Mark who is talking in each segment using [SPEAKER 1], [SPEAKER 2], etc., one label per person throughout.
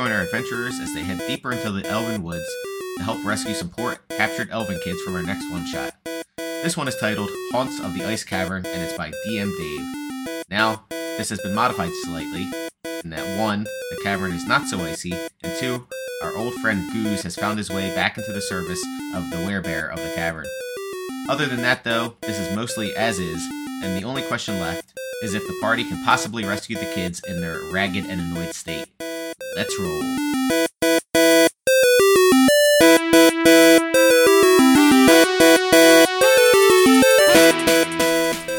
[SPEAKER 1] adventurers as they head deeper into the elven woods to help rescue some poor captured elven kids from our next one shot. This one is titled Haunts of the Ice Cavern and it's by DM Dave. Now, this has been modified slightly in that one, the cavern is not so icy, and two, our old friend Goose has found his way back into the service of the werebear of the cavern. Other than that, though, this is mostly as is, and the only question left is if the party can possibly rescue the kids in their ragged and annoyed state. Let's roll.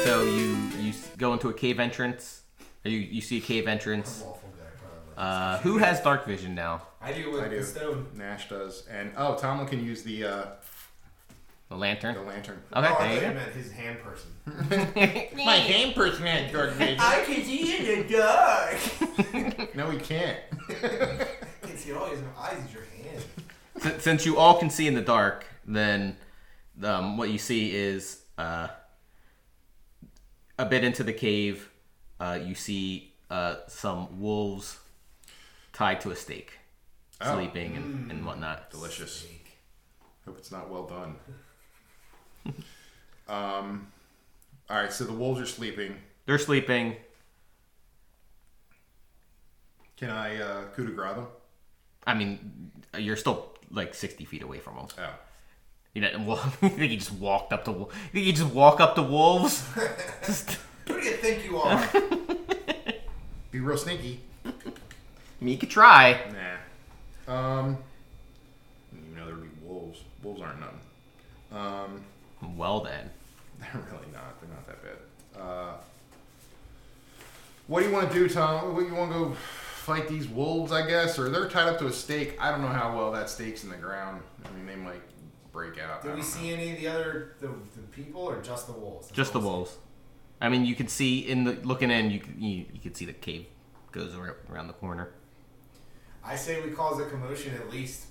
[SPEAKER 1] So you you s- go into a cave entrance. Or you you see a cave entrance. Uh, who has dark vision now?
[SPEAKER 2] I do
[SPEAKER 3] I
[SPEAKER 2] with
[SPEAKER 3] do.
[SPEAKER 2] the stone.
[SPEAKER 3] Nash does, and oh, Tomlin can use the uh,
[SPEAKER 1] The
[SPEAKER 3] the
[SPEAKER 1] lantern.
[SPEAKER 3] lantern.
[SPEAKER 1] Okay,
[SPEAKER 4] oh, I
[SPEAKER 1] there
[SPEAKER 4] thought
[SPEAKER 1] you
[SPEAKER 4] you
[SPEAKER 1] go.
[SPEAKER 4] meant his hand person.
[SPEAKER 5] My hand
[SPEAKER 3] person had dark vision.
[SPEAKER 4] I can see in the dark.
[SPEAKER 3] no, he can't.
[SPEAKER 4] I can see all his eyes is your hand.
[SPEAKER 1] Sin- Since you all can see in the dark, then um, what you see is uh, a bit into the cave. Uh, you see uh, some wolves tied to a stake,
[SPEAKER 3] Oh.
[SPEAKER 1] sleeping and,
[SPEAKER 4] Hmm.
[SPEAKER 1] and whatnot.
[SPEAKER 3] Delicious. Hope it's not well done. um, all right. So the wolves are sleeping.
[SPEAKER 1] They're sleeping.
[SPEAKER 3] Can I uh, coup de grace them?
[SPEAKER 1] I mean, you're still like sixty feet away from them.
[SPEAKER 3] Oh,
[SPEAKER 1] You know, and wo- you think you just walked up to? wo- You think you just walk up to wolves? just
[SPEAKER 4] Who do you think you are?
[SPEAKER 3] be real sneaky.
[SPEAKER 1] I mean, you could try.
[SPEAKER 3] Nah. Um, I didn't even know there'd be wolves. Wolves aren't nothing. Um,
[SPEAKER 1] Well then,
[SPEAKER 3] they're really not. They're not that bad. Uh, what do you want to do, Tom? What you want to go fight these wolves? I guess, or they're tied up to a stake. I don't know how well that stake's in the ground. I mean, they might break
[SPEAKER 4] Did
[SPEAKER 3] out. I
[SPEAKER 4] we
[SPEAKER 3] don't know.
[SPEAKER 4] see any of the other the, the people or just the wolves? That's
[SPEAKER 1] just the
[SPEAKER 4] all I'm
[SPEAKER 1] wolves. I mean, you can see in the looking in, you can- you, you can see the cave goes ar- around the corner.
[SPEAKER 4] saying. I say we cause a commotion at least.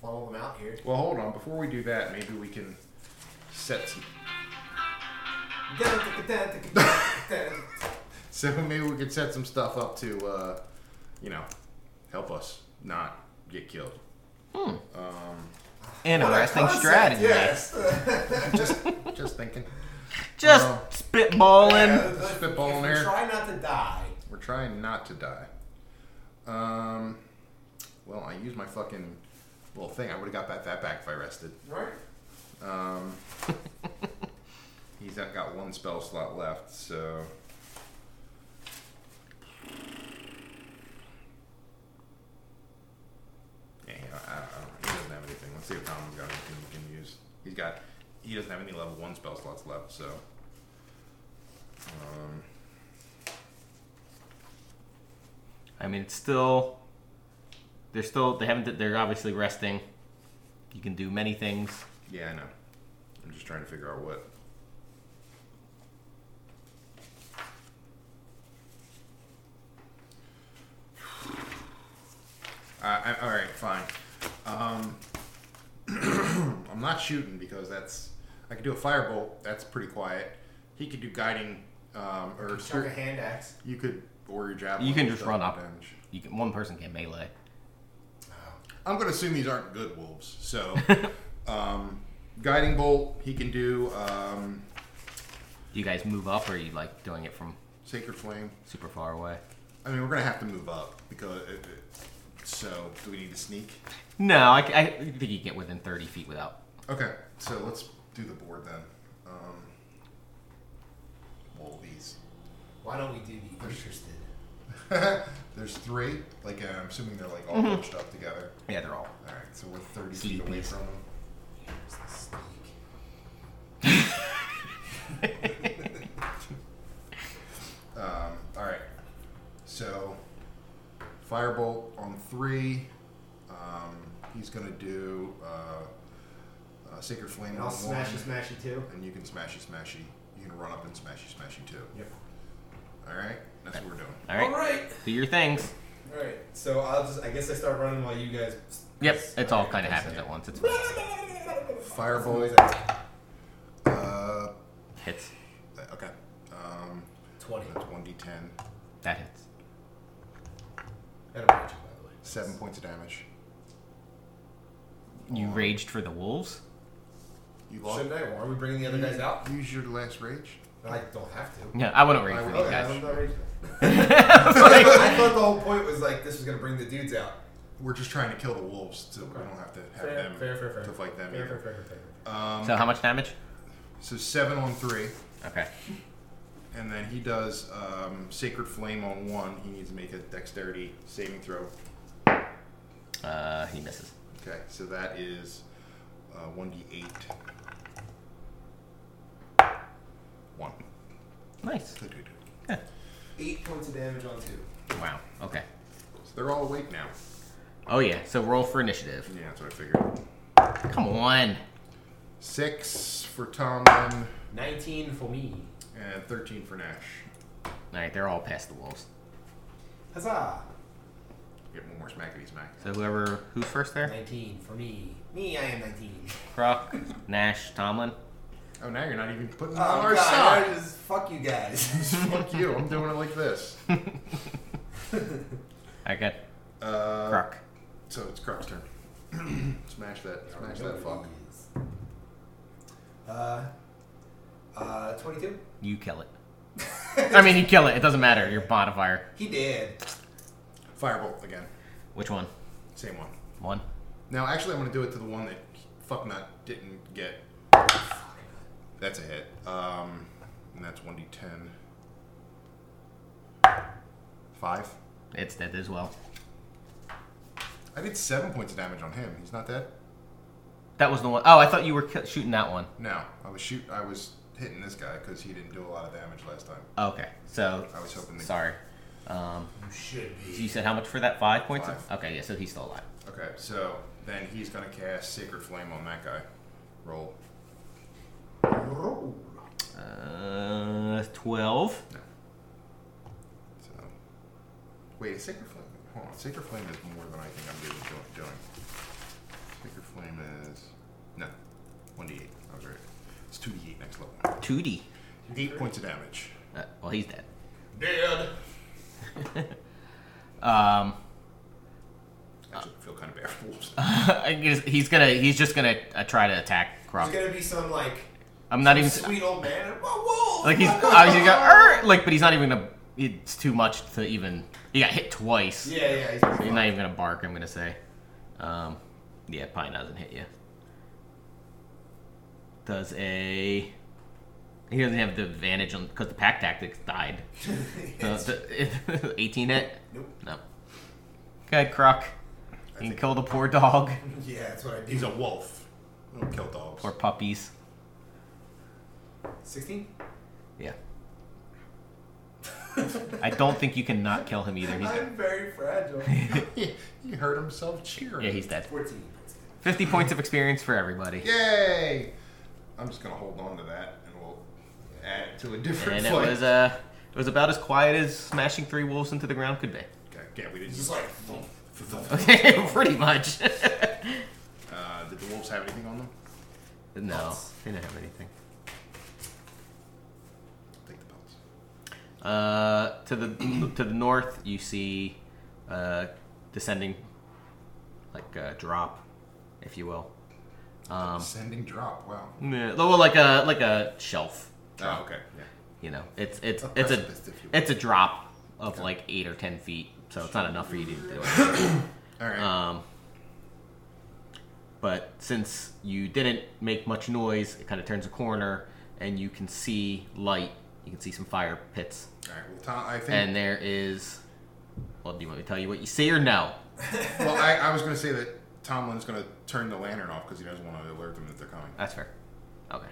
[SPEAKER 4] Funnel them out here.
[SPEAKER 3] Well, hold on. Before we do that, maybe we can set some. So maybe we could set some stuff up to, uh, you know, help us not get killed.
[SPEAKER 1] Interesting
[SPEAKER 4] Concept,
[SPEAKER 1] strategy.
[SPEAKER 4] Yes.
[SPEAKER 3] Just, just thinking.
[SPEAKER 1] Just
[SPEAKER 3] Well-
[SPEAKER 1] spitballing.
[SPEAKER 3] Um, spitball in
[SPEAKER 4] If we
[SPEAKER 3] there.
[SPEAKER 4] Try not to die.
[SPEAKER 3] We're trying not to die. Um, well, I used my fucking little thing. I would have got that, that back if I rested.
[SPEAKER 4] Right?
[SPEAKER 3] Um, he's not got one spell slot left, so. Yeah, he- I, I don't know. He doesn't have anything. Let's see if Tom's got anything we can use. He's got. He doesn't have any level one spell slots left, so. Um,
[SPEAKER 1] I mean, it's still. They're still. They haven't. They're obviously resting. You can do many things.
[SPEAKER 3] yeah, I know. I'm just trying to figure out what. I, I, all right, fine. Um, I'm not shooting because that's. I could do a firebolt. That's pretty quiet. He could do guiding, um, or
[SPEAKER 4] Chuck a hand axe.
[SPEAKER 3] you could or your javelin.
[SPEAKER 1] You can
[SPEAKER 3] and
[SPEAKER 1] just
[SPEAKER 3] stuff
[SPEAKER 1] run
[SPEAKER 3] for
[SPEAKER 1] up.
[SPEAKER 3] damage.
[SPEAKER 1] You can. One person can melee.
[SPEAKER 3] I'm gonna assume these aren't good wolves. So, um, guiding bolt. He can do um,
[SPEAKER 1] Do you guys move up, or are you like doing it from
[SPEAKER 3] sacred flame.
[SPEAKER 1] super far away?
[SPEAKER 3] I mean, we're gonna have to move up because. It, it, so, do we need to sneak?
[SPEAKER 1] No, I, c- I think you can get within thirty feet without.
[SPEAKER 3] Okay, so let's do the board then. Um, well, these.
[SPEAKER 4] Why don't we do the interested?
[SPEAKER 3] There's three. Like uh, I'm assuming they're like all bunched up together.
[SPEAKER 1] Mm-hmm. Yeah, they're all.
[SPEAKER 3] All right, so we're 30 feet away
[SPEAKER 1] Sleepies.
[SPEAKER 3] from them.
[SPEAKER 4] Here's the sneak.
[SPEAKER 3] Um, all right, so firebolt on three. Um, he's gonna do uh, uh, sacred flame
[SPEAKER 4] And
[SPEAKER 3] on
[SPEAKER 4] I'll
[SPEAKER 3] one,
[SPEAKER 4] smashy smashy too.
[SPEAKER 3] and you can smashy smashy. You can run up and smashy smashy too.
[SPEAKER 4] Yep.
[SPEAKER 3] All right, that's what we're doing.
[SPEAKER 1] All right,
[SPEAKER 4] Alright.
[SPEAKER 1] do your things.
[SPEAKER 4] Alright. So I'll just I guess I start running while you guys
[SPEAKER 1] Yep, it's all kind of happens at once. It's fine.
[SPEAKER 3] Firebolt. Uh,
[SPEAKER 1] hits.
[SPEAKER 3] okay. Um,
[SPEAKER 4] Twenty.
[SPEAKER 3] that's one d10.
[SPEAKER 1] That hits.
[SPEAKER 4] That'll be it, by the way.
[SPEAKER 3] Seven points of damage.
[SPEAKER 2] You raged for the wolves?
[SPEAKER 3] You
[SPEAKER 4] Should I? Or are we bringing the other guys out?
[SPEAKER 3] Use your last rage.
[SPEAKER 4] I don't have to.
[SPEAKER 2] No, I wouldn't rage
[SPEAKER 3] I
[SPEAKER 2] for
[SPEAKER 3] would-
[SPEAKER 2] these
[SPEAKER 4] Okay,
[SPEAKER 2] guys.
[SPEAKER 4] I'm sorry.
[SPEAKER 2] Like,
[SPEAKER 4] I thought the whole point was like this was gonna bring the dudes out.
[SPEAKER 3] We're just trying to kill the wolves, so we don't have to have
[SPEAKER 4] Fair,
[SPEAKER 3] them
[SPEAKER 4] fair, fair, fair.
[SPEAKER 3] to fight them.
[SPEAKER 4] Fair,
[SPEAKER 3] either.
[SPEAKER 4] fair, fair, fair, fair.
[SPEAKER 3] Um,
[SPEAKER 2] so how much damage?
[SPEAKER 3] so seven on three,
[SPEAKER 2] Okay.
[SPEAKER 3] and then he does um, sacred flame on one. He needs to make a dexterity saving throw.
[SPEAKER 2] Uh, he misses.
[SPEAKER 3] Okay, so that is uh, one d eight. One.
[SPEAKER 2] Nice.
[SPEAKER 3] So
[SPEAKER 4] Eight points of damage on two.
[SPEAKER 2] Wow. Okay.
[SPEAKER 3] they're all awake now.
[SPEAKER 2] Oh yeah. So roll for initiative.
[SPEAKER 3] Yeah, that's what I figured.
[SPEAKER 2] Come on.
[SPEAKER 3] Six for Tomlin
[SPEAKER 5] Nineteen for me.
[SPEAKER 3] and thirteen for Nash.
[SPEAKER 2] All right, they're all past the wolves.
[SPEAKER 4] Huzzah!
[SPEAKER 3] Get one more smackety smack.
[SPEAKER 2] So whoever who's first there?
[SPEAKER 5] Nineteen for me.
[SPEAKER 4] Me, I am 19.
[SPEAKER 2] Croc, Nash, Tomlin.
[SPEAKER 3] Oh, now you're not even putting
[SPEAKER 4] Oh,
[SPEAKER 3] them on our
[SPEAKER 4] God,
[SPEAKER 3] side.
[SPEAKER 4] I just- fuck you guys.
[SPEAKER 3] Fuck you! I'm doing it like this.
[SPEAKER 2] I got
[SPEAKER 3] Uh,
[SPEAKER 2] Croc.
[SPEAKER 3] So it's Croc's turn. smash that! Smash that! Fuck!
[SPEAKER 4] Uh, uh, 22?
[SPEAKER 2] You kill it. I mean, you kill it. It doesn't matter. Your modifier.
[SPEAKER 4] He did.
[SPEAKER 3] Firebolt again.
[SPEAKER 2] Which one?
[SPEAKER 3] Same one.
[SPEAKER 2] One.
[SPEAKER 3] Now, actually, I'm gonna do it to the one that fuck not didn't get. That's a hit. Um, and that's one d10. Five.
[SPEAKER 2] It's dead as well.
[SPEAKER 3] I did seven points of damage on him. He's not dead.
[SPEAKER 2] That was the one oh I thought you were ki- shooting that one.
[SPEAKER 3] No, I was shoot. I was hitting this guy because he didn't do a lot of damage last time.
[SPEAKER 2] Okay. So
[SPEAKER 3] I was hoping to-
[SPEAKER 2] Sorry. Um,
[SPEAKER 4] You should
[SPEAKER 2] so
[SPEAKER 4] be.
[SPEAKER 2] you said how much for that? Five points.
[SPEAKER 3] Five.
[SPEAKER 2] Okay. Yeah. So he's still alive.
[SPEAKER 3] Okay, so then he's gonna cast Sacred Flame on that guy. Roll.
[SPEAKER 4] Roll.
[SPEAKER 2] Uh, twelve.
[SPEAKER 3] So, wait, is Sacred Flame. Hold on, Sacred Flame is more than I think I'm doing. doing- doing. Sacred Flame is no, one d8. I was right. It's two d8 next level.
[SPEAKER 2] Two D.
[SPEAKER 3] Eight points of damage.
[SPEAKER 2] Uh, well, he's dead.
[SPEAKER 4] Dead.
[SPEAKER 2] Um,
[SPEAKER 3] I actually feel kind of bad for wolves.
[SPEAKER 2] I guess he's gonna. He's just gonna uh, try to attack Croc.
[SPEAKER 4] There's gonna be some, like,
[SPEAKER 2] I'm not even.
[SPEAKER 4] sweet old man. Whoa, whoa!
[SPEAKER 2] Like he's obviously he's got "Er," like, but he's not even gonna. It's too much to even. He got hit twice.
[SPEAKER 4] Yeah, yeah, he's gonna
[SPEAKER 2] He's not even gonna bark. I'm gonna say. Um, yeah, probably doesn't hit you. Does a. He doesn't have the advantage on because the pack tactics died. So, the- 18 hit?
[SPEAKER 4] Nope.
[SPEAKER 2] No. Good Croc. You can kill the poor dog
[SPEAKER 4] Yeah, that's what I do.
[SPEAKER 3] He's a wolf. He Don't kill dogs.
[SPEAKER 2] or puppies.
[SPEAKER 4] 16?
[SPEAKER 2] Yeah. I don't think you can not kill him either. He's dead.
[SPEAKER 4] I'm very fragile.
[SPEAKER 3] he, he heard himself cheering.
[SPEAKER 2] Yeah, he's dead.
[SPEAKER 4] 14.
[SPEAKER 2] 50 points of experience for everybody.
[SPEAKER 3] Yay! I'm just gonna hold on to that, and we'll add it to a different
[SPEAKER 2] And it
[SPEAKER 3] fight.
[SPEAKER 2] was uh it was about as quiet as smashing three wolves into the ground could be.
[SPEAKER 3] Okay, yeah, we didn't.
[SPEAKER 4] Just like,
[SPEAKER 2] Pretty much.
[SPEAKER 3] Uh, did the wolves have anything on them?
[SPEAKER 2] no, they didn't have anything.
[SPEAKER 3] Take the pelts.
[SPEAKER 2] Uh, to the to the north, you see uh, descending, like a drop, if you will. Um,
[SPEAKER 3] Sending drop. Wow.
[SPEAKER 2] yeah, well, like a like a shelf.
[SPEAKER 3] Oh, okay. Yeah.
[SPEAKER 2] You know, it's it's
[SPEAKER 3] A
[SPEAKER 2] it's a
[SPEAKER 3] precipice, if you will.
[SPEAKER 2] it's a drop of like eight or ten feet, so it's not enough for you to do it.
[SPEAKER 3] All right.
[SPEAKER 2] Um, but since you didn't make much noise, it kind of turns a corner, and you can see light. You can see some fire pits,
[SPEAKER 3] All right. Well, Tom, I think.
[SPEAKER 2] and there is. Well, do you want me to tell you what you see or no?
[SPEAKER 3] well, I, I was going to say that Tomlin's going to turn the lantern off because he doesn't want to alert them that they're coming.
[SPEAKER 2] That's fair. Okay.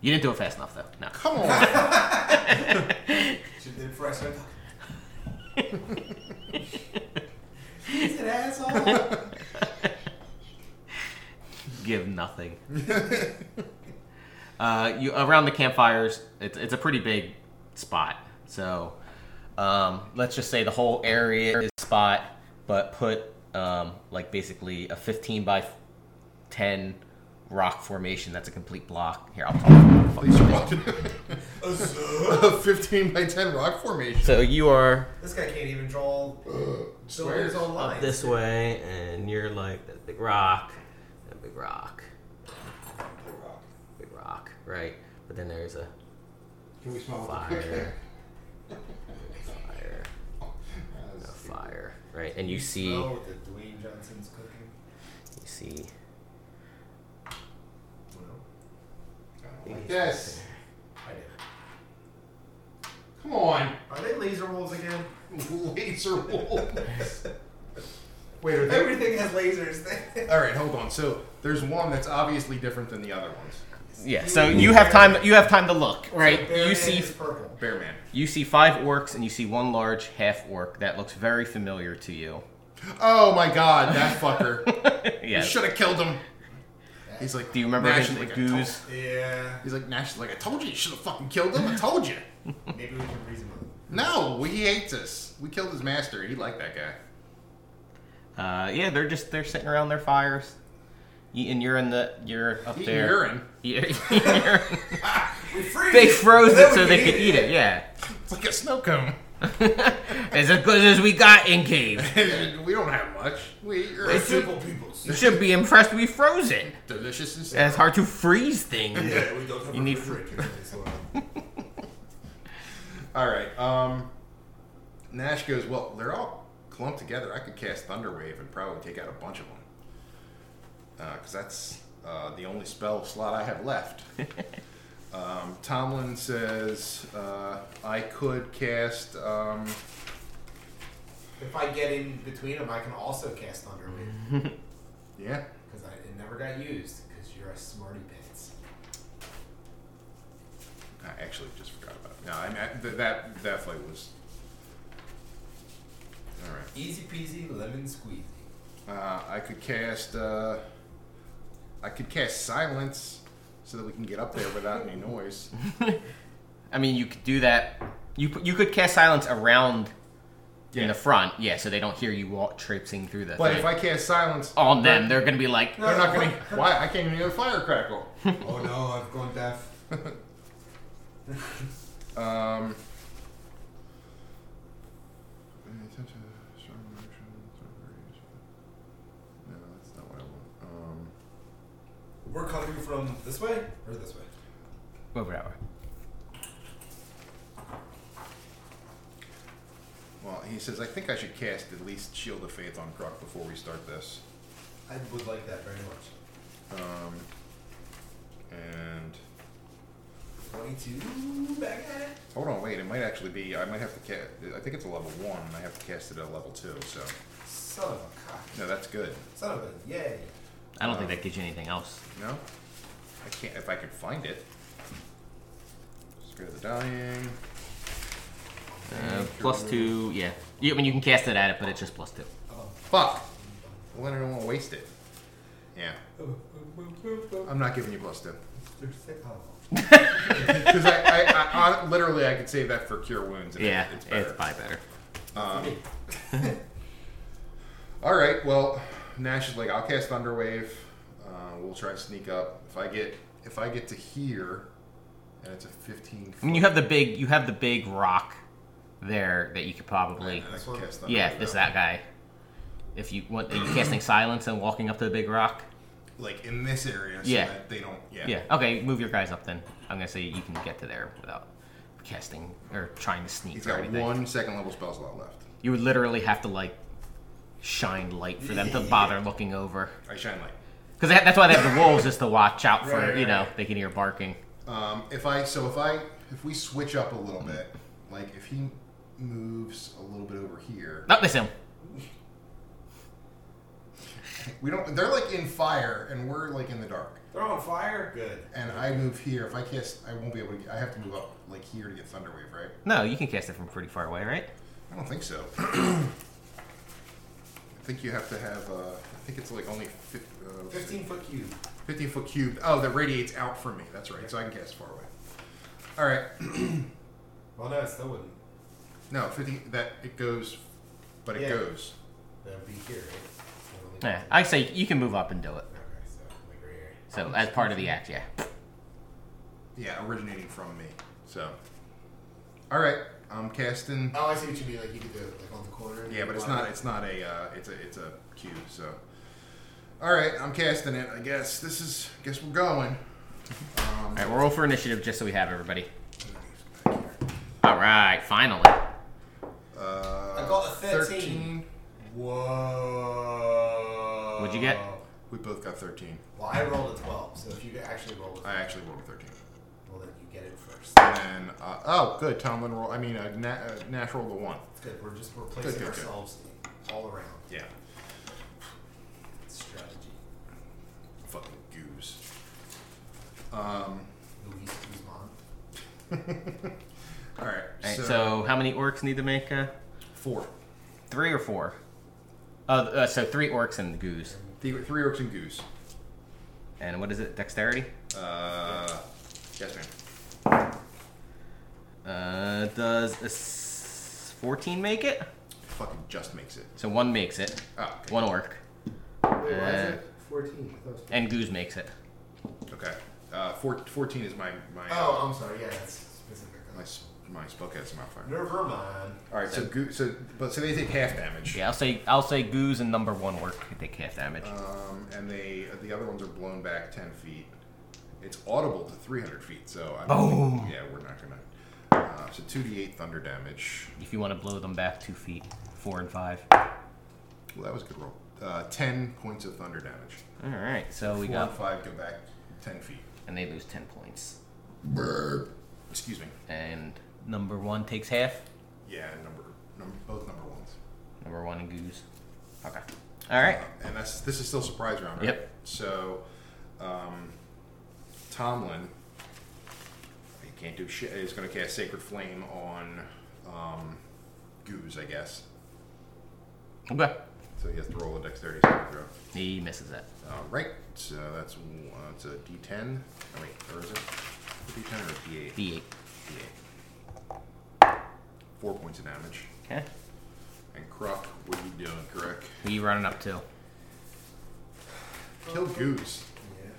[SPEAKER 2] You didn't do it fast enough, though. No.
[SPEAKER 3] Come on.
[SPEAKER 4] should have been freshman. He's an asshole.
[SPEAKER 2] Give nothing. uh, you around the campfires. It's it's a pretty big spot. So um, let's just say the whole area is spot, but put um, like basically a 15 by 10 rock formation. That's a complete block. Here, I'll.
[SPEAKER 3] Please, you're welcome.
[SPEAKER 4] Huzzah.
[SPEAKER 3] a 15 by 10 rock formation.
[SPEAKER 2] So you are
[SPEAKER 4] This guy can't even draw
[SPEAKER 3] Squares.
[SPEAKER 4] buildings on
[SPEAKER 2] up
[SPEAKER 4] lines.
[SPEAKER 2] this way, and you're like that big rock, that big rock, big rock, right? But then there's a
[SPEAKER 4] Can we smell
[SPEAKER 2] fire, fire, a fire, right? And you see,
[SPEAKER 4] Smell
[SPEAKER 2] you
[SPEAKER 4] what the Dwayne Johnson's cooking.
[SPEAKER 2] see,
[SPEAKER 4] Well,
[SPEAKER 3] Like this.
[SPEAKER 4] I did.
[SPEAKER 3] Come on.
[SPEAKER 4] Are they laser wolves again?
[SPEAKER 3] Laser wolves. Wait, are they?
[SPEAKER 4] Everything has lasers. They-
[SPEAKER 3] All right, hold on. So there's one that's obviously different than the other ones.
[SPEAKER 2] yeah. So
[SPEAKER 4] Mm.
[SPEAKER 2] you have time. You have time to look, right?
[SPEAKER 4] Bear
[SPEAKER 2] You
[SPEAKER 4] Man
[SPEAKER 2] see,
[SPEAKER 4] is purple.
[SPEAKER 3] Bear man.
[SPEAKER 2] you see five orcs, and you see one large half orc that looks very familiar to you.
[SPEAKER 3] Oh my god, that fucker. You
[SPEAKER 2] Yes.
[SPEAKER 3] should have killed him. He's like,
[SPEAKER 2] Do you remember
[SPEAKER 3] Nash
[SPEAKER 2] his
[SPEAKER 3] is like, I
[SPEAKER 2] goose?
[SPEAKER 3] told-
[SPEAKER 4] Yeah.
[SPEAKER 3] He's like, Nash is like, I told you you should have fucking killed him. I told you.
[SPEAKER 4] Maybe we can reason with them.
[SPEAKER 3] No, we, he hates us. We killed his master. He liked that guy.
[SPEAKER 2] Uh, yeah, they're just they're sitting around their fires, You- and you're in the you're up
[SPEAKER 3] Eating
[SPEAKER 2] there.
[SPEAKER 3] urine.
[SPEAKER 2] Yeah, you're-
[SPEAKER 4] We freeze
[SPEAKER 2] they froze
[SPEAKER 4] then
[SPEAKER 2] it
[SPEAKER 4] we
[SPEAKER 2] so
[SPEAKER 4] can
[SPEAKER 2] they could eat it. Yeah,
[SPEAKER 3] It's like a snow cone.
[SPEAKER 2] it's as good as we got in cave.
[SPEAKER 3] we don't have much. We eat urine.
[SPEAKER 4] We're simple people.
[SPEAKER 2] You should be impressed. We froze it.
[SPEAKER 3] delicious and stuff.
[SPEAKER 2] It's hard to freeze things.
[SPEAKER 4] we don't have
[SPEAKER 2] You need-
[SPEAKER 4] refrigerators in this world.
[SPEAKER 3] All right. Um, Nash goes, well, they're all clumped together. I could cast Thunderwave and probably take out a bunch of them. Because that's uh, the only spell slot I have left. um, Tomlin says, uh, I could cast. Um,
[SPEAKER 4] If I get in between them, I can also cast Thunderwave
[SPEAKER 2] Mm-hmm.
[SPEAKER 3] yeah.
[SPEAKER 4] because it never got used because you're a smarty pants.
[SPEAKER 3] I actually just forgot about it. No, I mean, I, th- that, that fight was. All right.
[SPEAKER 4] Easy peasy, lemon squeezy.
[SPEAKER 3] Uh, I could cast. Uh, I could cast silence, so that we can get up there without any noise.
[SPEAKER 2] I mean, you could do that. You pu- you could cast silence around in the front. Yeah, so they don't hear you walk traipsing through the.
[SPEAKER 3] But
[SPEAKER 2] thing.
[SPEAKER 3] if I cast silence,
[SPEAKER 2] on them, they're gonna be like,
[SPEAKER 3] they're not gonna. Why? I can't even hear a fire crackle.
[SPEAKER 4] oh no, I've gone deaf.
[SPEAKER 3] Um. No, that's not what I want. Um,
[SPEAKER 4] We're coming from this way or this way?
[SPEAKER 2] over that way.
[SPEAKER 3] well, he says I think I should cast at least Shield of Faith on Kruk before we start this.
[SPEAKER 4] I would like that very much.
[SPEAKER 3] Um, and
[SPEAKER 4] 22 back at it?
[SPEAKER 3] Hold on, wait. It might actually be. I might have to cast. I think it's a level one, and I have to cast it at a level two. So
[SPEAKER 4] Son of a cock.
[SPEAKER 3] no, that's good.
[SPEAKER 4] Son of a yay.
[SPEAKER 2] I don't think that gives you anything else.
[SPEAKER 3] No, I can't. If I can find it. Spare the dying.
[SPEAKER 2] Uh, plus two, yeah. You, I mean, you can cast it at it, but it's just plus two.
[SPEAKER 4] Oh.
[SPEAKER 3] Fuck. Well, then I don't want to waste it. Yeah, I'm not giving you plus two
[SPEAKER 4] They're sick. Oh.
[SPEAKER 3] because I, I, I, I literally I could save that for cure wounds. And
[SPEAKER 2] Yeah,
[SPEAKER 3] it- it's
[SPEAKER 2] it's,
[SPEAKER 3] better.
[SPEAKER 2] probably better.
[SPEAKER 3] Um, All right. Well, Nash is like, I'll cast Thunderwave. Uh, we'll try to sneak up. If I get if I get to here, and it's a 15.
[SPEAKER 2] I mean, you have the big, you have the big rock there that you could probably,
[SPEAKER 3] I can cast Thunderwave
[SPEAKER 2] yeah, it's
[SPEAKER 3] out.
[SPEAKER 2] that guy. If you want, are you casting silence and walking up to the big rock?
[SPEAKER 3] like in this area so
[SPEAKER 2] Yeah.
[SPEAKER 3] that they don't yeah.
[SPEAKER 2] Yeah. Okay, move your guys up then. I'm gonna say you can get to there without casting or trying to sneak
[SPEAKER 3] He's
[SPEAKER 2] or
[SPEAKER 3] got
[SPEAKER 2] anything.
[SPEAKER 3] one second level spell slot left.
[SPEAKER 2] You would literally have to like shine light for them to bother looking over.
[SPEAKER 3] I shine light.
[SPEAKER 2] Because that's why they have the wolves is to watch out for.
[SPEAKER 4] Right,
[SPEAKER 2] you know,
[SPEAKER 4] right.
[SPEAKER 2] they can hear barking.
[SPEAKER 3] Um, if I so if I if we switch up a little bit, like if he moves a little bit over here,
[SPEAKER 2] Not this him.
[SPEAKER 3] we don't. They're like in fire and we're like in the dark.
[SPEAKER 4] They're on fire? Good.
[SPEAKER 3] And I move here. If I cast, I won't be able to. Get, I have to move up like here to get Thunderwave, right?
[SPEAKER 2] No, you can cast it from pretty far away, right?
[SPEAKER 3] I don't think so. I think you have to have. Uh, I think it's like only fif- uh,
[SPEAKER 4] 15 foot cube.
[SPEAKER 3] 50 foot cube. Oh, that radiates out from me. That's right. So I can cast far away. All right.
[SPEAKER 4] Well, no, it still wouldn't.
[SPEAKER 3] No, 50. That it goes, but it
[SPEAKER 4] Yeah.
[SPEAKER 3] goes.
[SPEAKER 4] That would be here, right?
[SPEAKER 2] Yeah, I say you can move up and do it.
[SPEAKER 4] Okay, so like right here.
[SPEAKER 2] So as part of the act, yeah.
[SPEAKER 3] Yeah, originating from me. So All right, I'm casting.
[SPEAKER 4] Oh, I see what you mean. Like you could do it like on the corner.
[SPEAKER 3] Yeah, but it's not. It's not a. Uh, it's a. It's a cube. So. All right, I'm casting it. I guess this is. Guess we're going.
[SPEAKER 2] All right, we'll roll for initiative just so we have everybody. All right, finally.
[SPEAKER 3] Uh,
[SPEAKER 4] I got a 13. Whoa.
[SPEAKER 2] What'd you get?
[SPEAKER 3] We both got 13.
[SPEAKER 4] Well, I rolled a 12, so if you actually roll a 12,
[SPEAKER 3] I actually rolled a 13.
[SPEAKER 4] well, then you get it first.
[SPEAKER 3] And then, uh, oh, good. Tomlin roll. I mean, uh, na- uh, Nash rolled a one.
[SPEAKER 4] It's good. We're just replacing
[SPEAKER 3] Good, good, good.
[SPEAKER 4] ourselves all around.
[SPEAKER 3] Yeah.
[SPEAKER 4] It's strategy.
[SPEAKER 3] Fucking goose. Um.
[SPEAKER 4] Luis Guzman.
[SPEAKER 3] All right.
[SPEAKER 2] All right,
[SPEAKER 3] so,
[SPEAKER 2] so, how many orcs need to make a
[SPEAKER 3] four.
[SPEAKER 2] three or four? Uh, uh, so three orcs and the goose.
[SPEAKER 3] Three, three orcs and goose.
[SPEAKER 2] And what is it? Dexterity.
[SPEAKER 3] Uh. Yes, ma'am.
[SPEAKER 2] Uh, does a s- fourteen make it?
[SPEAKER 3] Fucking just makes it.
[SPEAKER 2] So one makes it.
[SPEAKER 3] Oh, okay.
[SPEAKER 2] One orc.
[SPEAKER 4] Wait, why is
[SPEAKER 2] Uh,
[SPEAKER 4] it 14? I thought it was
[SPEAKER 2] And goose makes it.
[SPEAKER 3] Okay. Uh, four, 14 is my my
[SPEAKER 4] Oh, I'm sorry. Yeah, that's specific.
[SPEAKER 3] uh, my s- my spellcast modifier.
[SPEAKER 4] Never mind.
[SPEAKER 3] All right. So goo- so but so they take half damage.
[SPEAKER 2] Yeah, I'll say I'll say goose and number one orc take half damage.
[SPEAKER 3] Um, and they the other ones are blown back ten feet. It's audible to three hundred feet, so I don't think-
[SPEAKER 2] Oh.
[SPEAKER 3] yeah, we're not gonna. Uh, so two d eight thunder damage.
[SPEAKER 2] if you want to blow them back two feet, four and five.
[SPEAKER 3] Well, that was a good roll. Uh, ten points of thunder damage.
[SPEAKER 2] All right, so we
[SPEAKER 3] Four
[SPEAKER 2] got
[SPEAKER 3] and five go back ten feet.
[SPEAKER 2] and they lose ten points.
[SPEAKER 3] Excuse me.
[SPEAKER 2] And number one takes half.
[SPEAKER 3] Yeah, number number both number ones.
[SPEAKER 2] Number one and goose. Okay. All right.
[SPEAKER 3] And that's this is still surprise round. Right?
[SPEAKER 2] Yep.
[SPEAKER 3] So, um, Tomlin, he can't do shit. Is going to cast Sacred Flame on um, Goose, I guess.
[SPEAKER 2] Okay.
[SPEAKER 3] So he has to roll a dexterity saving throw.
[SPEAKER 2] He misses it.
[SPEAKER 3] All right. So that's one- it's a D10. Oh wait, or is it a D10 or a D8?
[SPEAKER 2] D8.
[SPEAKER 3] D8. Four points of damage.
[SPEAKER 2] Okay.
[SPEAKER 3] And Kruk, what are you doing, Kruk?
[SPEAKER 2] Who you running up to?
[SPEAKER 3] Kill Goose.
[SPEAKER 4] Yeah.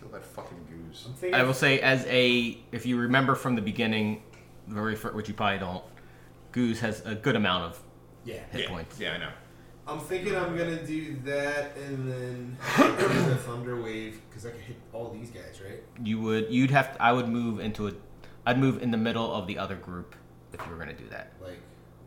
[SPEAKER 3] Kill that fucking Goose.
[SPEAKER 4] I'm thinking.
[SPEAKER 2] I will say, as a if you remember from the beginning, the very first, which you probably don't, goose has a good amount of
[SPEAKER 4] yeah.
[SPEAKER 2] hit
[SPEAKER 3] yeah,
[SPEAKER 2] points.
[SPEAKER 3] yeah, I know.
[SPEAKER 4] I'm thinking I'm gonna do that and then the thunder wave because I can hit all these guys, right?
[SPEAKER 2] You would you'd have to, I would move into a I'd move in the middle of the other group if you were gonna do that
[SPEAKER 4] Like,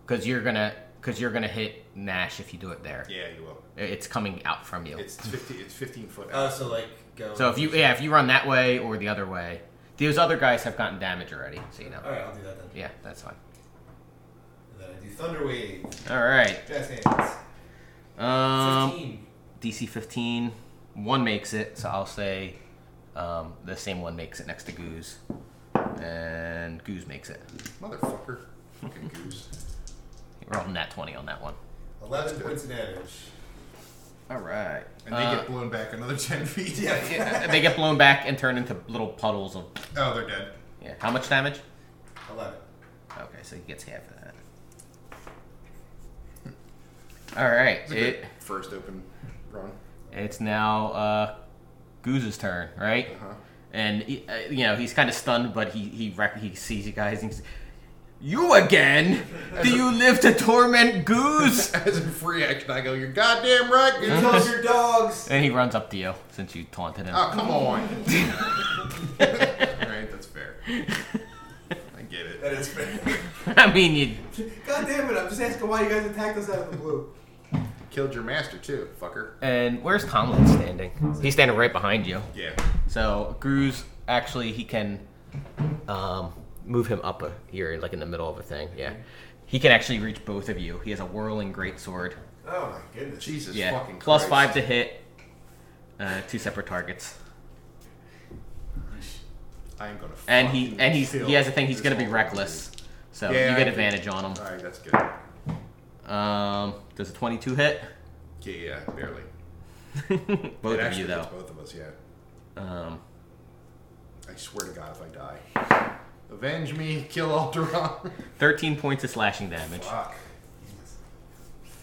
[SPEAKER 2] because you're gonna because you're gonna hit Nash if you do it there.
[SPEAKER 3] Yeah, you will.
[SPEAKER 2] It's coming out from you.
[SPEAKER 3] It's 50, It's 15 foot.
[SPEAKER 2] Uh,
[SPEAKER 4] oh, so like go.
[SPEAKER 2] so if you yeah if you run that way or the other way, those other guys have gotten damage already. So you know.
[SPEAKER 4] all right, I'll do that then.
[SPEAKER 2] Yeah, that's fine.
[SPEAKER 4] And then I do thunder wave,
[SPEAKER 2] All right.
[SPEAKER 4] jazz hands.
[SPEAKER 2] Um,
[SPEAKER 5] 15.
[SPEAKER 2] DC 15. One makes it, so I'll say um, the same one makes it next to Goose. And Goose makes it.
[SPEAKER 3] Motherfucker. Fucking Goose.
[SPEAKER 2] We're on that 20 on that one.
[SPEAKER 4] Eleven points of damage.
[SPEAKER 2] All right.
[SPEAKER 3] And they get blown back another 10 feet.
[SPEAKER 2] Uh, they get blown back and turn into little puddles of.
[SPEAKER 3] Oh, they're dead.
[SPEAKER 2] Yeah. How much damage?
[SPEAKER 4] Eleven.
[SPEAKER 2] Okay, so he gets half of that. All right.
[SPEAKER 3] It's a good
[SPEAKER 2] It,
[SPEAKER 3] first open run.
[SPEAKER 2] it's now uh, Goose's turn, right?
[SPEAKER 3] Uh-huh.
[SPEAKER 2] and he, uh, you know he's kind of stunned, but he he rec- he sees you guys and he's, you again? Do you live to torment Goose?
[SPEAKER 3] As a free action, I go, you're goddamn right, Goose.
[SPEAKER 2] Uh-huh.
[SPEAKER 4] Close your dogs.
[SPEAKER 2] and he runs up to you since you taunted him.
[SPEAKER 3] Oh, come on. Alright, that's fair. I get
[SPEAKER 4] That
[SPEAKER 3] it.
[SPEAKER 4] is fair.
[SPEAKER 2] I mean, you
[SPEAKER 4] God damn it! I'm just asking why you guys attacked us out of the blue.
[SPEAKER 3] Killed your master too, fucker.
[SPEAKER 2] and where's Tomlin standing? He's standing right behind you.
[SPEAKER 3] Yeah.
[SPEAKER 2] So Goose actually he can um, move him up a, here, like in the middle of a thing. Yeah, he can actually reach both of you. He has a whirling greatsword.
[SPEAKER 4] Oh my goodness.
[SPEAKER 3] Jesus
[SPEAKER 2] Yeah,
[SPEAKER 3] fucking
[SPEAKER 2] plus five
[SPEAKER 3] Christ.
[SPEAKER 2] to hit. Uh, two separate targets.
[SPEAKER 3] I am gonna
[SPEAKER 2] and he
[SPEAKER 3] fucking
[SPEAKER 2] and he's
[SPEAKER 3] kill
[SPEAKER 2] he has a thing. He's
[SPEAKER 3] this
[SPEAKER 2] gonna be
[SPEAKER 3] whole
[SPEAKER 2] reckless, so
[SPEAKER 3] Yeah,
[SPEAKER 2] you
[SPEAKER 3] I
[SPEAKER 2] get
[SPEAKER 3] do.
[SPEAKER 2] advantage on
[SPEAKER 3] dude. Alright, that's good. Yeah,
[SPEAKER 2] him. Um, does a twenty-two hit?
[SPEAKER 3] yeah, barely.
[SPEAKER 2] Both of
[SPEAKER 3] it actually
[SPEAKER 2] you
[SPEAKER 3] hits
[SPEAKER 2] though.
[SPEAKER 3] both of us, yeah.
[SPEAKER 2] Um,
[SPEAKER 3] I swear to God if I die. Avenge me, kill Alderaan.
[SPEAKER 2] thirteen points of slashing damage.
[SPEAKER 3] Fuck.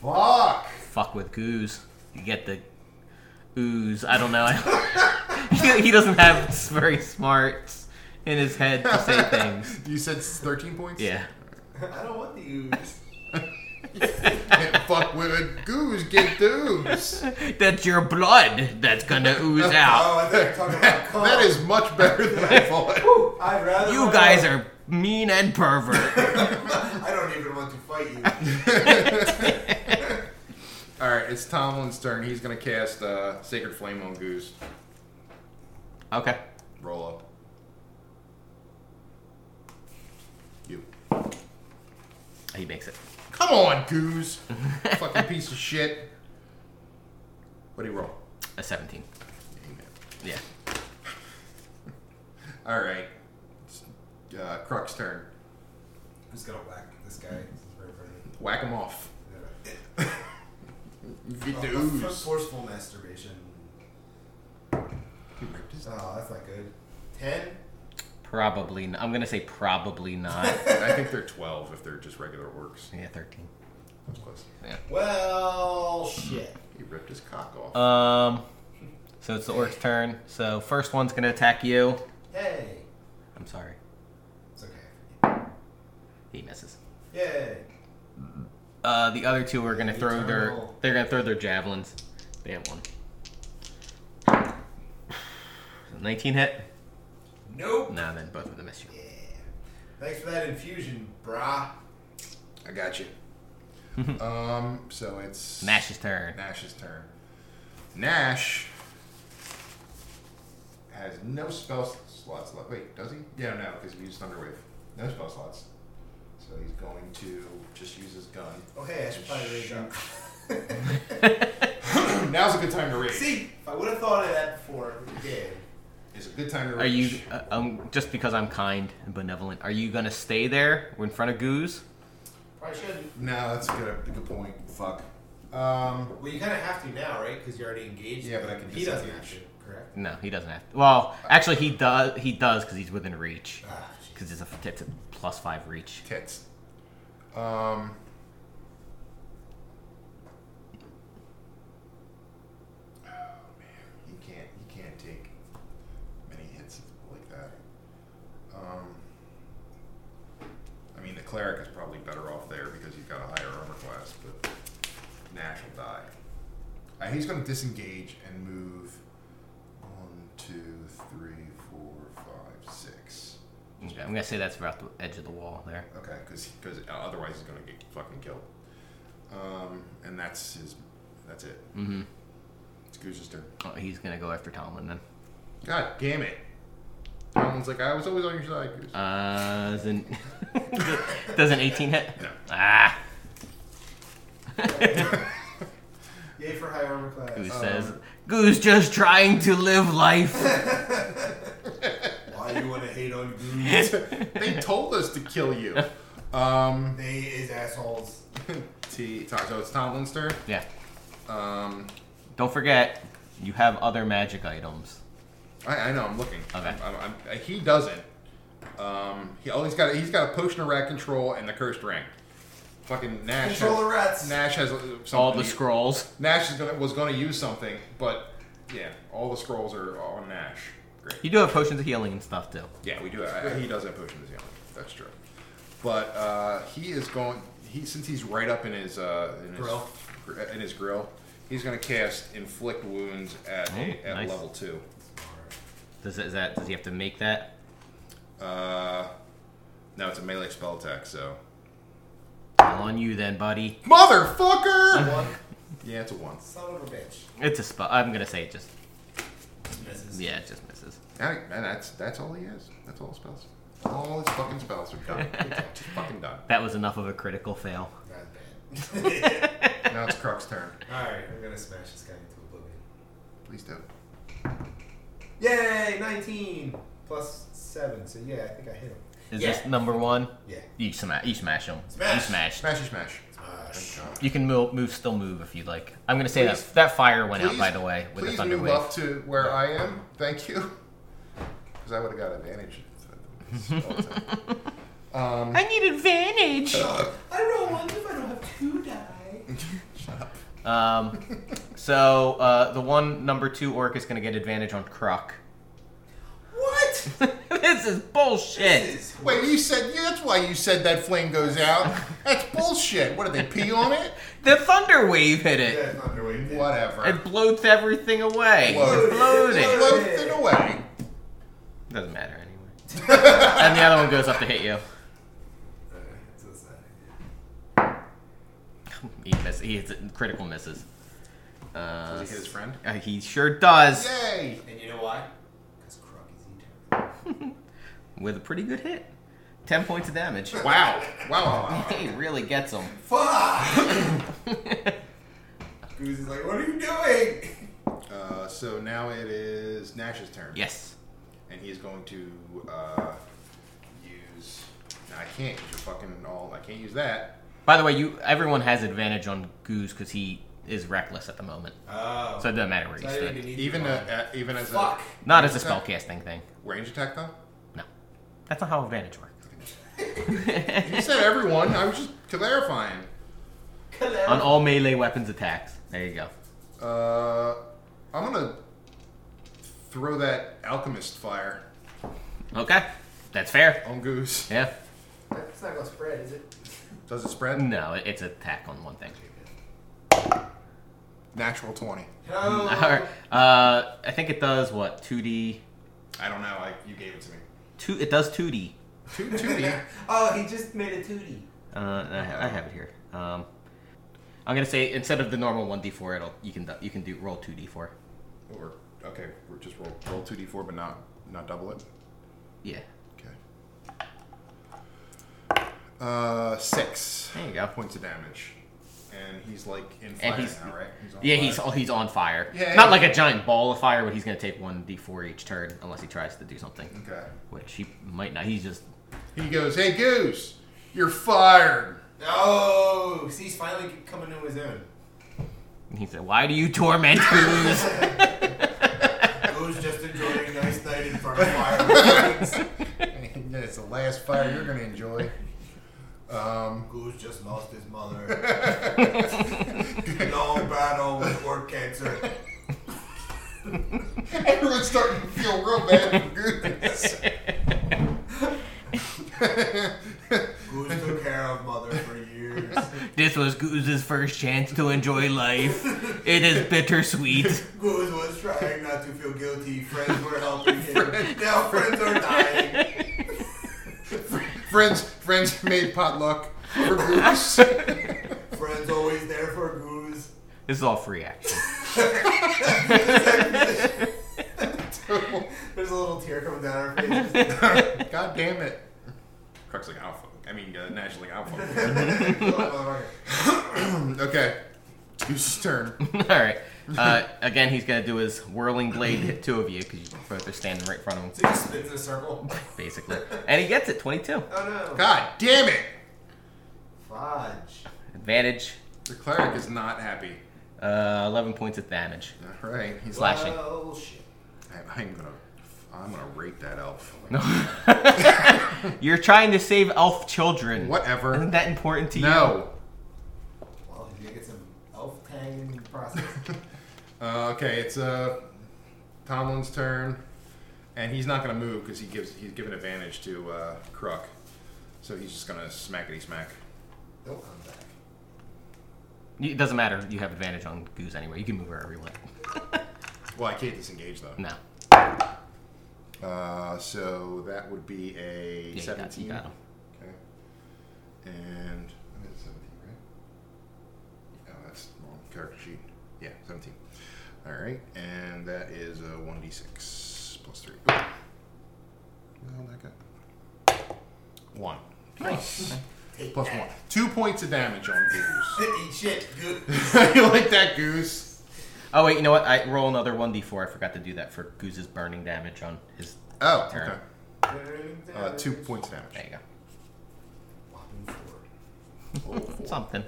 [SPEAKER 3] Fuck!
[SPEAKER 2] Fuck with goose. You get the ooze. I don't know. he, he doesn't have very smarts in his head to say things.
[SPEAKER 3] You said 13 points?
[SPEAKER 2] Yeah.
[SPEAKER 4] I don't want the ooze.
[SPEAKER 3] Can't fuck women. Goose get dudes.
[SPEAKER 2] That's your blood that's gonna ooze out.
[SPEAKER 4] Oh, I thought you were talking about cum.
[SPEAKER 3] That is much better than I thought.
[SPEAKER 4] Whew, I'd rather.
[SPEAKER 2] You guys are mean and pervert.
[SPEAKER 4] I don't even want to fight you.
[SPEAKER 3] All right, it's Tomlin's turn. He's gonna cast uh, Sacred Flame on Goose.
[SPEAKER 2] okay.
[SPEAKER 3] Roll up. You.
[SPEAKER 2] He makes it.
[SPEAKER 3] Come on, Goose. Fucking piece of shit. What do you roll?
[SPEAKER 2] A 17.
[SPEAKER 3] Amen.
[SPEAKER 2] Yeah.
[SPEAKER 3] All right. It's, uh, Crux turn.
[SPEAKER 4] Who's gonna whack this guy? This is very funny.
[SPEAKER 3] Whack him off.
[SPEAKER 4] Yeah.
[SPEAKER 3] Get the
[SPEAKER 4] Oh,
[SPEAKER 3] ooze.
[SPEAKER 4] for- Forceful masturbation.
[SPEAKER 3] He ripped his-
[SPEAKER 4] Oh, that's not good. Ten.
[SPEAKER 2] Probably. N- I'm gonna say probably not.
[SPEAKER 3] I think they're 12 if they're just regular orcs.
[SPEAKER 2] yeah, 13.
[SPEAKER 3] That's close.
[SPEAKER 4] Well, shit.
[SPEAKER 3] He ripped his cock off.
[SPEAKER 2] Um. So it's the orc's turn. So first one's gonna attack you.
[SPEAKER 4] Hey,
[SPEAKER 2] I'm sorry.
[SPEAKER 4] it's okay.
[SPEAKER 2] He misses.
[SPEAKER 4] Yay.
[SPEAKER 2] Uh, the other two are gonna throw their.
[SPEAKER 4] Eternal.
[SPEAKER 2] They're gonna throw their javelins. They have one. 19 hit.
[SPEAKER 4] Nope.
[SPEAKER 2] Nah, then both of them miss you.
[SPEAKER 4] Yeah. Thanks for that infusion, brah.
[SPEAKER 3] I got you. um, so it's
[SPEAKER 2] Nash's turn.
[SPEAKER 3] Nash's turn. Nash has no spell slots left. Wait, does he? Yeah, no, because he used Thunderwave. No spell slots. So he's going to just use his gun.
[SPEAKER 4] Oh, hey, I should probably raise up.
[SPEAKER 3] Now's a good time to rage.
[SPEAKER 4] See, if I would have thought of that before, we did.
[SPEAKER 3] It's a good time to
[SPEAKER 2] Are
[SPEAKER 3] rage.
[SPEAKER 2] you? Uh, um, just because I'm kind and benevolent, are you gonna stay there in front of Goose?
[SPEAKER 4] Probably shouldn't.
[SPEAKER 3] No, that's a good, a good point. Fuck. Um,
[SPEAKER 4] Well, you kind of have to now, right? Because you're already engaged.
[SPEAKER 3] Yeah, but I can
[SPEAKER 4] He doesn't have
[SPEAKER 3] disengage.
[SPEAKER 4] to, correct?
[SPEAKER 2] No, he doesn't have. To. Well, actually, he does. He does because he's within reach.
[SPEAKER 4] Ah, jeez.
[SPEAKER 2] Because it's a it's a plus five reach.
[SPEAKER 3] tits. Um. oh, man, You can't you can't take many hits like that. Um, I mean, the cleric is probably better off there because he's got a higher armor class, but Nash will die. Uh, he's going to disengage and move one, two, three, four, five, six.
[SPEAKER 2] Okay, I'm gonna say that's about the edge of the wall there.
[SPEAKER 3] Okay, because otherwise he's gonna get fucking killed. Um, and that's his. That's it.
[SPEAKER 2] Mm-hmm.
[SPEAKER 3] It's Goose's turn.
[SPEAKER 2] Oh, he's gonna go after Tomlin then.
[SPEAKER 3] God damn it! Tomlin's like, I was always on your side, Goose.
[SPEAKER 2] Uh, does an, does an 18 hit?
[SPEAKER 3] No.
[SPEAKER 2] Ah,
[SPEAKER 4] Yay for high armor class.
[SPEAKER 3] Um,
[SPEAKER 2] Goose says, Goose just trying to live life.
[SPEAKER 4] Why you want to hate on Goose?
[SPEAKER 3] they told us to kill you. Um,
[SPEAKER 4] they is assholes.
[SPEAKER 3] T. Tom- So it's Tomlin's turn.
[SPEAKER 2] yeah.
[SPEAKER 3] Um,
[SPEAKER 2] Don't forget, you have other magic items.
[SPEAKER 3] I, I know. I'm looking.
[SPEAKER 2] Okay.
[SPEAKER 3] I'm, I'm, I'm, he doesn't. Um, he always got. A, he's got a potion of rat control and the cursed ring. Fucking Nash.
[SPEAKER 4] Control
[SPEAKER 3] has,
[SPEAKER 4] the rats.
[SPEAKER 3] Nash has uh, something.
[SPEAKER 2] All the
[SPEAKER 3] he-
[SPEAKER 2] scrolls.
[SPEAKER 3] Nash is gonna, was going to use something, but yeah, all the scrolls are on Nash. Great.
[SPEAKER 2] You do have potions of healing and stuff too.
[SPEAKER 3] Yeah, we do. I, I- he does have potion of healing. That's true. But uh, he is going. He since he's right up in his uh, in
[SPEAKER 4] Grill.
[SPEAKER 3] His, gr- in his grill, he's going to cast inflict wounds at a,
[SPEAKER 2] Oh,
[SPEAKER 3] at
[SPEAKER 2] nice.
[SPEAKER 3] level two.
[SPEAKER 2] Does it, is that does he have to make that?
[SPEAKER 3] Uh, now it's a melee spell attack, so
[SPEAKER 2] On you then, buddy.
[SPEAKER 3] motherfucker.
[SPEAKER 4] One
[SPEAKER 3] yeah, it's a one.
[SPEAKER 4] son of a bitch.
[SPEAKER 2] It's a spell. I'm gonna say it just
[SPEAKER 4] Misses.
[SPEAKER 2] yeah, it just misses.
[SPEAKER 3] And and that's that's all he is. That's all his spells. All his fucking spells are done. It's fucking done.
[SPEAKER 2] That was enough of a critical fail.
[SPEAKER 4] That's bad.
[SPEAKER 3] Now it's Crux' turn.
[SPEAKER 4] Alright, I'm gonna smash this guy into oblivion.
[SPEAKER 3] Please do.
[SPEAKER 4] Yay, 19! Plus 7, so yeah, I think I hit him.
[SPEAKER 2] Is
[SPEAKER 4] yeah.
[SPEAKER 2] this number one?
[SPEAKER 4] Yeah.
[SPEAKER 2] You smash. You smash him. You
[SPEAKER 4] Smash.
[SPEAKER 2] smash.
[SPEAKER 3] Smashy smash.
[SPEAKER 4] Smash.
[SPEAKER 2] You can move, move, still move if you like. I'm gonna say
[SPEAKER 3] Please-
[SPEAKER 2] that that fire went out
[SPEAKER 3] Please-
[SPEAKER 2] by the way with the
[SPEAKER 3] please
[SPEAKER 2] thunder
[SPEAKER 3] move
[SPEAKER 2] wave.
[SPEAKER 3] up to where I am. Thank you. Because I would have got advantage. um,
[SPEAKER 2] I need advantage.
[SPEAKER 4] I roll one if I don't have two die.
[SPEAKER 2] Um, so uh, the one number two orc is gonna get advantage on Croc.
[SPEAKER 4] What?
[SPEAKER 2] this is bullshit.
[SPEAKER 4] This is-
[SPEAKER 3] Wait, you said yeah, that's why you said that flame goes out. That's bullshit. What did they pee on it?
[SPEAKER 2] The thunder wave hit
[SPEAKER 4] Yeah,
[SPEAKER 2] it.
[SPEAKER 4] it's not really-
[SPEAKER 3] Whatever.
[SPEAKER 2] It blowed everything away.
[SPEAKER 3] Bloated.
[SPEAKER 2] It bloated.
[SPEAKER 4] Bloated.
[SPEAKER 3] Loathed it away.
[SPEAKER 2] Doesn't matter anyway. and the other one goes up to hit you.
[SPEAKER 4] Uh, it's a sad idea.
[SPEAKER 2] He misses. He hits it, critical misses. Uh,
[SPEAKER 3] Does he hit his friend?
[SPEAKER 2] uh, he sure does.
[SPEAKER 3] Yay!
[SPEAKER 4] And you know why? Because Krug is eternal.
[SPEAKER 2] With a pretty good hit. 10 points of damage.
[SPEAKER 3] Wow. Wow. wow, wow.
[SPEAKER 2] he really gets him.
[SPEAKER 4] Fuck! Goose is like, what are you doing?
[SPEAKER 3] Uh, so now it is Nash's turn.
[SPEAKER 2] yes.
[SPEAKER 3] And he's going to uh, use. No, I can't. 'cause You're fucking all. I can't use that.
[SPEAKER 2] By the way, you everyone has advantage on Goose because he is reckless at the moment.
[SPEAKER 4] Oh.
[SPEAKER 2] So it doesn't matter where
[SPEAKER 4] So
[SPEAKER 2] you
[SPEAKER 4] I didn't
[SPEAKER 2] stood.
[SPEAKER 4] even need
[SPEAKER 3] Even
[SPEAKER 4] to
[SPEAKER 3] uh,
[SPEAKER 4] roll.
[SPEAKER 3] uh, even as
[SPEAKER 4] Fuck.
[SPEAKER 3] a
[SPEAKER 2] Not as a spellcasting thing.
[SPEAKER 3] range attack though.
[SPEAKER 2] No. That's not how advantage works.
[SPEAKER 3] You said everyone. I was just clarifying.
[SPEAKER 2] on all melee weapons attacks. There you go.
[SPEAKER 3] Uh, I'm gonna throw that alchemist fire
[SPEAKER 2] Okay. That's fair.
[SPEAKER 3] on Goose.
[SPEAKER 2] Yeah.
[SPEAKER 5] It's not gonna spread, is it?
[SPEAKER 3] Does it spread?
[SPEAKER 2] No, it- it's attack on one thing.
[SPEAKER 3] Natural twenty.
[SPEAKER 4] Hello.
[SPEAKER 2] Alright. Uh, I think it does what? 2D.
[SPEAKER 3] I don't know. I, you gave it to me.
[SPEAKER 2] Two, it does 2D.
[SPEAKER 3] Two, two D.
[SPEAKER 5] Oh, he just made a 2D.
[SPEAKER 2] Uh, I, ha- I have it here. Um, I'm gonna say instead of the normal one d4, it'll you can do- you can do roll two d4.
[SPEAKER 3] Or okay, we're just roll roll two D four, but not not double it.
[SPEAKER 2] Yeah,
[SPEAKER 3] Okay. Uh, six
[SPEAKER 2] there you go.
[SPEAKER 3] points of damage, and he's like in fire
[SPEAKER 2] And he's-
[SPEAKER 3] now, right? on
[SPEAKER 2] Yeah,
[SPEAKER 3] fire.
[SPEAKER 2] he's oh, he's on fire.
[SPEAKER 3] Yeah,
[SPEAKER 2] Not
[SPEAKER 3] yeah.
[SPEAKER 2] like a giant ball of fire, but he's gonna take one d4 each turn unless he tries to do something,
[SPEAKER 3] okay.
[SPEAKER 2] which he might not. He's just
[SPEAKER 3] He goes, "Hey Goose, you're fired."
[SPEAKER 4] No! See, he's finally coming to his own.
[SPEAKER 2] he said, "Why do you torment Goose?"
[SPEAKER 4] Goose just enjoying a nice night in front of fireworks.
[SPEAKER 3] it's the last fire you're gonna enjoy. Um,
[SPEAKER 4] Goose just lost his mother. Long battle with work cancer.
[SPEAKER 3] Everyone's starting to feel real bad for Goose.
[SPEAKER 4] Goose took care of mother for years.
[SPEAKER 2] this was Goose's first chance to enjoy life. It is bittersweet.
[SPEAKER 4] Goose was trying not to feel guilty. Friends were helping him. Now friends are dying.
[SPEAKER 3] friends, friends made potluck for Goose.
[SPEAKER 4] Friends always there for Goose.
[SPEAKER 2] This is all free action.
[SPEAKER 4] There's a little tear coming down our face.
[SPEAKER 3] God damn it. Crux like alpha. I mean, uh, Nash like alpha. okay. Goose's turn.
[SPEAKER 2] All right. Uh, again, he's gonna do his whirling blade to hit two of you because you both are standing right in front of him.
[SPEAKER 4] So he spins in a circle.
[SPEAKER 2] basically. And he gets it, 22.
[SPEAKER 4] Oh no.
[SPEAKER 3] God damn it.
[SPEAKER 4] Fudge.
[SPEAKER 2] Advantage,
[SPEAKER 3] The cleric is not happy.
[SPEAKER 2] uh, 11 points of damage.
[SPEAKER 3] All right. He's like,
[SPEAKER 2] Slashing.
[SPEAKER 4] Well, shit.
[SPEAKER 3] I, I'm gonna, I'm gonna rape that elf.
[SPEAKER 2] You're trying to save elf children. Isn't
[SPEAKER 3] Whatever.
[SPEAKER 2] that important to you?
[SPEAKER 3] No.
[SPEAKER 4] Well, he's gonna get some elf tang in the process.
[SPEAKER 3] Uh, okay, it's uh, Tomlin's turn, and he's not gonna move because he gives he's given advantage to uh, Kruk, so he's just gonna smackety smack.
[SPEAKER 4] Don't come back.
[SPEAKER 2] You- It doesn't matter. You have advantage on Goose anyway. You can move wherever you want.
[SPEAKER 3] Well, I can't disengage though.
[SPEAKER 2] No.
[SPEAKER 3] Uh, so that would be a
[SPEAKER 2] Yeah, you got,
[SPEAKER 3] seventeen.
[SPEAKER 2] you got him.
[SPEAKER 3] Okay. And I mean, it's 17, right? Oh, that's the wrong character sheet. Yeah, 17. All right, and that is a 1d6 plus 3. Ooh. No, that got 1.
[SPEAKER 2] Oh,
[SPEAKER 3] Nice. Plus 1. 2 points of damage on Goose.
[SPEAKER 4] Eat shit. Good.
[SPEAKER 3] you like that, Goose?
[SPEAKER 2] Oh, wait, you know what? I roll another 1d4. I forgot to do that for Goose's burning damage on his.
[SPEAKER 3] Oh,
[SPEAKER 2] Turn.
[SPEAKER 3] okay. Uh, 2 points of
[SPEAKER 2] There
[SPEAKER 3] damage.
[SPEAKER 2] you go.
[SPEAKER 4] Whopping four.
[SPEAKER 3] Oh, four.
[SPEAKER 2] Something.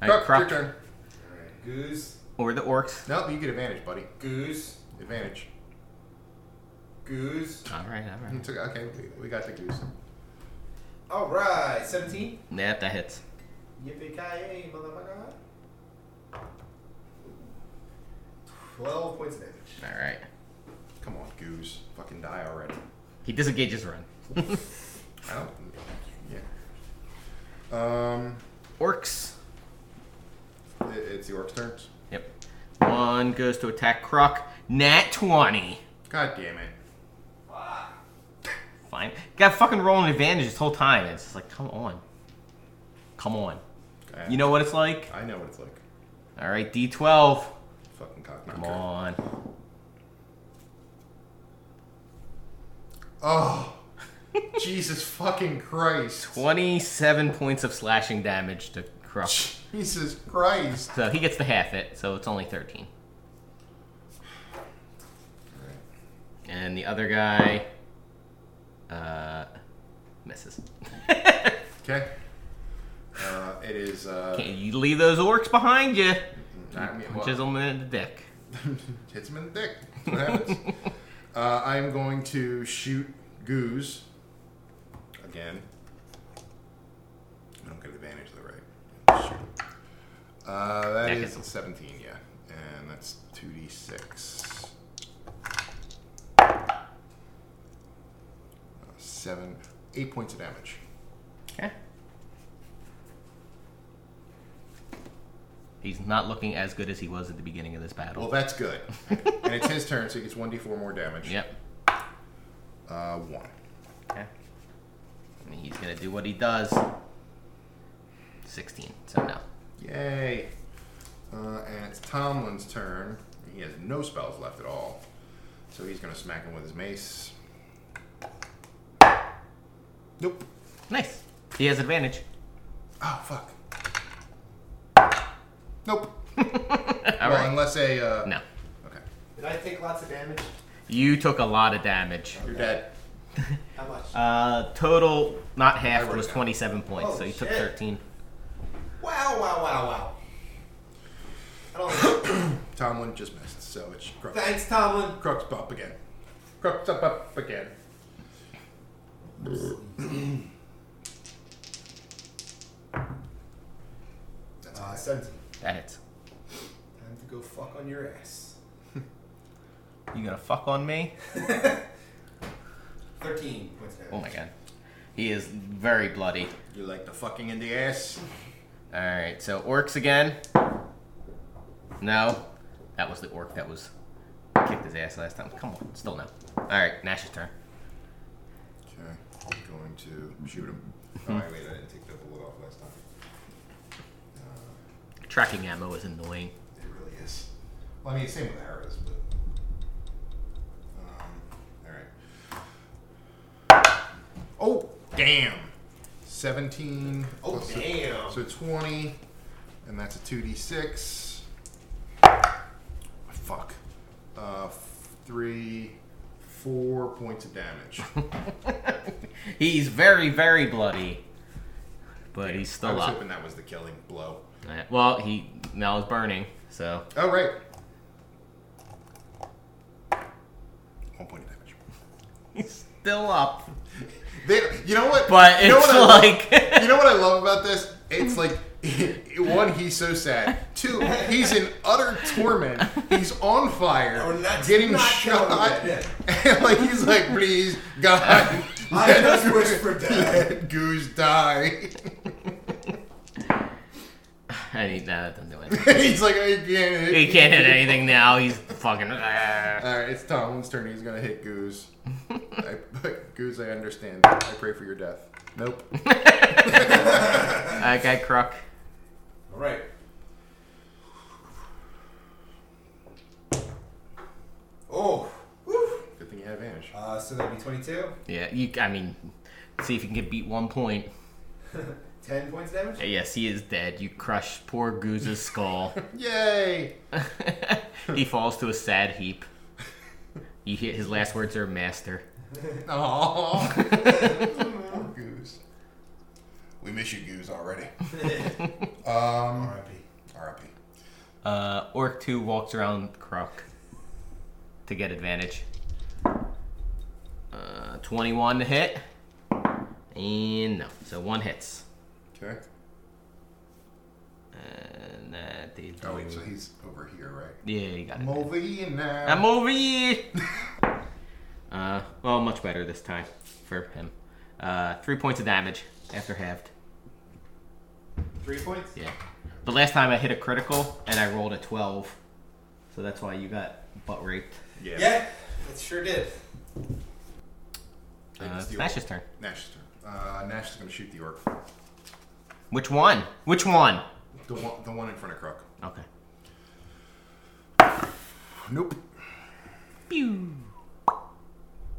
[SPEAKER 2] All right,
[SPEAKER 3] Croc,
[SPEAKER 2] Croc.
[SPEAKER 3] your turn.
[SPEAKER 4] Alright. Goose.
[SPEAKER 2] Or the orcs.
[SPEAKER 3] Nope, you get advantage, buddy.
[SPEAKER 4] Goose.
[SPEAKER 3] Advantage.
[SPEAKER 4] Goose.
[SPEAKER 2] All right, all right.
[SPEAKER 3] It's okay, okay, we- we got the Goose.
[SPEAKER 4] Alright. 17.
[SPEAKER 2] Yep, that hits.
[SPEAKER 4] Yippee ki motherfucker. 12 points of damage.
[SPEAKER 2] All right.
[SPEAKER 3] Come on, Goose. Fucking die already.
[SPEAKER 2] He disengages run.
[SPEAKER 3] I don't. Yeah. Um,
[SPEAKER 2] Orcs.
[SPEAKER 3] it, it's the orc's turns.
[SPEAKER 2] Yep. One goes to attack Croc. Nat 20.
[SPEAKER 3] God damn it.
[SPEAKER 2] Fine. Got fucking rolling advantage this whole time. It's just like, come on. Come on.
[SPEAKER 3] God.
[SPEAKER 2] You know what it's like?
[SPEAKER 3] I know what it's like.
[SPEAKER 2] All right, D12.
[SPEAKER 3] Fucking cock
[SPEAKER 2] Come
[SPEAKER 3] knocker.
[SPEAKER 2] on.
[SPEAKER 3] Oh, Jesus fucking Christ.
[SPEAKER 2] 27 points of slashing damage to Croc.
[SPEAKER 3] Jesus Christ.
[SPEAKER 2] So he gets the half it, so it's only 13. And the other guy uh, misses.
[SPEAKER 3] Okay. Uh, it is. Uh,
[SPEAKER 2] Can't you leave those orcs behind you?
[SPEAKER 3] I mean, well,
[SPEAKER 2] Punches them in the dick.
[SPEAKER 3] hits him in the dick. That's what happens. uh, I'm going to shoot Goose again. I don't get advantage though, right? Shoot. Uh, that
[SPEAKER 2] That
[SPEAKER 3] is
[SPEAKER 2] hits.
[SPEAKER 3] 17, yeah, and that's 2d6. Uh, Seven, eight points of damage.
[SPEAKER 2] Okay. He's not looking as good as he was at the beginning of this battle.
[SPEAKER 3] Well, that's good. and it's his turn, so he gets 1d4 more damage.
[SPEAKER 2] yep.
[SPEAKER 3] Uh, one.
[SPEAKER 2] Okay. And he's gonna do what he does. 16. So no.
[SPEAKER 3] Yay! Uh, and it's Tomlin's turn. He has no spells left at all. So he's going to smack him with his mace. Nope.
[SPEAKER 2] Nice. He has advantage.
[SPEAKER 3] Oh, fuck. Nope.
[SPEAKER 2] All
[SPEAKER 3] well,
[SPEAKER 2] right.
[SPEAKER 3] unless a. Uh,
[SPEAKER 2] No.
[SPEAKER 3] Okay.
[SPEAKER 5] Did I take lots of damage?
[SPEAKER 2] You took a lot of damage.
[SPEAKER 3] You're dead.
[SPEAKER 5] How much?
[SPEAKER 2] Uh, total, not half,
[SPEAKER 3] I
[SPEAKER 2] was
[SPEAKER 3] wrote it down.
[SPEAKER 2] 27 points, so
[SPEAKER 5] Oh,
[SPEAKER 2] you took
[SPEAKER 5] shit.
[SPEAKER 2] 13.
[SPEAKER 5] wow, wow, wow, wow. I don't.
[SPEAKER 3] Tomlin just missed, so it's Crux.
[SPEAKER 5] Thanks, Tomlin.
[SPEAKER 3] Crux up again. Crux up, up again.
[SPEAKER 4] Uh, 17.
[SPEAKER 2] That hits.
[SPEAKER 4] Time to go fuck on your ass.
[SPEAKER 2] You gonna fuck on me?
[SPEAKER 4] 13 points of damage.
[SPEAKER 2] Oh my god. He is very bloody.
[SPEAKER 3] You like the fucking in the ass?
[SPEAKER 2] Alright, so orcs again. No. That was the orc that was kicked his ass last time. Come on, still no. Alright, Nash's turn.
[SPEAKER 3] Okay. I'm going to shoot him. Oh, wait, I didn't take the bullet off last time.
[SPEAKER 2] Tracking ammo is annoying.
[SPEAKER 3] It really is. Well, I mean, same with arrows, but. Um, Alright. um, Oh, damn! 17.
[SPEAKER 4] Oh,
[SPEAKER 3] plus-
[SPEAKER 4] damn.
[SPEAKER 3] So 20, and that's a 2d6. Fuck. Uh, f- three, four points of damage.
[SPEAKER 2] He's very, very bloody. But he's
[SPEAKER 3] I
[SPEAKER 2] still
[SPEAKER 3] was
[SPEAKER 2] up.
[SPEAKER 3] hoping that was the killing blow.
[SPEAKER 2] Alright, Well, he now is burning, so
[SPEAKER 3] Oh, right. One point of damage.
[SPEAKER 2] he's still up.
[SPEAKER 3] They, you know what?
[SPEAKER 2] But
[SPEAKER 3] you know
[SPEAKER 2] it's
[SPEAKER 3] what I love-
[SPEAKER 2] like
[SPEAKER 3] you know what I love about this? It's like one, he's so sad. Two, he's in utter torment. He's on fire,
[SPEAKER 4] Oh, that's
[SPEAKER 3] getting
[SPEAKER 4] not
[SPEAKER 3] shot,
[SPEAKER 4] torment.
[SPEAKER 3] and like he's like, please, God,
[SPEAKER 4] I just whispered that.
[SPEAKER 3] let goose die.
[SPEAKER 2] I need nah, that doesn't do anything.
[SPEAKER 3] he's like, I can't.
[SPEAKER 2] He can't hit anything now. He's fucking. uh,
[SPEAKER 3] All right, it's Tomlin's turn. He's gonna hit Goose. I, Goose, I understand. I pray for your death. Nope.
[SPEAKER 2] That guy Crook.
[SPEAKER 4] Alright. Oh. Woo.
[SPEAKER 3] Good thing you have vanish.
[SPEAKER 4] Uh, so that'd be 22.
[SPEAKER 2] Yeah, you. I mean, see if you can get beat one point.
[SPEAKER 4] 10 points of damage.
[SPEAKER 2] Yes, he is dead. You crush poor Goose's skull.
[SPEAKER 3] Yay!
[SPEAKER 2] he falls to a sad heap. You hit his last words are master.
[SPEAKER 3] Aww. Poor Goose. We miss you, Goose, already. um,
[SPEAKER 4] RIP.
[SPEAKER 3] RIP.
[SPEAKER 2] Uh, Orc two walks around Crook to get advantage. Uh, Twenty-one to hit, and no, so one hits,
[SPEAKER 3] Okay.
[SPEAKER 2] and that they do.
[SPEAKER 3] Oh, wait, so he's over here, right?
[SPEAKER 2] yeah, you got it.
[SPEAKER 3] I'm over here now.
[SPEAKER 2] I'm over here. All Uh, well, much better this time for him. Uh, three points of damage after halved.
[SPEAKER 5] Three points?
[SPEAKER 2] Yeah. The last time I hit a critical and I rolled a 12. So that's why you got butt raped.
[SPEAKER 3] Yeah.
[SPEAKER 5] Yeah, it sure did.
[SPEAKER 3] I think
[SPEAKER 2] Uh,
[SPEAKER 3] it's the
[SPEAKER 2] it's Nash's
[SPEAKER 3] orc.
[SPEAKER 2] turn.
[SPEAKER 3] Nash's turn. Uh, Nash is going to shoot the orc.
[SPEAKER 2] Which one? Which one?
[SPEAKER 3] The one, the one in front of Crook.
[SPEAKER 2] Okay.
[SPEAKER 3] Nope.
[SPEAKER 2] Pew.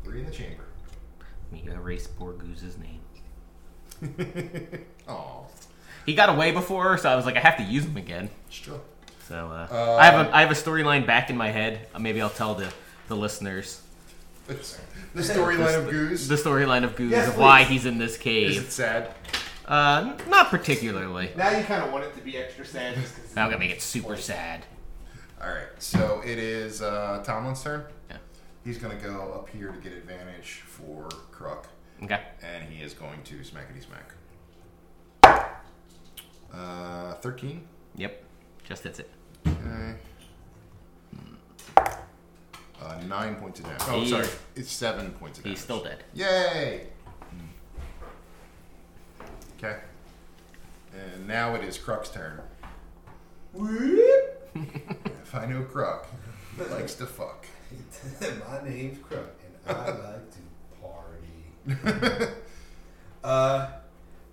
[SPEAKER 3] Three in the chamber.
[SPEAKER 2] Me erase poor Goose's name.
[SPEAKER 3] Oh,
[SPEAKER 2] He got away before, so I was like, I have to use him again.
[SPEAKER 3] it's true.
[SPEAKER 2] So uh,
[SPEAKER 3] Uh,
[SPEAKER 2] I have a I have a storyline back in my head. Uh, Maybe I'll tell the the listeners
[SPEAKER 3] It's the storyline of Goose.
[SPEAKER 2] the storyline of Goose
[SPEAKER 5] Yes,
[SPEAKER 2] of why
[SPEAKER 5] please.
[SPEAKER 2] he's in this
[SPEAKER 3] is
[SPEAKER 2] cave.
[SPEAKER 3] it sad?
[SPEAKER 2] Uh, n- not particularly.
[SPEAKER 5] Now you kind of want it to be extra sad just because.
[SPEAKER 2] I'm gonna make it super sad.
[SPEAKER 3] All right. So it is uh, Tomlin's turn.
[SPEAKER 2] Yeah.
[SPEAKER 3] He's going to go up here to get advantage for Crook,
[SPEAKER 2] Okay.
[SPEAKER 3] and he is going to smackety smack. Uh, thirteen.
[SPEAKER 2] Yep. Just hits it.
[SPEAKER 3] Okay. Uh, nine points of damage. Oh,
[SPEAKER 2] He-
[SPEAKER 3] sorry. It's seven points of damage.
[SPEAKER 2] He's still dead.
[SPEAKER 3] Yay! Okay. And now it is Crook's turn.
[SPEAKER 4] Whoop.
[SPEAKER 3] If I knew Crook, he likes to fuck.
[SPEAKER 4] My name's Crook, and I like to party. uh,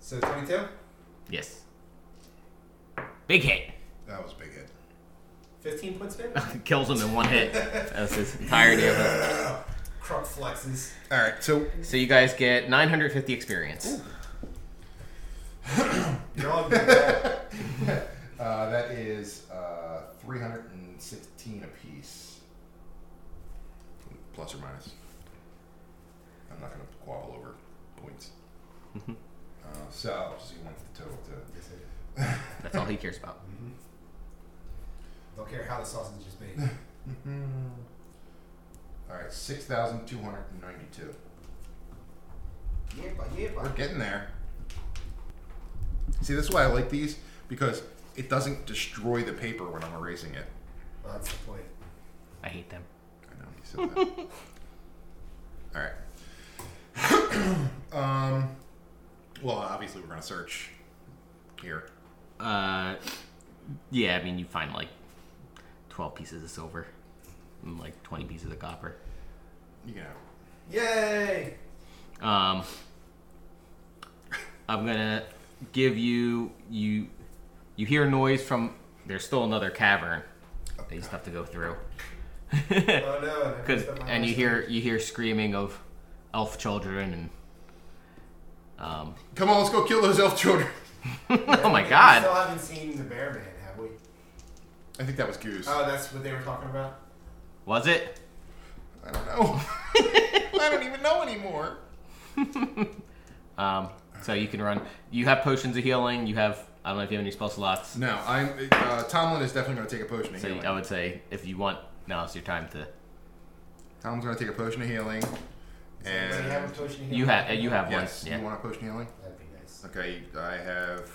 [SPEAKER 4] so 22?
[SPEAKER 2] Yes. Big hit.
[SPEAKER 3] That was a big hit.
[SPEAKER 5] 15 points damage?
[SPEAKER 2] Kills him in one hit. That's his entirety of it.
[SPEAKER 4] Crook flexes.
[SPEAKER 3] All right, so
[SPEAKER 2] So you guys get 950 experience.
[SPEAKER 4] You're all good.
[SPEAKER 3] uh, that is uh, 316 apiece. Plus or minus. I'm not going to quabble over points. uh, so, so you want the total to
[SPEAKER 4] Yes, I do.
[SPEAKER 2] That's all he cares about.
[SPEAKER 4] Don't care how the sausage is made.
[SPEAKER 3] Hmm. All right, 6,292.
[SPEAKER 5] yeah, but yeah,
[SPEAKER 3] We're
[SPEAKER 5] but.
[SPEAKER 3] getting there. See, this is why I like these because it doesn't destroy the paper when I'm erasing it.
[SPEAKER 4] Well, that's the point.
[SPEAKER 2] I hate them.
[SPEAKER 3] I know you said that. All right. um, well, obviously we're gonna search here.
[SPEAKER 2] Uh, yeah. I mean, you find like 12 pieces of silver and like 20 pieces of copper.
[SPEAKER 3] You can have.
[SPEAKER 5] Yay!
[SPEAKER 2] Um, I'm gonna give you you you hear noise from there's still another cavern that you just have to go through.
[SPEAKER 4] Oh no! and I
[SPEAKER 2] Cause,
[SPEAKER 4] messed up my
[SPEAKER 2] and you
[SPEAKER 4] last
[SPEAKER 2] hear you hear screaming of elf children and um,
[SPEAKER 3] Come on, let's go kill those elf children.
[SPEAKER 4] name.
[SPEAKER 2] oh my
[SPEAKER 4] We
[SPEAKER 2] God.
[SPEAKER 4] Still haven't seen the Bear Man, have we?
[SPEAKER 3] I think that was Goose.
[SPEAKER 4] Oh, that's what they were talking about.
[SPEAKER 2] was it?
[SPEAKER 3] I don't know. I don't even know anymore.
[SPEAKER 2] Um, so you can run. You have potions of healing. You have I don't know if you have any spell slots.
[SPEAKER 3] No, I'm. Uh, Tomlin is definitely gonna take a potion of
[SPEAKER 2] So
[SPEAKER 3] healing.
[SPEAKER 2] I would say if you want, now's your time to.
[SPEAKER 3] Tomlin's gonna take a potion of healing. And
[SPEAKER 4] Does he have a potion here?
[SPEAKER 2] You have you have
[SPEAKER 3] yes,
[SPEAKER 2] one. Yeah.
[SPEAKER 3] you want a potion of healing?
[SPEAKER 4] That'd be nice.
[SPEAKER 3] Okay, I have.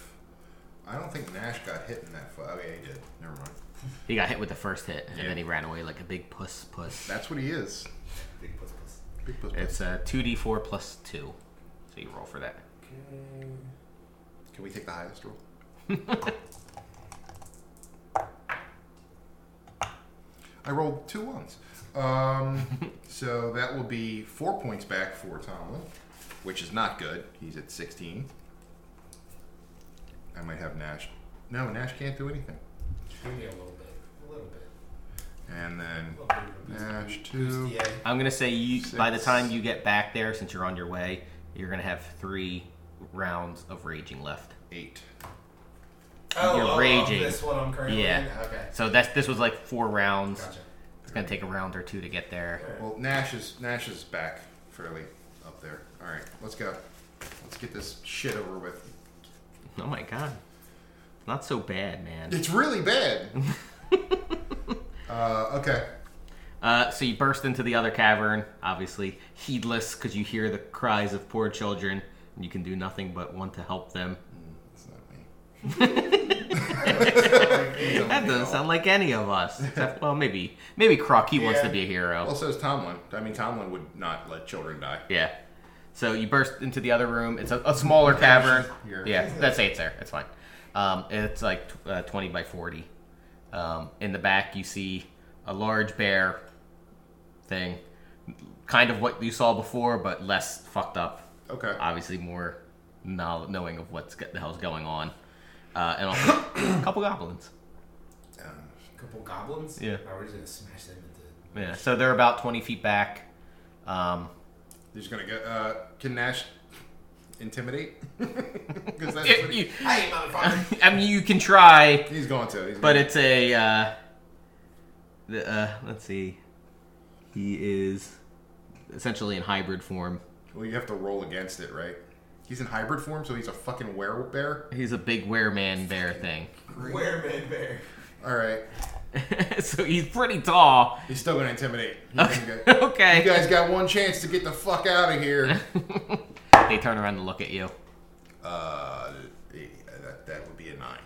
[SPEAKER 3] I don't think Nash got hit in that fight. Oh yeah, he did. Never mind.
[SPEAKER 2] He got hit with the first hit, and
[SPEAKER 3] Yeah.
[SPEAKER 2] then he ran away like a big puss puss.
[SPEAKER 3] That's what he is.
[SPEAKER 4] Big puss puss.
[SPEAKER 3] Big puss puss.
[SPEAKER 2] It's a two d four plus two, so you roll for that.
[SPEAKER 3] Can we take the highest roll? I rolled two ones. Um, so that will be four points back for Tomlin, which is not good. He's at 16. I might have Nash. No, Nash can't do anything.
[SPEAKER 4] Give me a little bit. A little bit.
[SPEAKER 3] And then
[SPEAKER 4] A little bit. of a
[SPEAKER 3] Nash,
[SPEAKER 4] boost.
[SPEAKER 3] two.
[SPEAKER 4] Boost, Yeah.
[SPEAKER 2] I'm gonna say you by the
[SPEAKER 3] Six.
[SPEAKER 2] time you get back there, since you're on your way, you're gonna have three rounds of raging left.
[SPEAKER 3] Eight.
[SPEAKER 4] Oh,
[SPEAKER 2] You're
[SPEAKER 4] oh, oh,
[SPEAKER 2] raging.
[SPEAKER 4] This one I'm currently
[SPEAKER 2] Yeah.
[SPEAKER 4] in? Okay.
[SPEAKER 2] So that's this was like four rounds.
[SPEAKER 4] Gotcha.
[SPEAKER 2] It's gonna take a round or two to get there.
[SPEAKER 3] Well, Nash is Nash is back fairly up there. All right, let's go. Let's get this shit over with.
[SPEAKER 2] Oh my god, not so bad, man.
[SPEAKER 3] It's really bad. uh, okay.
[SPEAKER 2] Uh, so you burst into the other cavern, obviously heedless, because you hear the cries of poor children, and you can do nothing but want to help them.
[SPEAKER 3] It's not me.
[SPEAKER 2] That doesn't sound like any of us. Except, well, maybe maybe Croc. He wants
[SPEAKER 3] Yeah.
[SPEAKER 2] to be a hero.
[SPEAKER 3] Well, so is Tomlin. I mean, Tomlin would not let children die.
[SPEAKER 2] Yeah. So you burst into the other room. It's a, a smaller cavern.
[SPEAKER 3] Here.
[SPEAKER 2] Yeah, that's eight there. It's fine. Um, it's like tw- uh, 20 by 40. Um, in the back, you see a large bear thing. Kind of what you saw before, but less fucked up.
[SPEAKER 3] Okay.
[SPEAKER 2] Obviously, more know- knowing of what's go- the hell's going on. Uh, and also a couple goblins.
[SPEAKER 4] couple goblins.
[SPEAKER 2] Yeah.
[SPEAKER 4] Oh, we're just gonna smash them into.
[SPEAKER 2] Yeah, so they're about 20 feet back. Um,
[SPEAKER 3] He's gonna get. Uh, can Nash intimidate? Because that's
[SPEAKER 2] it-
[SPEAKER 3] what he-
[SPEAKER 2] you-
[SPEAKER 4] Hey, motherfucker!
[SPEAKER 2] I mean, you can try.
[SPEAKER 3] he's going to. He's
[SPEAKER 2] But
[SPEAKER 3] gonna,
[SPEAKER 2] it's a. Uh, the, uh, let's see. He is essentially in hybrid form.
[SPEAKER 3] well, you have to roll against it, right? He's in hybrid form, so he's a fucking bear.
[SPEAKER 2] He's a big wereman bear thing.
[SPEAKER 4] Wereman bear.
[SPEAKER 3] All right.
[SPEAKER 2] so he's pretty tall.
[SPEAKER 3] He's still gonna intimidate. He's gonna go, you
[SPEAKER 2] okay.
[SPEAKER 3] guys got one chance to get the fuck out of here.
[SPEAKER 2] They turn around and look at you.
[SPEAKER 3] Uh, eh, that, that would be a nine.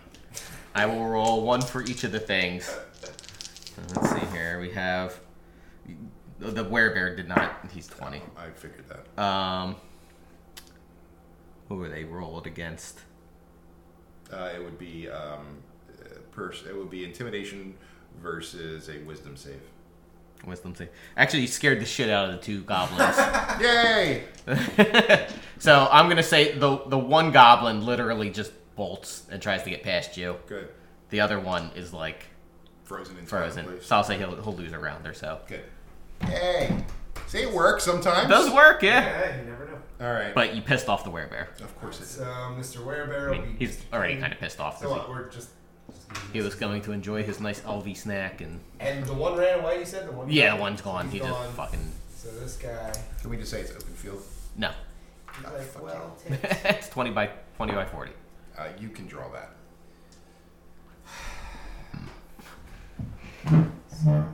[SPEAKER 2] I will roll one for each of the things. Let's see here. We have. The werebear did not. He's 20.
[SPEAKER 3] I figured that.
[SPEAKER 2] Um, who were they rolled against?
[SPEAKER 3] Uh, it would be um, uh, pers- it would be intimidation versus a wisdom save.
[SPEAKER 2] Wisdom save. Actually, you scared the shit out of the two goblins.
[SPEAKER 3] Yay!
[SPEAKER 2] so I'm gonna say the the one goblin literally just bolts and tries to get past you.
[SPEAKER 3] Good.
[SPEAKER 2] The other one is like
[SPEAKER 3] Frozen into
[SPEAKER 2] frozen.
[SPEAKER 3] place.
[SPEAKER 2] So I'll say he'll he'll lose a round or so.
[SPEAKER 3] Good. Yay! See, it works sometimes.
[SPEAKER 2] Those work, yeah.
[SPEAKER 4] Yeah, you never know.
[SPEAKER 3] All right.
[SPEAKER 2] But you pissed off the werebear.
[SPEAKER 3] of course it.
[SPEAKER 4] So Mr. um, Werebear
[SPEAKER 2] I
[SPEAKER 4] will
[SPEAKER 2] mean,
[SPEAKER 4] be.
[SPEAKER 2] he's already kind of pissed off.
[SPEAKER 4] So what? We're just.
[SPEAKER 2] He was going to enjoy his nice LV snack, and
[SPEAKER 4] And the one ran away. You said the one.
[SPEAKER 2] yeah, the one's gone. He
[SPEAKER 4] He's gone.
[SPEAKER 2] just fucking
[SPEAKER 4] So this guy.
[SPEAKER 3] Can we just say it's open field?
[SPEAKER 2] no.
[SPEAKER 4] He's
[SPEAKER 3] Ah, fuck
[SPEAKER 4] like, well, t-
[SPEAKER 2] it's twenty by twenty by forty.
[SPEAKER 3] Uh, you can draw that.
[SPEAKER 4] so.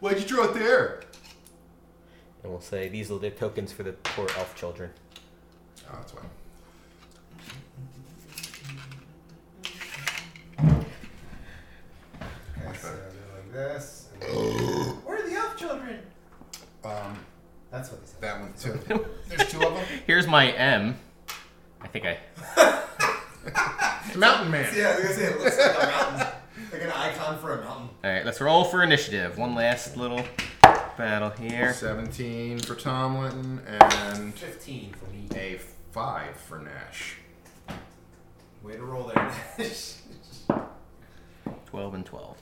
[SPEAKER 3] Why'd you draw it there?
[SPEAKER 2] And we'll say these are the tokens for the poor elf children.
[SPEAKER 3] Oh, that's why.
[SPEAKER 4] Okay, so they're like this. and then- Where are the elf children?
[SPEAKER 3] Um,
[SPEAKER 4] That's what they said.
[SPEAKER 3] that one too. There's two of them.
[SPEAKER 2] Here's my M. I think I
[SPEAKER 3] The mountain man.
[SPEAKER 4] Yeah, I was gonna say it looks like a mountain, like an icon for a mountain.
[SPEAKER 2] All right, let's roll for initiative. One last little battle here.
[SPEAKER 3] Seventeen for Tomlin and
[SPEAKER 4] Fifteen for me.
[SPEAKER 3] a five for Nash.
[SPEAKER 4] Way to roll there. Nash.
[SPEAKER 2] 12 and 12.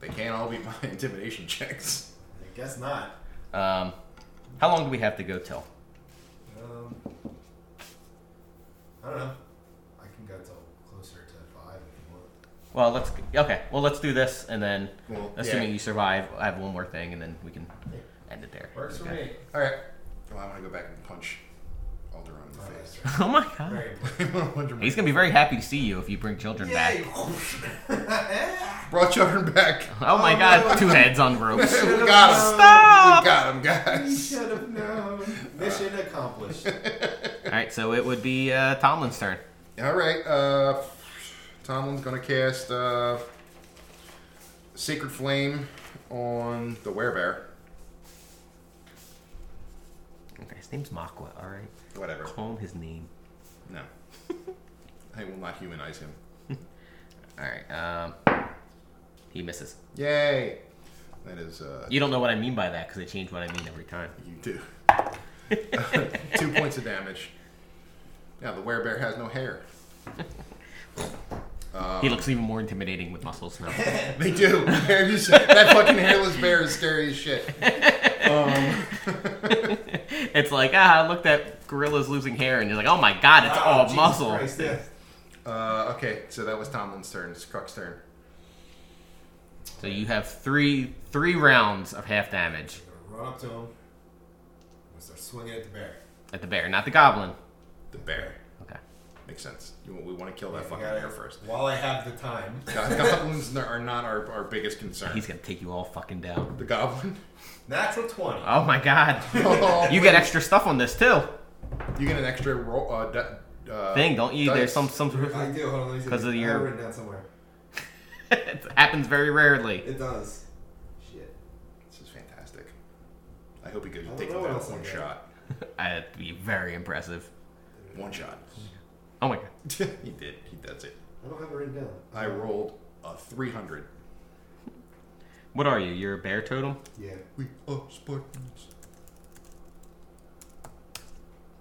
[SPEAKER 3] They can't all be my intimidation checks.
[SPEAKER 4] I guess not.
[SPEAKER 2] Um, how long do we have to go till?
[SPEAKER 4] Um, I don't know. I can go till closer to five if you want.
[SPEAKER 2] Well, let's okay. Well, let's do this, and then
[SPEAKER 3] Well,
[SPEAKER 2] assuming
[SPEAKER 3] yeah.
[SPEAKER 2] you survive, I have one more thing, and then we can end it there.
[SPEAKER 4] Works for
[SPEAKER 2] Okay.
[SPEAKER 4] me.
[SPEAKER 3] All right. Well, Oh, I want to go back and punch Alderaan in the face.
[SPEAKER 2] Oh my god,
[SPEAKER 4] Very important.
[SPEAKER 3] I wanna punch him.
[SPEAKER 2] he's gonna be very happy to see you if you bring children back.
[SPEAKER 4] Yay!
[SPEAKER 3] Brought children back.
[SPEAKER 2] Oh my
[SPEAKER 4] Oh,
[SPEAKER 2] god,
[SPEAKER 4] no.
[SPEAKER 2] two heads on ropes.
[SPEAKER 3] we got him.
[SPEAKER 2] Stop!
[SPEAKER 3] We got him,
[SPEAKER 4] You
[SPEAKER 3] guys.
[SPEAKER 4] should have known. Mission accomplished. Oh,
[SPEAKER 2] All right, so it would be uh, Tomlin's turn.
[SPEAKER 3] All right. Uh, Tomlin's gonna cast uh, Sacred Flame on the Werebear.
[SPEAKER 2] Okay, his name's Makwa. All right,
[SPEAKER 3] Whatever.
[SPEAKER 2] call him his name.
[SPEAKER 3] No. I will not humanize him.
[SPEAKER 2] All right, um, he misses.
[SPEAKER 3] Yay. That is. Uh,
[SPEAKER 2] You don't know what I mean by that because I change what I mean every time.
[SPEAKER 3] You do. Two points of damage. Now the werebear has no hair.
[SPEAKER 2] He looks even more intimidating with muscles now.
[SPEAKER 3] They do. They're just- that fucking hairless bear is scary as shit. Um,
[SPEAKER 2] it's like, ah, I looked at gorillas losing hair, and you're like, oh my god, it's
[SPEAKER 4] Oh,
[SPEAKER 2] all
[SPEAKER 4] Jesus
[SPEAKER 2] muscle.
[SPEAKER 4] Christ, yeah.
[SPEAKER 3] uh, okay, so that was Tomlin's turn. It's Crux' turn.
[SPEAKER 2] So you have three three rounds of half damage
[SPEAKER 4] I'm gonna run up to him. I'm gonna start swinging at the bear.
[SPEAKER 2] at the bear, not the goblin.
[SPEAKER 3] The bear.
[SPEAKER 2] Okay.
[SPEAKER 3] Makes sense. You, we want to kill that
[SPEAKER 4] I
[SPEAKER 3] fucking
[SPEAKER 4] gotta-
[SPEAKER 3] bear first.
[SPEAKER 4] While I have the time.
[SPEAKER 3] Go- Goblins are not our, our biggest concern.
[SPEAKER 2] He's gonna take you all fucking down.
[SPEAKER 3] the goblin.
[SPEAKER 4] Natural 20.
[SPEAKER 2] Oh my god.
[SPEAKER 3] Oh,
[SPEAKER 2] You get extra stuff on this too.
[SPEAKER 3] You get an extra roll. Uh, d- uh,
[SPEAKER 2] thing, don't you? There's
[SPEAKER 3] dice.
[SPEAKER 2] some some sort
[SPEAKER 4] I
[SPEAKER 2] of
[SPEAKER 4] do. Hold on, let me see.
[SPEAKER 2] 'Cause of
[SPEAKER 4] I
[SPEAKER 2] your-
[SPEAKER 4] have it written down somewhere.
[SPEAKER 2] it happens very rarely.
[SPEAKER 4] It does. Shit.
[SPEAKER 3] This is fantastic. I hope he goes
[SPEAKER 4] I don't
[SPEAKER 3] take
[SPEAKER 4] know what
[SPEAKER 3] that
[SPEAKER 4] else I
[SPEAKER 3] one
[SPEAKER 4] got.
[SPEAKER 3] shot.
[SPEAKER 2] That'd be very impressive.
[SPEAKER 3] One shot.
[SPEAKER 2] Oh my god.
[SPEAKER 3] he did. He, that's it.
[SPEAKER 4] I don't have it written down.
[SPEAKER 3] I rolled a 300.
[SPEAKER 2] What are you? You're a bear totem?
[SPEAKER 4] Yeah.
[SPEAKER 3] We are Spartans.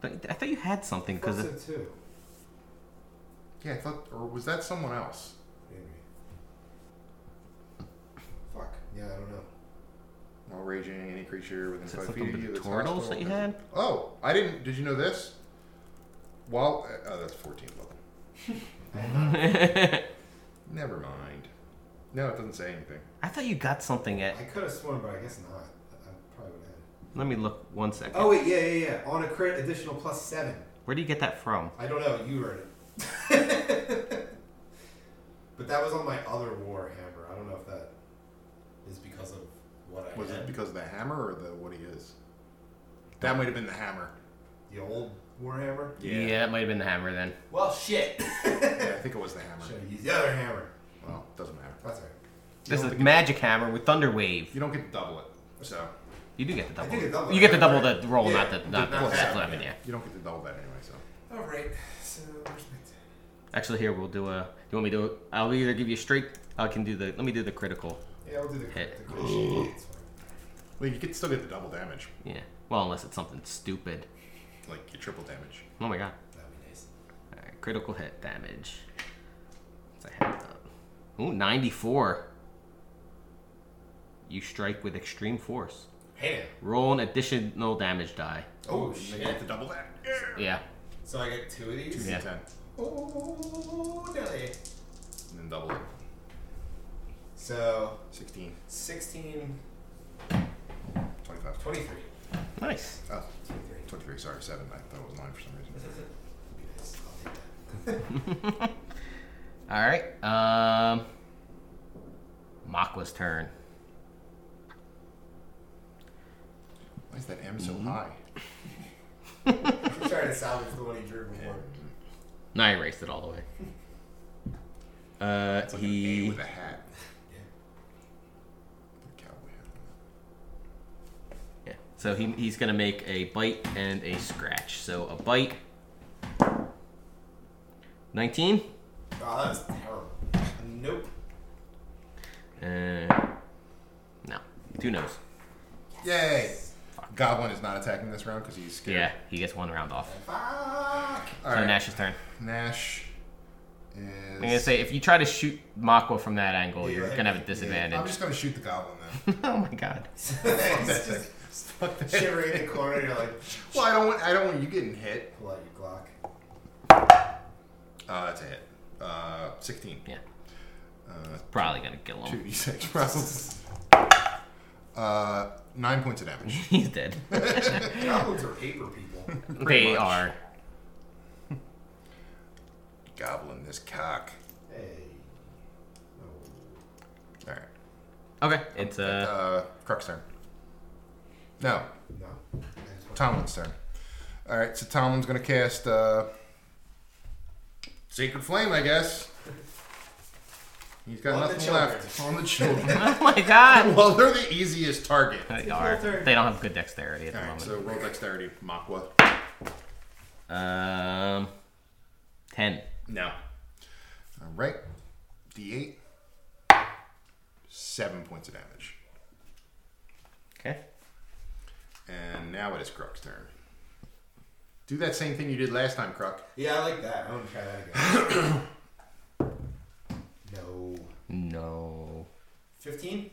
[SPEAKER 2] Don't- I thought you had something because
[SPEAKER 4] Because so too.
[SPEAKER 3] Yeah, I thought, or was that someone else?
[SPEAKER 4] Maybe. Fuck. Yeah, I don't know.
[SPEAKER 3] While raging any creature within
[SPEAKER 2] Is it
[SPEAKER 3] five
[SPEAKER 2] something
[SPEAKER 3] feet of
[SPEAKER 2] with
[SPEAKER 3] you.
[SPEAKER 2] the
[SPEAKER 3] that's
[SPEAKER 2] turtles that you
[SPEAKER 3] hostile-
[SPEAKER 2] had?
[SPEAKER 3] Oh, I didn't. Did you know this? While uh, oh, that's 14th level. Never mind. No, it doesn't say anything.
[SPEAKER 2] I thought you got something at.
[SPEAKER 4] I could have sworn, but I guess not. I I probably would have.
[SPEAKER 2] Let me look one second.
[SPEAKER 4] Oh wait, yeah, yeah, yeah. On a crit, additional plus seven.
[SPEAKER 2] Where do you get that from?
[SPEAKER 4] I don't know. You earned it. but that was on my other warhammer. I don't know if that is because of what I
[SPEAKER 3] Was
[SPEAKER 4] had.
[SPEAKER 3] it because of the hammer or the what he is? That might have been the hammer.
[SPEAKER 4] the old warhammer?
[SPEAKER 2] yeah that might have been the hammer then.
[SPEAKER 5] Well, shit.
[SPEAKER 3] Yeah, I think it was the hammer.
[SPEAKER 4] Should have used the other hammer.
[SPEAKER 3] Well, doesn't matter.
[SPEAKER 4] That's all right.
[SPEAKER 2] This
[SPEAKER 3] don't
[SPEAKER 2] is
[SPEAKER 3] think-
[SPEAKER 2] magic hammer with thunder wave.
[SPEAKER 3] You don't get to double it. So
[SPEAKER 2] You do get the
[SPEAKER 4] I
[SPEAKER 2] double.
[SPEAKER 4] do get double.
[SPEAKER 2] You get the double the roll,
[SPEAKER 4] Yeah,
[SPEAKER 2] not the not the
[SPEAKER 3] plus
[SPEAKER 2] plus
[SPEAKER 3] seven,
[SPEAKER 2] eleven. Yeah.
[SPEAKER 3] you don't get to double that anyway. So
[SPEAKER 4] All right. So respect.
[SPEAKER 2] Actually, here we'll do a. You want me to? do a- I'll either give you a straight. I can do the. Let me do the critical.
[SPEAKER 4] Yeah, we'll do the
[SPEAKER 2] Hit.
[SPEAKER 4] the crit shit. It's fine.
[SPEAKER 3] well, you could still get the double damage,
[SPEAKER 2] Yeah. Well, unless it's something stupid.
[SPEAKER 3] like your triple damage.
[SPEAKER 2] Oh my god.
[SPEAKER 4] That'd be nice.
[SPEAKER 2] All right, critical hit damage. What's I have up? Ooh, 94. You strike with extreme force.
[SPEAKER 4] Hey.
[SPEAKER 2] Roll an additional damage die.
[SPEAKER 4] Oh,
[SPEAKER 3] and then you
[SPEAKER 4] shit.
[SPEAKER 3] get the double that.
[SPEAKER 2] Yeah.
[SPEAKER 4] So I get two of these.
[SPEAKER 2] Yeah.
[SPEAKER 3] Ten,
[SPEAKER 4] Oh, Nelly.
[SPEAKER 3] and then double it.
[SPEAKER 4] So
[SPEAKER 3] 16,
[SPEAKER 4] 16,
[SPEAKER 3] 25.
[SPEAKER 4] 23.
[SPEAKER 2] Nice.
[SPEAKER 3] Oh,
[SPEAKER 4] 23.
[SPEAKER 3] 23, sorry, 7. I thought it was 9 for some reason.
[SPEAKER 4] Be nice. I'll take that.
[SPEAKER 2] All right. Um, Makwa's turn.
[SPEAKER 3] Why is that M so
[SPEAKER 2] Mm-hmm.
[SPEAKER 3] high?
[SPEAKER 4] I'm trying to salvage the one he drew before.
[SPEAKER 2] No, I erased it all the way. Uh,
[SPEAKER 3] It's like an A
[SPEAKER 2] he.
[SPEAKER 3] with a hat.
[SPEAKER 4] Yeah.
[SPEAKER 3] The cowboy hat.
[SPEAKER 2] Yeah. So he, he's gonna make a bite and a scratch. So a bite. Nineteen.
[SPEAKER 4] Oh, that was terrible. Nope.
[SPEAKER 2] Uh, no. Two no's.
[SPEAKER 3] Yay! Goblin is not attacking this round because he's scared.
[SPEAKER 2] Yeah, he gets one round off.
[SPEAKER 4] Fuck.
[SPEAKER 2] So
[SPEAKER 3] All right. Nash.
[SPEAKER 2] Nash's turn.
[SPEAKER 3] is.
[SPEAKER 2] I'm gonna say if you try to shoot Makwa from that angle, you're
[SPEAKER 4] Yeah.
[SPEAKER 2] gonna have a
[SPEAKER 3] I'm
[SPEAKER 2] disadvantage.
[SPEAKER 3] just gonna shoot the goblin then.
[SPEAKER 2] oh my god.
[SPEAKER 4] It's just
[SPEAKER 3] Fuck that.
[SPEAKER 4] shivering in the corner. You're like,
[SPEAKER 3] Well, I don't want. I don't want you getting hit.
[SPEAKER 4] pull out your Glock.
[SPEAKER 3] Uh, that's a hit. Uh, 16.
[SPEAKER 2] Yeah.
[SPEAKER 3] Uh,
[SPEAKER 2] Probably gonna kill him.
[SPEAKER 3] 2d6 probably. Uh, nine points of damage.
[SPEAKER 2] He's dead.
[SPEAKER 4] Goblins are paper people.
[SPEAKER 2] they
[SPEAKER 3] much.
[SPEAKER 2] are. Mm-hmm.
[SPEAKER 3] Goblin this cock.
[SPEAKER 4] hey.
[SPEAKER 3] All right.
[SPEAKER 2] Okay. It's uh
[SPEAKER 3] Uh, Crux turn. No,
[SPEAKER 4] No. No. I just want-
[SPEAKER 3] Tomlin's turn. All right, so Tomlin's gonna cast uh, Sacred Flame, I guess. He's got
[SPEAKER 4] On the
[SPEAKER 3] nothing
[SPEAKER 4] children.
[SPEAKER 3] left on the children.
[SPEAKER 2] Oh my god.
[SPEAKER 3] well, they're the easiest target.
[SPEAKER 2] They are. They don't have good dexterity at the
[SPEAKER 3] All right,
[SPEAKER 2] moment.
[SPEAKER 3] so roll dexterity, Makwa.
[SPEAKER 2] Um ten.
[SPEAKER 3] No. All right, D8. Seven points of damage,
[SPEAKER 2] Okay.
[SPEAKER 3] and now it is Crux' turn. Do that same thing you did last time, Crux.
[SPEAKER 4] Yeah, I like that. I want to try that again. no.
[SPEAKER 2] No.
[SPEAKER 4] 15?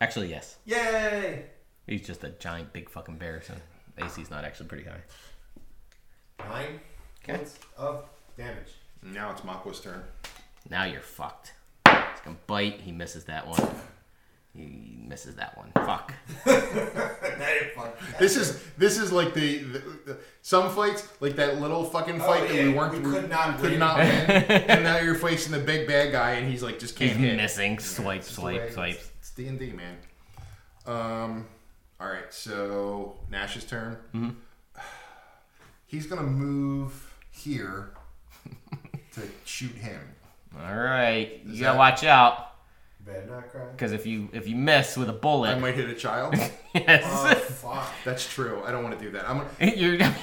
[SPEAKER 2] Actually yes.
[SPEAKER 4] Yay!
[SPEAKER 2] He's just a giant big fucking bear, so AC's not actually pretty high.
[SPEAKER 4] Nine
[SPEAKER 2] Okay.
[SPEAKER 4] points of damage.
[SPEAKER 3] Now it's Makwa's turn.
[SPEAKER 2] Now you're fucked. He's gonna bite. He misses that one. He misses that one. Fuck.
[SPEAKER 4] Hey, fuck.
[SPEAKER 3] This is this is like the, the, the- some fights like that little fucking
[SPEAKER 4] Oh,
[SPEAKER 3] fight that we
[SPEAKER 4] yeah,
[SPEAKER 3] weren't
[SPEAKER 4] we could not
[SPEAKER 3] could
[SPEAKER 4] win.
[SPEAKER 3] not win, and now you're facing the big bad guy and he's like just can't
[SPEAKER 2] He's
[SPEAKER 3] hit.
[SPEAKER 2] missing. Swipe,
[SPEAKER 3] It's the way-
[SPEAKER 2] swipe, swipe.
[SPEAKER 3] It's, it's D and D,
[SPEAKER 2] Mm-hmm.
[SPEAKER 3] man. Um, all right, so Nash's turn. He's gonna move here to shoot him.
[SPEAKER 2] All right, you
[SPEAKER 3] Is
[SPEAKER 2] gotta
[SPEAKER 3] that-
[SPEAKER 2] watch out
[SPEAKER 4] Better not cry.
[SPEAKER 2] because if you if you miss with a
[SPEAKER 3] I
[SPEAKER 2] bullet,
[SPEAKER 3] might hit a child.
[SPEAKER 2] yes,
[SPEAKER 4] Oh, fuck.
[SPEAKER 3] That's true. I don't want to do that. I'm gonna,
[SPEAKER 2] you're.
[SPEAKER 4] Just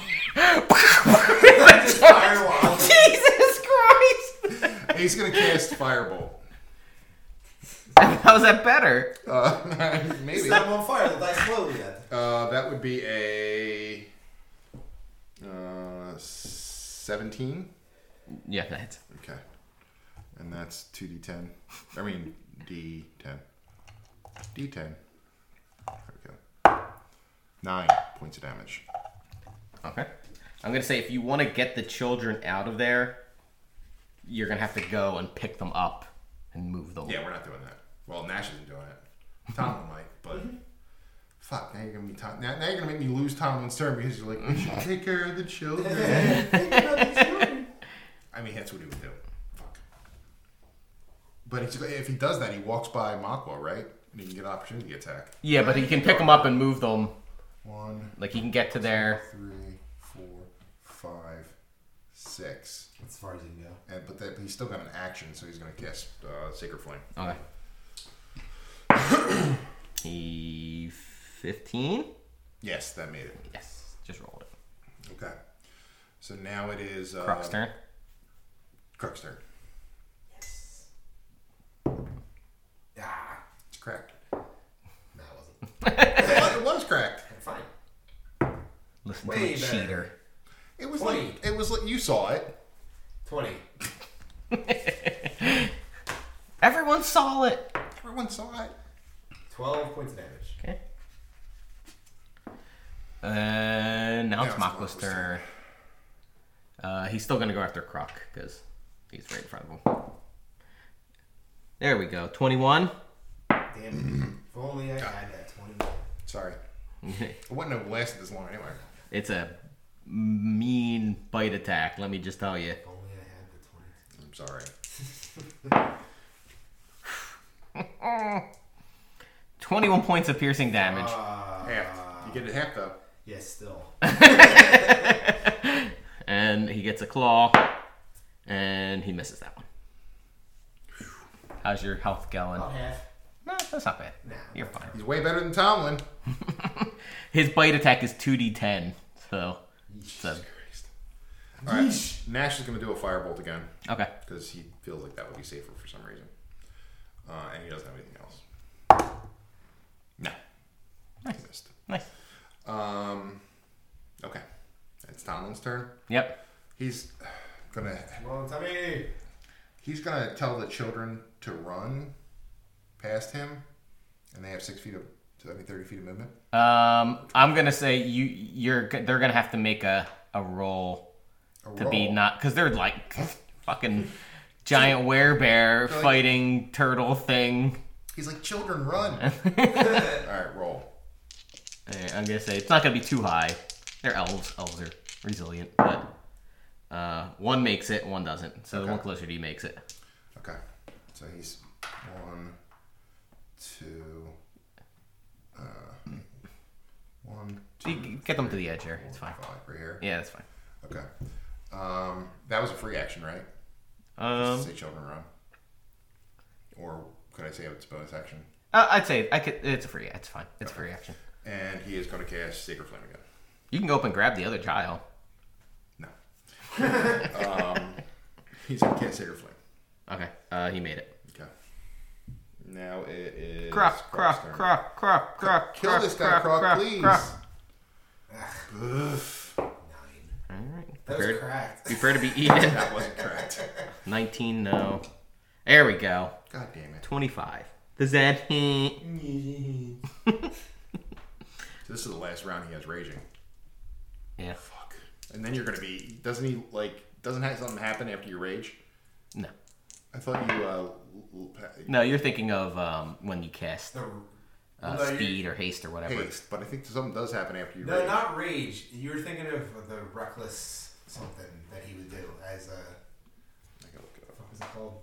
[SPEAKER 4] firewall.
[SPEAKER 2] Jesus Christ!
[SPEAKER 3] he's gonna cast firebolt.
[SPEAKER 2] How's that better?
[SPEAKER 3] Uh, maybe.
[SPEAKER 4] Set him on fire. They'll die slowly then.
[SPEAKER 3] Uh, that would be a uh, 17.
[SPEAKER 2] Yeah, that's
[SPEAKER 3] Okay. And that's 2d10. I mean, d10. d10. There we go. Nine points of damage.
[SPEAKER 2] okay. I'm gonna say if you want to get the children out of there, you're gonna have to go and pick them up and move them.
[SPEAKER 3] Yeah, we're not doing that. Well, Nash isn't doing it. Tomlin might, but fuck, now you're gonna be Tom. Now, now you're gonna make me lose Tomlin's turn because you're like, we should take care of the children. I mean, that's what he would do. Fuck. But he's, if he does that, he walks by Makwa, right? And he can get an opportunity attack.
[SPEAKER 2] Yeah, but he can pick them up and move them.
[SPEAKER 3] One,
[SPEAKER 2] Like he can get to there.
[SPEAKER 3] three, four, five, six.
[SPEAKER 4] As far as you can go.
[SPEAKER 3] And but that, he's still got an action, so he's gonna cast uh, Sacred Flame.
[SPEAKER 2] Okay. he fifteen.
[SPEAKER 3] Yes, that made it.
[SPEAKER 2] Yes, just roll it.
[SPEAKER 3] Okay. So now it is uh,
[SPEAKER 2] Crux turn.
[SPEAKER 3] Crux turn.
[SPEAKER 4] Ah,
[SPEAKER 3] It's cracked.
[SPEAKER 4] no, it wasn't.
[SPEAKER 3] Well, it was cracked.
[SPEAKER 4] Fine.
[SPEAKER 2] Listen
[SPEAKER 4] Way
[SPEAKER 2] to a
[SPEAKER 4] better.
[SPEAKER 2] cheater.
[SPEAKER 3] It was
[SPEAKER 4] Twenty.
[SPEAKER 3] like it was like you saw it.
[SPEAKER 4] 20.
[SPEAKER 2] Everyone saw it.
[SPEAKER 3] Everyone saw it.
[SPEAKER 4] 12 points of damage.
[SPEAKER 2] Okay. And Uh, now it's
[SPEAKER 3] it's
[SPEAKER 2] Mako's
[SPEAKER 3] Mako's
[SPEAKER 2] turn. Uh, he's still gonna go after Croc because he's right in front of him. There we go. Twenty-one.
[SPEAKER 4] Damn it. if only I had that 20.
[SPEAKER 3] Sorry. It wouldn't have lasted this long anyway.
[SPEAKER 2] it's a mean bite attack. Let me just tell you.
[SPEAKER 4] If only I had the 20.
[SPEAKER 3] I'm sorry.
[SPEAKER 2] Twenty-one points of piercing damage.
[SPEAKER 4] Uh,
[SPEAKER 2] Ah.
[SPEAKER 3] Half. You get it half though.
[SPEAKER 4] Yes, still.
[SPEAKER 2] and he gets a claw, and he misses that one. How's your health going?
[SPEAKER 4] About half.
[SPEAKER 2] No, that's not bad.
[SPEAKER 4] Nah.
[SPEAKER 2] You're fine.
[SPEAKER 3] He's way better than Tomlin.
[SPEAKER 2] His bite attack is 2d10, so. so
[SPEAKER 3] All right. Nash is going to do a firebolt again
[SPEAKER 2] okay.
[SPEAKER 3] because he feels like that would be safer for some reason, uh, and he doesn't have anything else. No, he missed.
[SPEAKER 2] Nice.
[SPEAKER 3] Um, okay, it's Tomlin's turn.
[SPEAKER 2] Yep.
[SPEAKER 3] He's gonna
[SPEAKER 4] Come on, Tommy.
[SPEAKER 3] he's gonna tell the children to run past him, and they have six feet of I mean thirty feet of movement.
[SPEAKER 2] Um, I'm gonna say you you're g- they're gonna have to make a a roll
[SPEAKER 3] A
[SPEAKER 2] to be
[SPEAKER 3] Oh, roll.
[SPEAKER 2] not because they're like fucking giant werebear
[SPEAKER 3] So like-
[SPEAKER 2] fighting turtle thing.
[SPEAKER 3] He's like children run. All right, roll.
[SPEAKER 2] Eh, I'm gonna say it's not gonna be too high. They're elves. Elves are resilient, but uh, one makes it, one doesn't. So the one
[SPEAKER 3] Okay.
[SPEAKER 2] closer to you makes it.
[SPEAKER 3] Okay. So he's one, two, uh, one, two,
[SPEAKER 2] You g- Get them to the edge here. It's fine.
[SPEAKER 3] five right here.
[SPEAKER 2] Yeah, that's fine.
[SPEAKER 3] Okay. Um, that was a free action, right?
[SPEAKER 2] Um,
[SPEAKER 3] say children run. Or could I say it's a bonus action?
[SPEAKER 2] I- I'd say I could. It's a free. It's fine. It's a free action.
[SPEAKER 3] And he is going to cast Sacred Flame again.
[SPEAKER 2] You can go up and grab the other child.
[SPEAKER 3] No. um, he's going to cast Sacred Flame.
[SPEAKER 2] Okay. Uh, he made it.
[SPEAKER 3] Okay. Now it is.
[SPEAKER 2] Crop,
[SPEAKER 3] Croc's
[SPEAKER 2] crop,
[SPEAKER 3] turn.
[SPEAKER 2] crop, crop, crop.
[SPEAKER 3] Kill
[SPEAKER 2] crop,
[SPEAKER 3] this guy,
[SPEAKER 2] crop,
[SPEAKER 3] Croc,
[SPEAKER 2] crop,
[SPEAKER 3] please.
[SPEAKER 2] crop.
[SPEAKER 3] Oof.
[SPEAKER 4] Nine.
[SPEAKER 2] All right.
[SPEAKER 4] That
[SPEAKER 2] Prepared-
[SPEAKER 4] was cracked.
[SPEAKER 2] Prepare to be eaten.
[SPEAKER 3] That wasn't correct.
[SPEAKER 2] 19, no. There we go.
[SPEAKER 3] God damn it.
[SPEAKER 2] 25. Does that hit?
[SPEAKER 3] So this is the last round he has raging.
[SPEAKER 2] Yeah.
[SPEAKER 3] Fuck. And then you're gonna be doesn't he like doesn't have something happen after you rage?
[SPEAKER 2] No.
[SPEAKER 3] I thought you uh l- l- pa-
[SPEAKER 2] No, you're thinking of um, when you cast
[SPEAKER 4] The,
[SPEAKER 2] uh,
[SPEAKER 4] no, you-
[SPEAKER 2] speed or haste or whatever.
[SPEAKER 3] haste, but I think something does happen after you
[SPEAKER 4] no,
[SPEAKER 3] rage.
[SPEAKER 4] not rage. You were thinking of the reckless something that he would do as a.
[SPEAKER 3] I gotta look it up.
[SPEAKER 4] What was it called?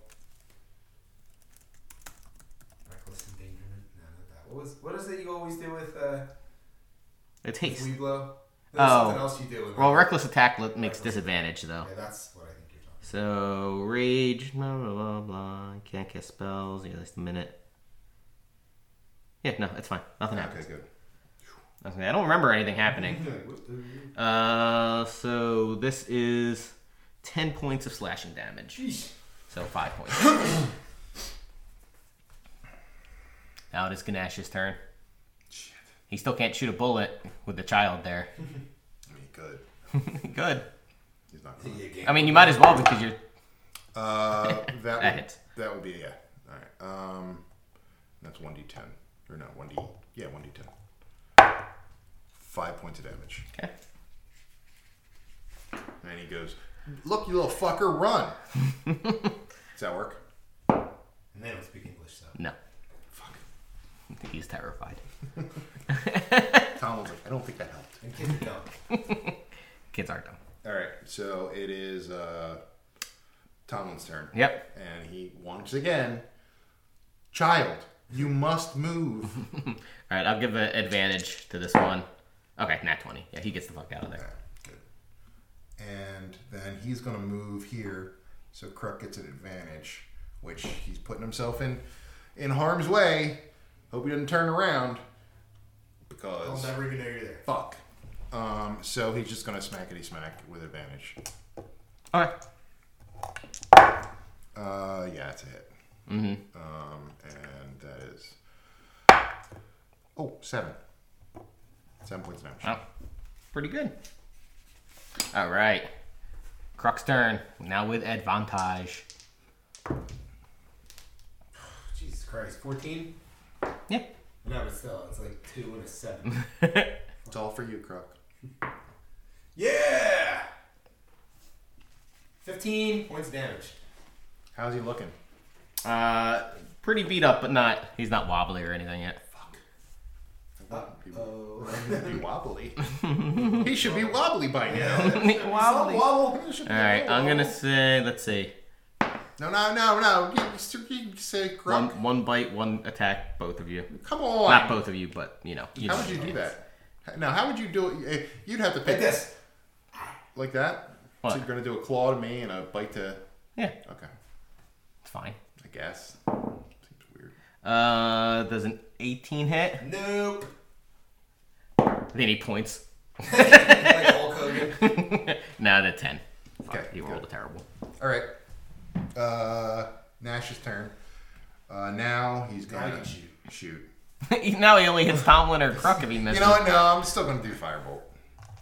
[SPEAKER 4] Reckless endangerment? No, not that. What was? What is it you always do with uh?
[SPEAKER 2] It's
[SPEAKER 4] With
[SPEAKER 2] haste.
[SPEAKER 4] Weeblo? There's
[SPEAKER 2] Oh.
[SPEAKER 4] something else you do. with
[SPEAKER 2] Well,
[SPEAKER 4] that.
[SPEAKER 2] reckless attack li- makes disadvantage though.
[SPEAKER 4] Yeah, that's what I think you're talking.
[SPEAKER 2] So rage, blah blah blah blah. Can't cast spells. Yeah, that's a minute. Yeah, no, it's fine. Nothing happens.
[SPEAKER 3] Okay, good.
[SPEAKER 2] Okay, I don't remember anything happening.
[SPEAKER 4] You're like, what the-
[SPEAKER 2] Uh, so this is ten points of slashing damage.
[SPEAKER 4] Jeez.
[SPEAKER 2] So five points. now it is Ganesh's turn.
[SPEAKER 3] Shit.
[SPEAKER 2] He still can't shoot a bullet with the child there.
[SPEAKER 3] I mean, good.
[SPEAKER 2] Good.
[SPEAKER 3] He's not going.
[SPEAKER 4] Yeah, game.
[SPEAKER 2] I mean, you might as well because you're
[SPEAKER 3] Uh, that
[SPEAKER 2] That
[SPEAKER 3] would,
[SPEAKER 2] hits.
[SPEAKER 3] That would be yeah. All right. Um, that's one d ten or no one d yeah one d ten. Five points of damage,
[SPEAKER 2] okay.
[SPEAKER 3] and he goes, "Look, you little fucker, run!" Does that work?
[SPEAKER 4] And they don't speak English, so.
[SPEAKER 2] No,
[SPEAKER 3] Fuck.
[SPEAKER 2] I think he's terrified.
[SPEAKER 3] Tom was like, "I don't think that helped."
[SPEAKER 4] And kids are dumb.
[SPEAKER 2] Kids are dumb.
[SPEAKER 3] All right. So it is uh, Tomlin's turn.
[SPEAKER 2] Yep.
[SPEAKER 3] And he once again, child, you must move.
[SPEAKER 2] All right, I'll give an advantage to this one. Okay, nat twenty. Yeah, he gets the fuck out of there.
[SPEAKER 3] Okay, good. And then he's going to move here, so Kruk gets an advantage, which he's putting himself in in harm's way. Hope he doesn't turn around
[SPEAKER 4] I'll
[SPEAKER 3] because
[SPEAKER 4] never even know you're there.
[SPEAKER 3] fuck. Um, so he's just going to smackety smack with advantage.
[SPEAKER 2] All right.
[SPEAKER 3] Uh, yeah, it's a hit. Mm-hmm. Um, and that is oh seven. Seven points of damage.
[SPEAKER 2] Wow. Pretty good. All right. Crux turn. Now with advantage.
[SPEAKER 4] Jesus Christ. 14?
[SPEAKER 2] Yep.
[SPEAKER 4] No, but still, it's like 2 and a 7.
[SPEAKER 3] It's all for you, Crook.
[SPEAKER 4] yeah! 15 points of damage.
[SPEAKER 3] How's he looking?
[SPEAKER 2] Uh, pretty beat up, but not. He's not wobbly or anything yet.
[SPEAKER 4] Uh-oh.
[SPEAKER 3] Be wobbly. he should be wobbly by now.
[SPEAKER 2] All
[SPEAKER 4] Wobble.
[SPEAKER 3] He should be
[SPEAKER 2] right, I'm gonna
[SPEAKER 3] wobbly.
[SPEAKER 2] say. Let's see.
[SPEAKER 3] No, no, no, no. You, you, you say Crook.
[SPEAKER 2] One, one bite, one attack, both of you.
[SPEAKER 3] Come on.
[SPEAKER 2] Not both of you, but you know. You
[SPEAKER 3] How
[SPEAKER 2] know.
[SPEAKER 3] would you do that? Now, how would you do it? Eh, You'd have to
[SPEAKER 4] Like
[SPEAKER 3] pick
[SPEAKER 4] this.
[SPEAKER 3] Like that.
[SPEAKER 2] What?
[SPEAKER 3] So you're gonna do a claw to me and a bite to.
[SPEAKER 2] Yeah,
[SPEAKER 3] Okay,
[SPEAKER 2] it's fine.
[SPEAKER 3] I guess. Seems weird.
[SPEAKER 2] Uh, does an 18 hit?
[SPEAKER 4] Nope.
[SPEAKER 2] Then he points.
[SPEAKER 4] Like Hulk Hogan.
[SPEAKER 2] Nah, the 10. Fuck,
[SPEAKER 3] Okay,
[SPEAKER 2] he rolled
[SPEAKER 3] good.
[SPEAKER 2] a terrible.
[SPEAKER 3] All right. Uh, Nash's turn. Uh, now he's
[SPEAKER 4] Now he
[SPEAKER 3] gonna
[SPEAKER 4] can shoot.
[SPEAKER 3] Shoot.
[SPEAKER 2] now he only hits Tomlin or Kruk if he misses.
[SPEAKER 3] You know what? No, I'm still gonna do firebolt.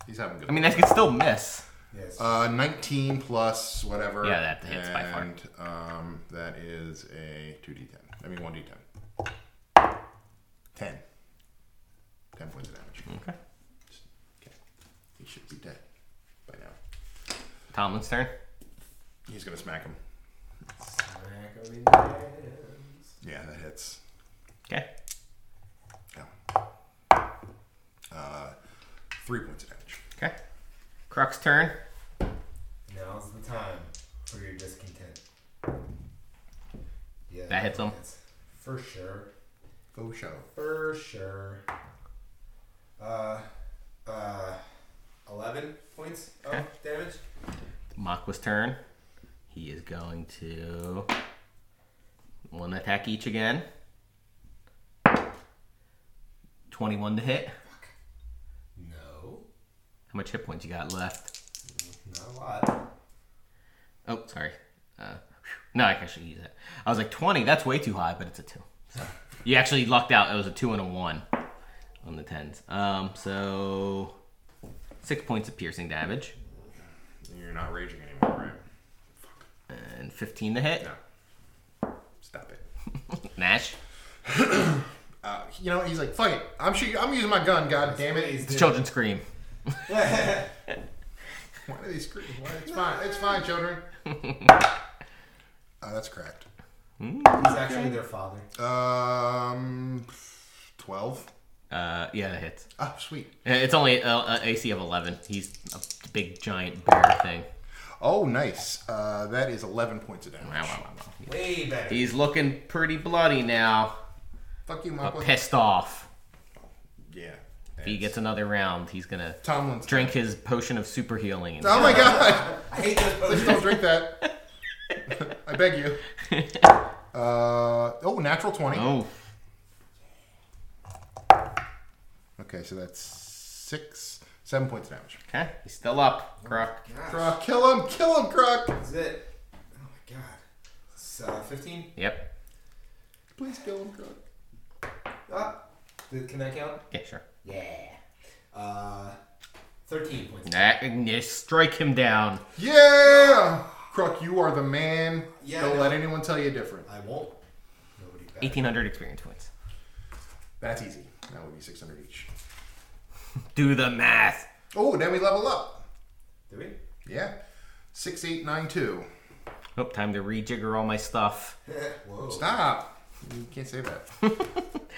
[SPEAKER 3] He's having good.
[SPEAKER 2] I mean, that could still miss.
[SPEAKER 4] Yes.
[SPEAKER 3] Uh, 19 plus whatever.
[SPEAKER 2] Yeah, that hits by far.
[SPEAKER 3] and, Um, that is a 2d10. I mean, 1d10. 10. 10 points of damage.
[SPEAKER 2] Okay.
[SPEAKER 3] Okay. He should be dead by now.
[SPEAKER 2] Tomlin's turn.
[SPEAKER 3] He's going to smack him.
[SPEAKER 4] Smack him in the ass.
[SPEAKER 3] Yeah, that hits.
[SPEAKER 2] Okay.
[SPEAKER 3] Yeah. Uh, 3 points of damage.
[SPEAKER 2] Okay. Kruk's turn.
[SPEAKER 4] Now's the time for your discontent. Yeah.
[SPEAKER 2] That hits him.
[SPEAKER 4] that's For sure.
[SPEAKER 3] Go show.
[SPEAKER 4] For sure. Uh, uh, 11 points of
[SPEAKER 2] Okay.
[SPEAKER 4] damage.
[SPEAKER 2] Makwa's turn. He is going to. One attack each again. 21 to hit.
[SPEAKER 4] No,
[SPEAKER 2] How much hit points you got left?
[SPEAKER 4] not a lot.
[SPEAKER 2] Oh, sorry. Uh, no, I can actually use that. I was like, 20, that's way too high, but it's a 2. So, you actually lucked out. It was a 2 and a 1 on the 10s. Um, so, 6 points of piercing damage
[SPEAKER 3] You're not raging anymore, right?
[SPEAKER 2] and 15 to hit.
[SPEAKER 3] No. Stop it.
[SPEAKER 2] Nash,
[SPEAKER 3] Uh, you know, he's like, fuck it. I'm shooting. I'm using my gun, god damn it.
[SPEAKER 4] He's
[SPEAKER 2] the children scream.
[SPEAKER 3] Why are they screaming? Why? It's fine. It's fine, children. uh, that's cracked.
[SPEAKER 4] He's actually their father.
[SPEAKER 3] Um, twelve.
[SPEAKER 2] Uh, yeah, that hits.
[SPEAKER 3] Oh, sweet.
[SPEAKER 2] Uh, It's only uh, uh, AC of 11. He's a big giant bear thing.
[SPEAKER 3] Oh, nice. Uh, that is eleven points of damage.
[SPEAKER 2] Wow, wow, wow, wow.
[SPEAKER 4] Way better.
[SPEAKER 2] He's looking pretty bloody now,
[SPEAKER 3] Fuck you,
[SPEAKER 2] but
[SPEAKER 3] Michael.
[SPEAKER 2] pissed off.
[SPEAKER 3] Yeah.
[SPEAKER 2] he gets another round, he's gonna
[SPEAKER 3] Tomlin's.
[SPEAKER 2] drink his potion of super healing. And
[SPEAKER 3] Oh my god!
[SPEAKER 5] I hate those
[SPEAKER 3] Please
[SPEAKER 5] potions.
[SPEAKER 3] don't drink that. I beg you. Uh, oh, natural 20.
[SPEAKER 2] oh,
[SPEAKER 3] Okay, so that's six, seven points of damage.
[SPEAKER 2] okay, he's still up, Croc.
[SPEAKER 5] Gosh,
[SPEAKER 3] Croc, kill him, kill him, Croc!
[SPEAKER 5] that's it. Oh my god. It's uh, 15.
[SPEAKER 2] Yep.
[SPEAKER 3] Please kill him, Croc.
[SPEAKER 5] Ah, th- can that count?
[SPEAKER 2] Yeah, sure.
[SPEAKER 5] Yeah. Uh, 13 points.
[SPEAKER 2] Nah, you strike him down.
[SPEAKER 3] Yeah! Croc, you are the man.
[SPEAKER 5] Yeah,
[SPEAKER 3] Don't
[SPEAKER 5] no.
[SPEAKER 3] let anyone tell you different.
[SPEAKER 5] I won't. Nobody back.
[SPEAKER 2] Eighteen hundred experience points.
[SPEAKER 3] That's easy. That would be 600 each.
[SPEAKER 2] Do the math.
[SPEAKER 3] Oh, then we level up.
[SPEAKER 5] Do we?
[SPEAKER 3] Yeah. 6892.
[SPEAKER 2] Oh, time to rejigger all my stuff.
[SPEAKER 5] Whoa.
[SPEAKER 3] Stop! You can't say that.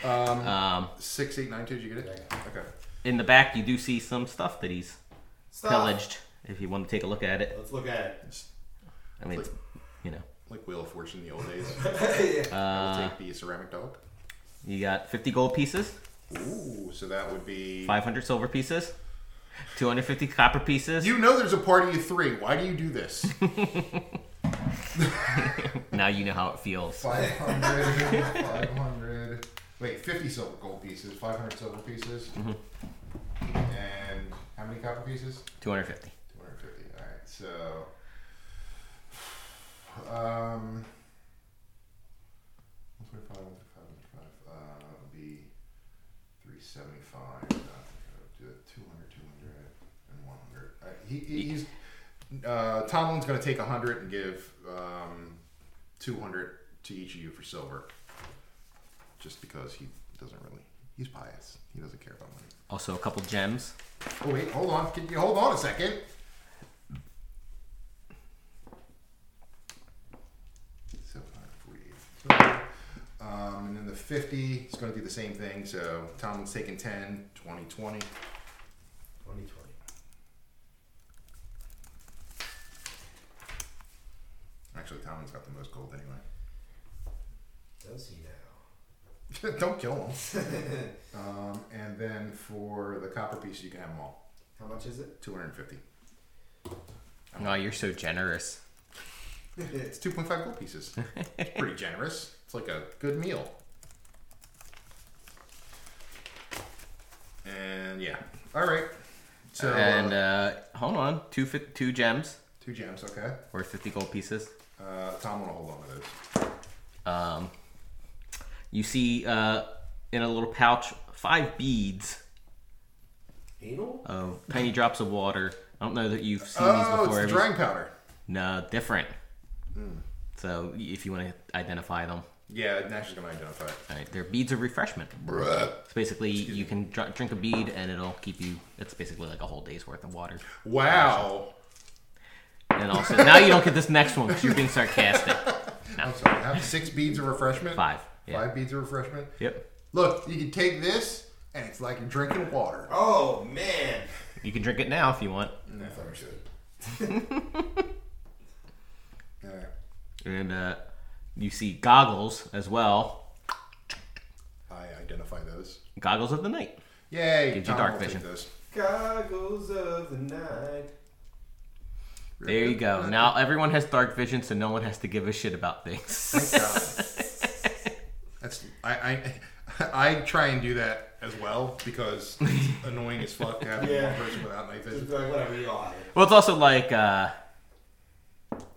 [SPEAKER 2] Um,
[SPEAKER 3] 6892, did you get it? Okay.
[SPEAKER 2] in the back, you do see some stuff that he's
[SPEAKER 5] Stop.
[SPEAKER 2] pillaged. If you want to take a look at it,
[SPEAKER 4] Let's look at it.
[SPEAKER 2] I mean, it's, you know,
[SPEAKER 3] Like Wheel of Fortune in the old days.
[SPEAKER 5] yeah.
[SPEAKER 2] Uh,
[SPEAKER 3] I will take the ceramic dog.
[SPEAKER 2] you got fifty gold pieces,
[SPEAKER 3] Ooh, so that would be.
[SPEAKER 2] five hundred silver pieces, two hundred fifty copper pieces.
[SPEAKER 3] You know there's a party of three. Why do you do this?
[SPEAKER 2] now you know how it feels.
[SPEAKER 3] 500, 500. Wait, 50 silver gold pieces, 500 silver pieces. And how many copper pieces?
[SPEAKER 2] Two hundred fifty.
[SPEAKER 3] 250. All right, so. Um. 125, 125, 125. Uh, would be 375. I think I would do it 200, 200, and 100. Uh, he, he- he's. Uh, Tomlin's going to take 100 and give um, 200 to each of you for silver. Just because he doesn't really. He's pious. He doesn't care about money.
[SPEAKER 2] Also, a couple gems.
[SPEAKER 3] Oh wait, hold on. Can you hold on a second? Seven hundred forty-eight. Um, and then the 50 is going to do the same thing. So Tomlin's taking 10, 20, 20.
[SPEAKER 4] 2020.
[SPEAKER 3] Actually, Tomlin's got the most gold anyway.
[SPEAKER 5] Does he now?
[SPEAKER 3] Don't kill him. um, and then for the copper pieces, you can have them all.
[SPEAKER 5] How much is it?
[SPEAKER 3] 250.
[SPEAKER 2] Oh, you're so generous.
[SPEAKER 3] It's 2.5 gold pieces. It's pretty generous. It's like a good meal. And yeah. All right. So uh,
[SPEAKER 2] and uh, hold on, two fi- two gems
[SPEAKER 3] two gems, okay.
[SPEAKER 2] worth fifty gold pieces.
[SPEAKER 3] Uh, Tom want to hold on to those.
[SPEAKER 2] Um, you see uh, in a little pouch five beads
[SPEAKER 5] Anal?
[SPEAKER 2] of tiny drops of water. I don't know that you've seen
[SPEAKER 3] Oh,
[SPEAKER 2] these before.
[SPEAKER 3] it's Hmm. the drying powder.
[SPEAKER 2] No, different. So if you want to identify them,
[SPEAKER 3] Yeah, Nash is gonna identify it.
[SPEAKER 2] all right, they're beads of refreshment.
[SPEAKER 3] Bruh.
[SPEAKER 2] It's basically you can dr- drink a bead and it'll keep you. It's basically like a whole day's worth of water.
[SPEAKER 3] Wow.
[SPEAKER 2] And also now you don't get this next one because you're being sarcastic.
[SPEAKER 3] I'm sorry. I have six beads of refreshment.
[SPEAKER 2] Five. Yeah.
[SPEAKER 3] Five beads of refreshment.
[SPEAKER 2] Yep.
[SPEAKER 3] Look, you can take this, and it's like you're drinking water.
[SPEAKER 5] Oh, man.
[SPEAKER 2] You can drink it now if you want.
[SPEAKER 3] No, I'm good. All right.
[SPEAKER 2] And uh, you see goggles as well.
[SPEAKER 3] I identify those.
[SPEAKER 2] Goggles of the night.
[SPEAKER 3] Yay!
[SPEAKER 2] Gives you
[SPEAKER 3] Tom
[SPEAKER 2] dark
[SPEAKER 3] will take
[SPEAKER 2] vision.
[SPEAKER 3] those.
[SPEAKER 5] Goggles of the night.
[SPEAKER 2] There you go. Now everyone has dark vision, so no one has to give a shit about things.
[SPEAKER 3] God. That's I, I I try and do that as well because it's annoying as fuck to have
[SPEAKER 5] Yeah.
[SPEAKER 3] one person without night
[SPEAKER 5] Just
[SPEAKER 3] vision.
[SPEAKER 5] like, whatever, you all have it.
[SPEAKER 2] well, it's also like uh,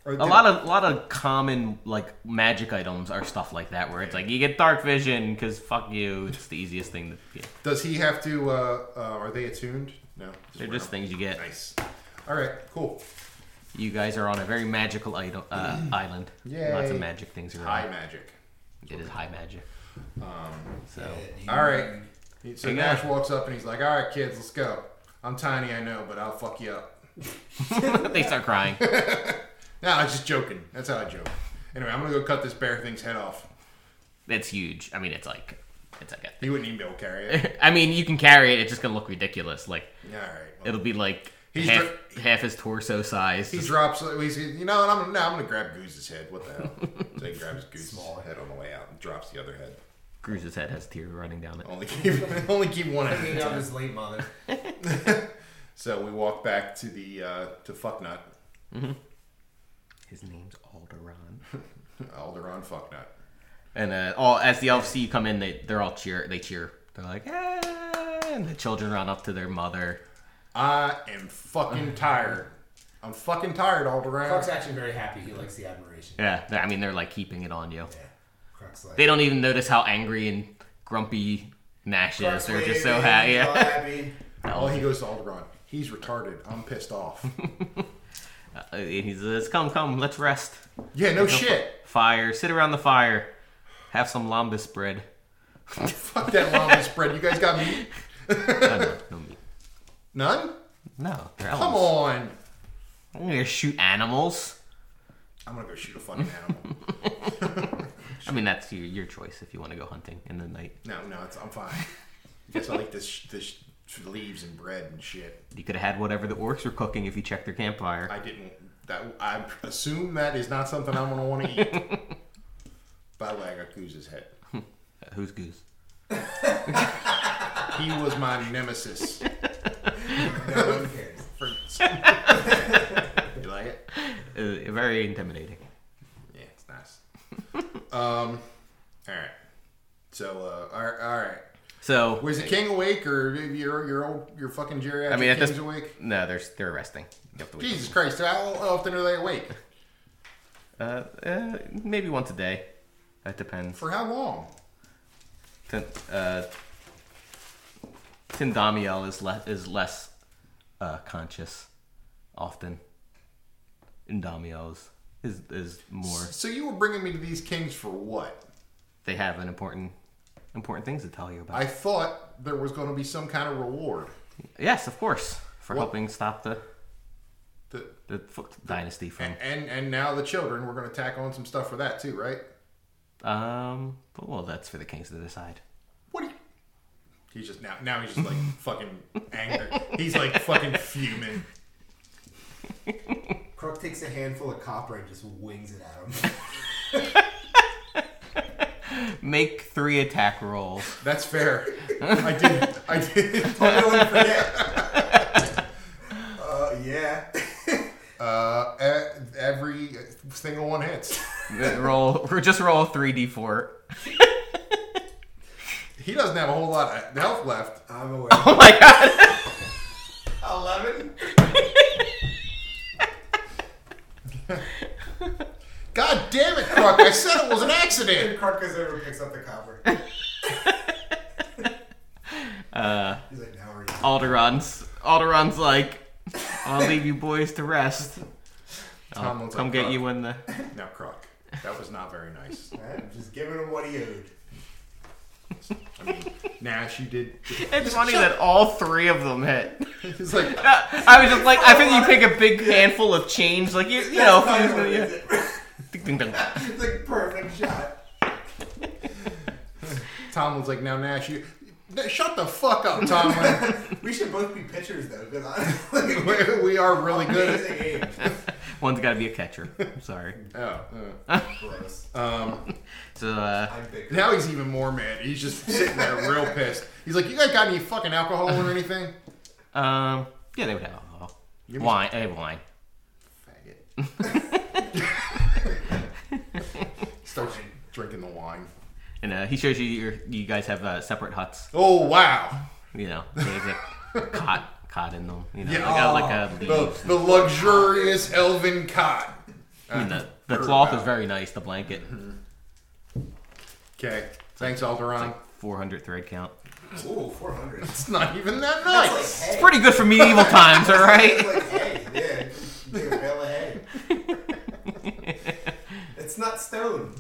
[SPEAKER 3] Or
[SPEAKER 2] a lot of a lot of common like magic items are stuff like that, where it's like you get dark vision because fuck you, it's the easiest thing. To, yeah.
[SPEAKER 3] does he have to? Uh, uh, are they attuned? No,
[SPEAKER 2] They're
[SPEAKER 3] wear
[SPEAKER 2] just
[SPEAKER 3] them.
[SPEAKER 2] things you get.
[SPEAKER 3] Nice. All right, cool.
[SPEAKER 2] You guys are on a very magical idol, uh, island. Lots
[SPEAKER 3] Yay.
[SPEAKER 2] of magic things around.
[SPEAKER 3] High magic.
[SPEAKER 2] It is high magic. Um, so
[SPEAKER 3] All right. So
[SPEAKER 2] Hey,
[SPEAKER 3] Nash
[SPEAKER 2] guys.
[SPEAKER 3] walks up and he's like, "All right, kids, let's go. I'm tiny, I know, but I'll fuck you up."
[SPEAKER 2] they start crying.
[SPEAKER 3] No, I was just joking. That's how I joke. Anyway, I'm gonna go cut this bear thing's head off.
[SPEAKER 2] It's huge. I mean, it's like it's like
[SPEAKER 3] He wouldn't even be able to carry it.
[SPEAKER 2] a. I mean, you can carry it. It's just gonna look ridiculous. Like
[SPEAKER 3] All right. well,
[SPEAKER 2] It'll be like
[SPEAKER 3] He's
[SPEAKER 2] half,
[SPEAKER 3] dr-
[SPEAKER 2] half his torso size.
[SPEAKER 3] He drops. He's you know, and I'm no, I'm gonna grab Goose's head. What the hell? so he grabs Goose's head on the way out and drops the other head.
[SPEAKER 2] Cruz's head has a tear running down it.
[SPEAKER 3] Only keep only keep one at a
[SPEAKER 5] Thinking of
[SPEAKER 3] time.
[SPEAKER 5] his late mother.
[SPEAKER 3] So we walk back to the uh, to Fucknut,
[SPEAKER 2] His name's Alderon.
[SPEAKER 3] Alderon Fucknut.
[SPEAKER 2] And uh, all as the elves see you come in, they they're all cheer. They cheer. They're like, "Hey!" and the children run up to their mother.
[SPEAKER 3] I am fucking tired. I'm fucking tired,
[SPEAKER 4] Croc's
[SPEAKER 3] Alderon.
[SPEAKER 4] actually very happy. He likes the admiration.
[SPEAKER 2] Yeah, they're- I mean they're like keeping it on you.
[SPEAKER 4] Yeah. Croc's like.
[SPEAKER 2] They don't even notice how angry and grumpy Nash is. They're just so
[SPEAKER 5] Waving,
[SPEAKER 2] happy.
[SPEAKER 5] all
[SPEAKER 2] Yeah.
[SPEAKER 5] happy.
[SPEAKER 3] All he goes to Alderon. He's retarded. I'm pissed off.
[SPEAKER 2] And he says, "Come, come, let's rest.
[SPEAKER 3] Yeah, no shit.
[SPEAKER 2] Fire. Sit around the fire. Have some lambus bread.
[SPEAKER 3] Fuck that llama spread. You guys got meat?
[SPEAKER 2] No, no, no meat.
[SPEAKER 3] None?
[SPEAKER 2] No, they're
[SPEAKER 3] Come
[SPEAKER 2] elves.
[SPEAKER 3] on.
[SPEAKER 2] I'm gonna shoot animals.
[SPEAKER 3] I'm gonna go shoot a fucking animal.
[SPEAKER 2] I mean that's your your choice if you want to go hunting in the night.
[SPEAKER 3] No, no, it's, I'm fine. Guess I like this sh- this sh- leaves and bread and shit.
[SPEAKER 2] You could have had whatever the orcs were cooking if you checked their campfire.
[SPEAKER 3] I didn't. That I assume that is not something I'm gonna want to eat. By the way, I got Goose's head.
[SPEAKER 2] Uh, who's goose?
[SPEAKER 3] He was my nemesis.
[SPEAKER 5] No one cares.
[SPEAKER 3] For- you like it?
[SPEAKER 2] Uh, very intimidating.
[SPEAKER 3] Yeah, it's nice. Um, all right. So, uh, all right, all right.
[SPEAKER 2] So
[SPEAKER 3] Was the king awake or your your old your fucking geriatric
[SPEAKER 2] I mean, at
[SPEAKER 3] king's
[SPEAKER 2] this-
[SPEAKER 3] awake?
[SPEAKER 2] no, they're they're resting. You have to wait.
[SPEAKER 3] Jesus Christ! How often are they awake?
[SPEAKER 2] Uh, uh, maybe once a day. That depends.
[SPEAKER 3] For how long?
[SPEAKER 2] Tin, uh, Tindamiel is less is less uh, conscious often. Indamiel is, is is more.
[SPEAKER 3] So you were bringing me to these kings for what?
[SPEAKER 2] They have an important important things to tell you about.
[SPEAKER 3] I thought there was going to be some kind of reward.
[SPEAKER 2] yes, of course, for
[SPEAKER 3] What?
[SPEAKER 2] helping stop the
[SPEAKER 3] The,
[SPEAKER 2] the fo- dynasty from.
[SPEAKER 3] and and now the children, we're going to tack on some stuff for that too, right?
[SPEAKER 2] Um, but, well, that's for the kings to decide.
[SPEAKER 3] What? do you... He's just now now he's just like fucking angry. He's like fucking fuming.
[SPEAKER 4] Croc takes a handful of copper and just wings it at him.
[SPEAKER 2] Make three attack rolls.
[SPEAKER 3] That's fair. I did. I did.
[SPEAKER 5] I don't forget. uh, yeah.
[SPEAKER 3] Uh, e- every single one hits.
[SPEAKER 2] Uh, roll, just roll three d4.
[SPEAKER 3] He doesn't have a whole lot of health left.
[SPEAKER 5] I'm aware.
[SPEAKER 2] Oh my god!
[SPEAKER 5] 11?
[SPEAKER 3] God damn it, Croc! I said it was an accident.
[SPEAKER 5] And Clark goes over and picks up the copper.
[SPEAKER 2] Uh,
[SPEAKER 5] He's like, now we're
[SPEAKER 2] Alderon's Alderon's like, I'll leave you boys to rest. I'll
[SPEAKER 3] Tomlin's
[SPEAKER 2] Oh, come
[SPEAKER 3] like,
[SPEAKER 2] get
[SPEAKER 3] "Fuck."
[SPEAKER 2] you when the.
[SPEAKER 3] Now, Croc, that was not very nice.
[SPEAKER 5] I'm just giving him what he owed.
[SPEAKER 3] I mean, Nash, you did.
[SPEAKER 2] It's funny that all three of them hit.
[SPEAKER 3] It's like
[SPEAKER 2] I was just like, I think you pick a big handful of change, like you, you know.
[SPEAKER 5] That's not
[SPEAKER 2] who's gonna-
[SPEAKER 5] what it
[SPEAKER 2] yeah.
[SPEAKER 5] is.
[SPEAKER 2] Ding, ding, ding.
[SPEAKER 5] It's like perfect shot.
[SPEAKER 3] Tomlin's like, now Nash, you N- shut the fuck up, Tomlin.
[SPEAKER 5] We should both be pitchers though, because honestly, we're
[SPEAKER 3] We- we are really good.
[SPEAKER 5] amazing game.
[SPEAKER 2] One's got to be a catcher. I'm sorry.
[SPEAKER 3] At, oh, uh.
[SPEAKER 5] Gross.
[SPEAKER 2] So uh,
[SPEAKER 5] I'm bigger.
[SPEAKER 3] now he's even more mad. He's just sitting there, real pissed. He's like, you guys got any fucking alcohol or anything?
[SPEAKER 2] um, yeah, they would have alcohol.
[SPEAKER 3] me
[SPEAKER 2] Wine, they have wine.
[SPEAKER 3] Faggot. Starts drinking the wine.
[SPEAKER 2] And uh, he shows you your, you guys have uh, separate huts.
[SPEAKER 3] Oh wow!
[SPEAKER 2] You know, there's a cot cot in them. You know,
[SPEAKER 3] Yeah.
[SPEAKER 2] they got like um, a
[SPEAKER 3] The,
[SPEAKER 2] leaves.
[SPEAKER 3] the luxurious elven cot.
[SPEAKER 2] I mean, the, the
[SPEAKER 3] Heard
[SPEAKER 2] cloth
[SPEAKER 3] about
[SPEAKER 2] is very nice. The blanket,
[SPEAKER 3] Okay, thanks, Alderon.
[SPEAKER 2] 400 thread count.
[SPEAKER 5] Ooh, 400.
[SPEAKER 3] It's not even that nice.
[SPEAKER 5] That's like hay.
[SPEAKER 2] It's pretty good for medieval times, all
[SPEAKER 5] It's
[SPEAKER 2] right.
[SPEAKER 5] like hay. Yeah, you get a bale of hay. It's not stone.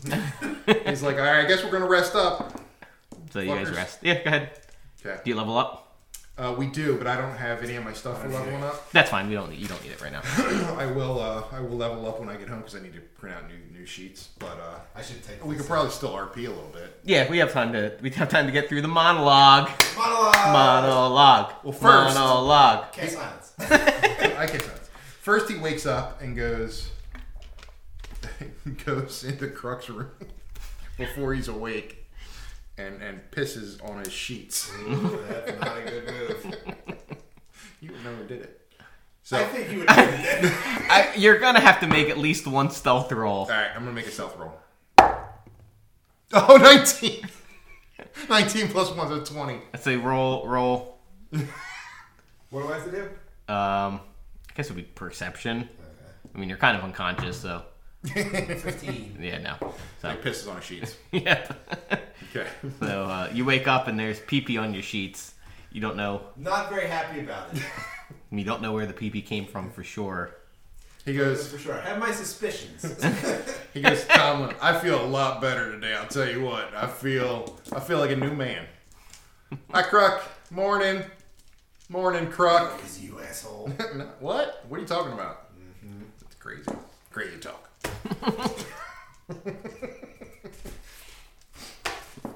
[SPEAKER 3] He's like, all right, I guess we're gonna rest up.
[SPEAKER 2] So you guys
[SPEAKER 3] Fuckers.
[SPEAKER 2] rest. Yeah, go ahead. Do
[SPEAKER 3] Okay,
[SPEAKER 2] you level up?
[SPEAKER 3] uh, we do, but I don't have any of my stuff for leveling up.
[SPEAKER 2] That's fine. We don't. Need, you don't need it right now.
[SPEAKER 3] I will. Uh, I will level up when I get home because I need to print out new new sheets. But uh,
[SPEAKER 5] I should take
[SPEAKER 3] we
[SPEAKER 5] this
[SPEAKER 3] could probably still RP a little bit.
[SPEAKER 2] Yeah, we have time to. We have time to get through the monologue.
[SPEAKER 5] out. Monologue.
[SPEAKER 2] Monologue.
[SPEAKER 3] Well, first-
[SPEAKER 2] monologue.
[SPEAKER 5] Okay, silence.
[SPEAKER 3] I get that. First, he wakes up and goes goes into Crux room before he's awake. and and pisses on his sheets.
[SPEAKER 4] Mm-hmm.
[SPEAKER 5] That's not a good move.
[SPEAKER 3] you never did it. So
[SPEAKER 5] I think you would have done that.
[SPEAKER 2] I, you're gonna have to make at least one stealth roll.
[SPEAKER 3] all right, I'm gonna make a stealth roll. Oh, 19. 19 plus one's a 20.
[SPEAKER 2] I'd say roll, roll.
[SPEAKER 5] What do I have to do?
[SPEAKER 2] Um, I guess it would be perception. I mean, you're kind of unconscious, so
[SPEAKER 5] 15.
[SPEAKER 2] yeah, no.
[SPEAKER 3] He
[SPEAKER 2] So
[SPEAKER 3] pisses on his sheets.
[SPEAKER 2] yeah.
[SPEAKER 3] Okay.
[SPEAKER 2] so uh, you wake up and there's pee pee on your sheets. You don't know.
[SPEAKER 5] Not very happy about it.
[SPEAKER 2] You don't know where the pee pee came from for sure.
[SPEAKER 3] He
[SPEAKER 5] That's
[SPEAKER 3] goes.
[SPEAKER 5] for sure. I have my suspicions.
[SPEAKER 3] He goes. Tomlin, I feel a lot better today. I'll tell you what. I feel. I feel like a new man. Hi, Cruck. Morning. Morning, Cruck.
[SPEAKER 5] Because you asshole.
[SPEAKER 3] No, what? What are you talking about? It's crazy. Crazy talk.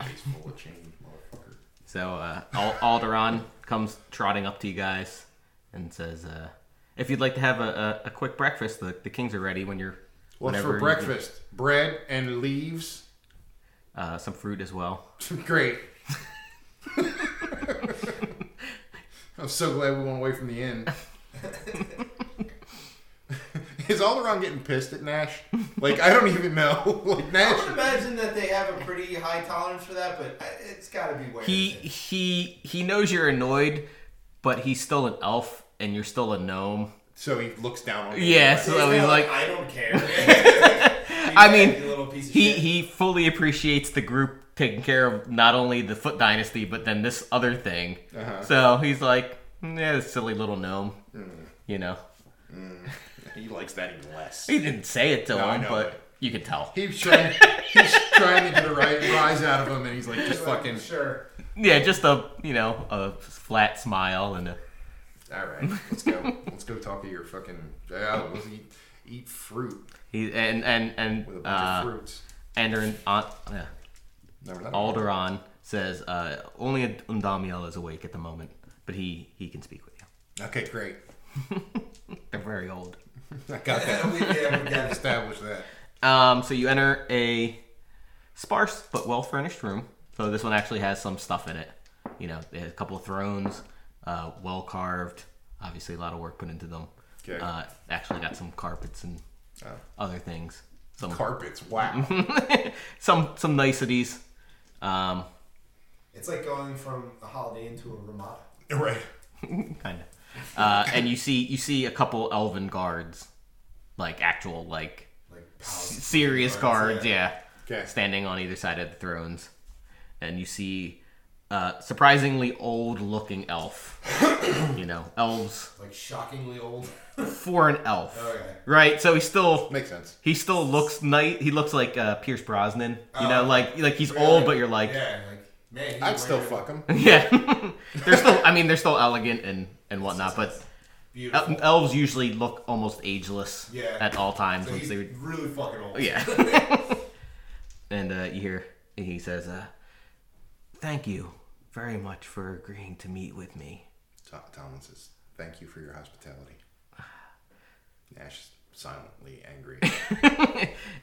[SPEAKER 3] He's full of change, motherfucker.
[SPEAKER 2] So uh, Al- Alderon comes trotting up to you guys and says, uh, "If you'd like to have a, a, a quick breakfast, the, the kings are ready when you're."
[SPEAKER 3] What's
[SPEAKER 2] whenever
[SPEAKER 3] for
[SPEAKER 2] you-
[SPEAKER 3] breakfast? Bread and leaves.
[SPEAKER 2] Uh, some fruit as well.
[SPEAKER 3] Great. I'm so glad we went away from the end. Is Alderaan getting pissed at Nash? Like I don't even know. Like
[SPEAKER 5] I
[SPEAKER 3] Nash,
[SPEAKER 5] would imagine that they have a pretty high tolerance for that, but I- it's got to be wearing.
[SPEAKER 2] He
[SPEAKER 5] thin.
[SPEAKER 2] he he knows you're annoyed, but he's still an elf and you're still a gnome.
[SPEAKER 3] so he looks down on. you.
[SPEAKER 2] Yeah, so
[SPEAKER 5] It's
[SPEAKER 2] he's
[SPEAKER 5] not
[SPEAKER 2] like,
[SPEAKER 5] I don't care.
[SPEAKER 2] I mean,
[SPEAKER 5] You little piece of
[SPEAKER 2] he
[SPEAKER 5] shit.
[SPEAKER 2] he fully appreciates the group taking care of not only the Foot Dynasty but then this other thing.
[SPEAKER 3] Uh-huh.
[SPEAKER 2] So he's like, "Mm, yeah, this silly little gnome, you know.
[SPEAKER 3] Mm. He likes that even less.
[SPEAKER 2] He didn't say it to
[SPEAKER 3] No, I
[SPEAKER 2] him,
[SPEAKER 3] know,
[SPEAKER 2] but
[SPEAKER 3] but-
[SPEAKER 2] you can tell.
[SPEAKER 3] He's trying. he's trying to get a right rise out of him, and he's like, just fucking.
[SPEAKER 5] Sure.
[SPEAKER 2] Yeah, just a you know a flat smile and a,
[SPEAKER 3] All right, let's go. Let's go talk to your fucking. Yeah, let's eat, eat fruit
[SPEAKER 2] he and and and
[SPEAKER 3] with a bunch
[SPEAKER 2] uh,
[SPEAKER 3] of fruits.
[SPEAKER 2] Anderin, uh, yeah,
[SPEAKER 3] Never that.
[SPEAKER 2] Alderon says uh, only Undamiel is awake at the moment, but he he can speak with you.
[SPEAKER 3] Okay, great.
[SPEAKER 2] They're very old.
[SPEAKER 3] I got that.
[SPEAKER 5] Yeah, we, yeah, we got it.
[SPEAKER 3] Establish that.
[SPEAKER 2] Um, so you enter a sparse but well furnished room. So this one actually has some stuff in it. You know, it has a couple of thrones, uh, well carved. Obviously, a lot of work put into them.
[SPEAKER 3] Okay.
[SPEAKER 2] Uh, actually, got some carpets and
[SPEAKER 3] Oh.
[SPEAKER 2] other things. Some
[SPEAKER 3] Carpets.
[SPEAKER 2] Mm-hmm.
[SPEAKER 3] Wow.
[SPEAKER 2] some some niceties. Um,
[SPEAKER 5] It's like going from a Holiday Inn to a Ramada.
[SPEAKER 3] right.
[SPEAKER 2] kind of. Uh, and you see you see a couple elven guards, like actual like
[SPEAKER 5] Like
[SPEAKER 2] s-
[SPEAKER 4] Oh,
[SPEAKER 5] palace.
[SPEAKER 2] serious guards,
[SPEAKER 5] Guards,
[SPEAKER 2] yeah.
[SPEAKER 3] Okay.
[SPEAKER 2] standing on either side of the thrones, and you see uh, surprisingly old-looking elf. you know, elves
[SPEAKER 5] Like shockingly old.
[SPEAKER 2] for an elf,
[SPEAKER 5] Okay.
[SPEAKER 2] right? So he still
[SPEAKER 3] Makes sense.
[SPEAKER 2] he still looks nice. He looks like uh, Pierce Brosnan. You know, like like he's old, but you're like,
[SPEAKER 5] Oh. Yeah, like, man. he's
[SPEAKER 3] I'd still
[SPEAKER 5] wearing
[SPEAKER 3] fuck him.
[SPEAKER 2] yeah. they're still. I mean, they're still elegant and and whatnot, but.
[SPEAKER 5] Beautiful.
[SPEAKER 2] El- elves usually look almost ageless
[SPEAKER 5] Yeah.
[SPEAKER 2] at all times
[SPEAKER 5] So
[SPEAKER 2] once
[SPEAKER 5] he's
[SPEAKER 2] they
[SPEAKER 5] really fucking old.
[SPEAKER 2] yeah and uh, you hear he says uh, thank you very much for agreeing to meet with me
[SPEAKER 3] Tom- Tomlin says, "Thank you for your hospitality." Nash is silently angry.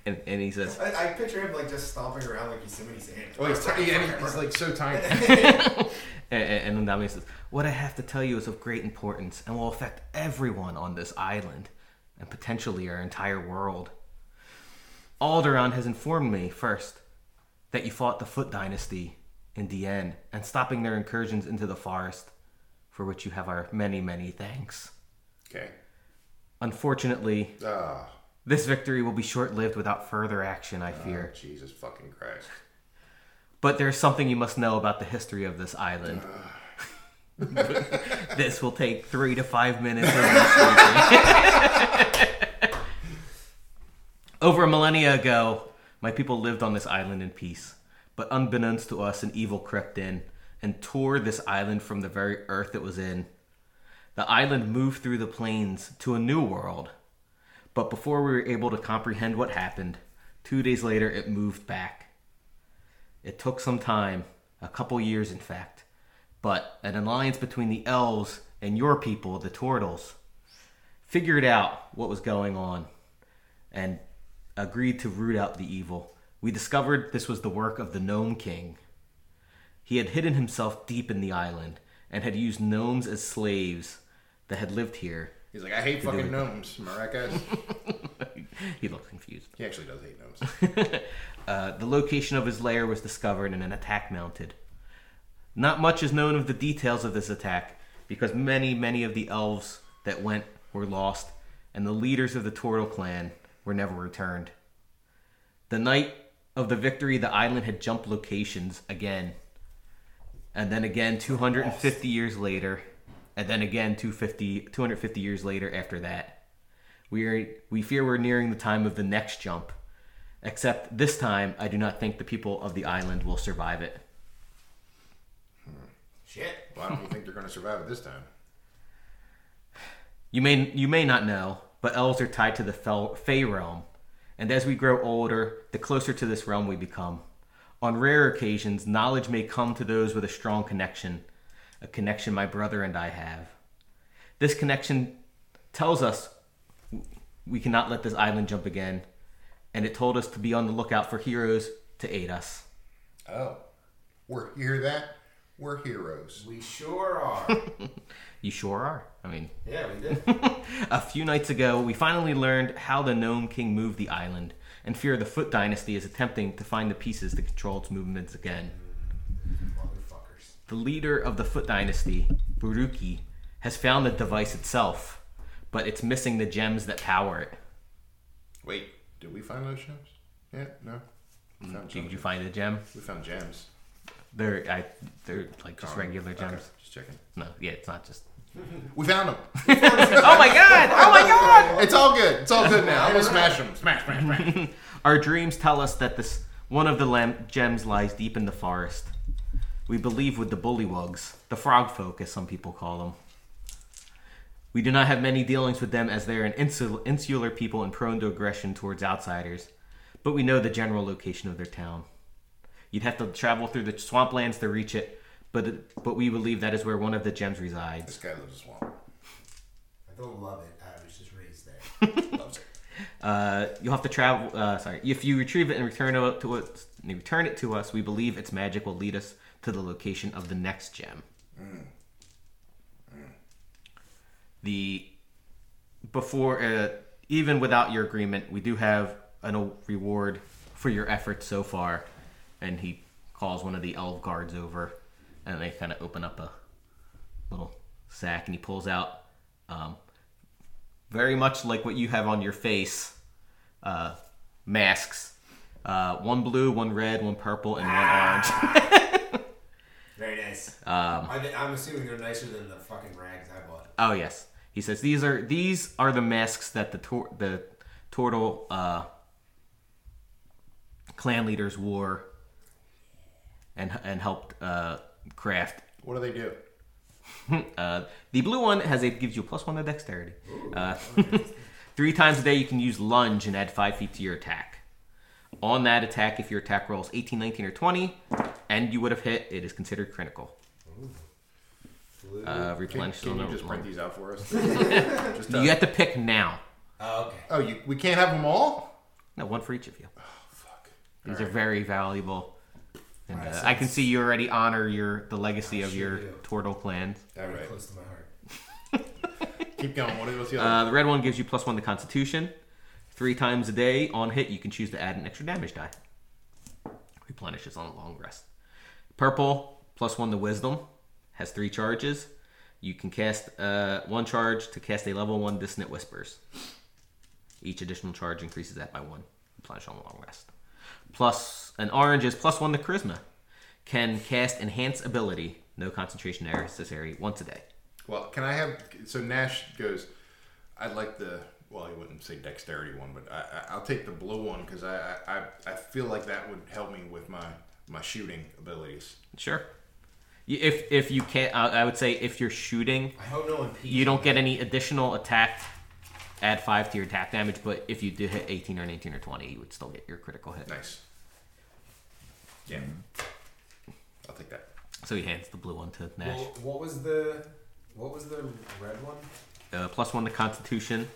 [SPEAKER 2] and, and he says
[SPEAKER 5] I, I picture him like just stomping around like Yosemite Sam.
[SPEAKER 3] Oh, he's, tiny and he's like so tiny.
[SPEAKER 2] and, and, and Nami says what i have to tell you is of great importance and will affect everyone on this island and potentially our entire world alderon has informed me first that you fought the foot dynasty in dien and stopping their incursions into the forest for which you have our many many thanks
[SPEAKER 3] Okay.
[SPEAKER 2] Unfortunately,
[SPEAKER 3] Oh,
[SPEAKER 2] this victory will be short lived without further action, I fear.
[SPEAKER 3] Jesus fucking Christ.
[SPEAKER 2] But there's something you must know about the history of this island. this will take three to five minutes. of speaking. Over a millennia ago, my people lived on this island in peace. But unbeknownst to us, an evil crept in and tore this island from the very earth it was in. The island moved through the plains to a new world. But before we were able to comprehend what happened, two days later it moved back. It took some time, a couple years in fact, but an alliance between the elves and your people, the Tortles, figured out what was going on and agreed to root out the evil. We discovered this was the work of the Gnome King, He had hidden himself deep in the island and had used gnomes as slaves that had lived here.
[SPEAKER 3] He's like, I hate fucking
[SPEAKER 2] doing-
[SPEAKER 3] gnomes. Am I right, guys?
[SPEAKER 2] he looked confused.
[SPEAKER 3] he actually does hate gnomes.
[SPEAKER 2] Uh, the location of his lair was discovered and an attack mounted. Not much is known of the details of this attack because many, many of the elves that went were lost, and the leaders of the Tortle clan were never returned. The night of the victory, the island had jumped locations again. And then again, 250 years later, and then again, 250, 250 years later after that. We, are, we fear we're nearing the time of the next jump. Except this time, I do not think the people of the island will survive it.
[SPEAKER 5] Shit.
[SPEAKER 3] Why don't you think they're going to survive it this time?
[SPEAKER 2] You may you may not know, but elves are tied to the fel- Fey realm, and as we grow older, the closer to this realm we become. On rare occasions, knowledge may come to those with a strong connection, a connection my brother and I have. This connection tells us we cannot let this island jump again, and it told us to be on the lookout for heroes to aid us.
[SPEAKER 3] Oh. We're, you hear that? We're heroes.
[SPEAKER 5] We sure are.
[SPEAKER 2] You sure are. I mean,
[SPEAKER 5] yeah, we did.
[SPEAKER 2] A few nights ago, we finally learned how the Gnome King moved the island, and fear the Foot Dynasty is attempting to find the pieces to control its movements again.
[SPEAKER 5] Motherfuckers.
[SPEAKER 2] The leader of the Foot Dynasty, Buruki, has found the device itself, but it's missing the gems that power it.
[SPEAKER 3] Wait, did we find those gems? Yeah, no. We found
[SPEAKER 2] Mm, Did
[SPEAKER 3] gems.
[SPEAKER 2] you find the gem?
[SPEAKER 3] We found gems.
[SPEAKER 2] They're I, they're like just regular
[SPEAKER 3] Okay,
[SPEAKER 2] gems.
[SPEAKER 3] just checking.
[SPEAKER 2] No, yeah, it's not just.
[SPEAKER 3] We found them.
[SPEAKER 2] Oh my god! Oh my god!
[SPEAKER 3] It's all good. It's all good now. I'm gonna smash them. Smash, smash, smash.
[SPEAKER 2] Our dreams tell us that this one of the lam- gems lies deep in the forest. We believe with the bullywugs, the frog folk, as some people call them. We do not have many dealings with them as they are an insul- insular people and prone to aggression towards outsiders, but we know the general location of their town. You'd have to travel through the swamplands to reach it, but but we believe that is where one of the gems resides.
[SPEAKER 3] This guy lives in swamp.
[SPEAKER 5] I don't love it. I was just raised there.
[SPEAKER 3] Loves it.
[SPEAKER 2] Uh, you'll have to travel. Uh, sorry, if you retrieve it and return it to us, return it to us, we believe its magic will lead us to the location of the next gem. The before uh, even without your agreement, we do have an a reward for your efforts so far, and he calls one of the elf guards over, and they kind of open up a little sack, and he pulls out. Um, very much like what you have on your face uh, masks uh, one blue one red one purple and one orange
[SPEAKER 5] Very nice.
[SPEAKER 2] Um,
[SPEAKER 5] I, am assuming they're nicer than the fucking rags I bought.
[SPEAKER 2] oh yes he says these are these are the masks that the tor- the turtle uh, clan leaders wore and and helped uh, craft
[SPEAKER 3] What do they do?
[SPEAKER 2] Uh, the blue one has a gives you a plus one to dexterity. Uh, three times a day, you can use lunge and add five feet to your attack. On that attack, if your attack rolls 18, 19, or 20, and you would have hit, it is considered critical.
[SPEAKER 5] Blue.
[SPEAKER 2] Uh,
[SPEAKER 3] Can,
[SPEAKER 2] replenish
[SPEAKER 3] can
[SPEAKER 2] on
[SPEAKER 3] you
[SPEAKER 2] the-
[SPEAKER 3] just print these out for us? just uh,
[SPEAKER 2] You have to pick now.
[SPEAKER 5] oh, okay.
[SPEAKER 3] Oh, you, we can't have them all?
[SPEAKER 2] No, one for each of you.
[SPEAKER 3] Oh, Fuck.
[SPEAKER 2] These are very valuable. And,
[SPEAKER 5] Alright,
[SPEAKER 2] uh,
[SPEAKER 5] so
[SPEAKER 2] I can see you already honor your the legacy
[SPEAKER 3] Oh,
[SPEAKER 2] of your
[SPEAKER 5] do.
[SPEAKER 2] Tortle clan.
[SPEAKER 3] All right.
[SPEAKER 5] Close to my heart.
[SPEAKER 3] Keep going. What was the other?
[SPEAKER 2] Uh, the red one gives you plus one to Constitution. Three times a day on hit, you can choose to add an extra damage die. Replenishes on a long rest. Purple plus one to Wisdom has three charges. You can cast uh, one charge to cast a level one Dissonant Whispers. Each additional charge increases that by one. Replenish on a long rest. Plus an orange is plus one to Charisma. Can cast Enhance Ability. No concentration error necessary once a day.
[SPEAKER 3] well, can I have? So Nash goes. I'd like the. Well, he wouldn't say dexterity one, but I, I, I'll take the blue one because I, I I- I feel like that would help me with my my shooting abilities.
[SPEAKER 2] Sure. Y- If if you can't, I I would say if you're shooting,
[SPEAKER 5] I hope no one pees.
[SPEAKER 2] you don't get any additional attack. Add five to your attack damage, but if you do hit 18 or 19 or 20, you would still get your critical hit.
[SPEAKER 3] Nice. Yeah. I'll take that.
[SPEAKER 2] So he hands the blue one to Nash.
[SPEAKER 5] Well, what was the what was the red one?
[SPEAKER 2] Uh, plus one to Constitution.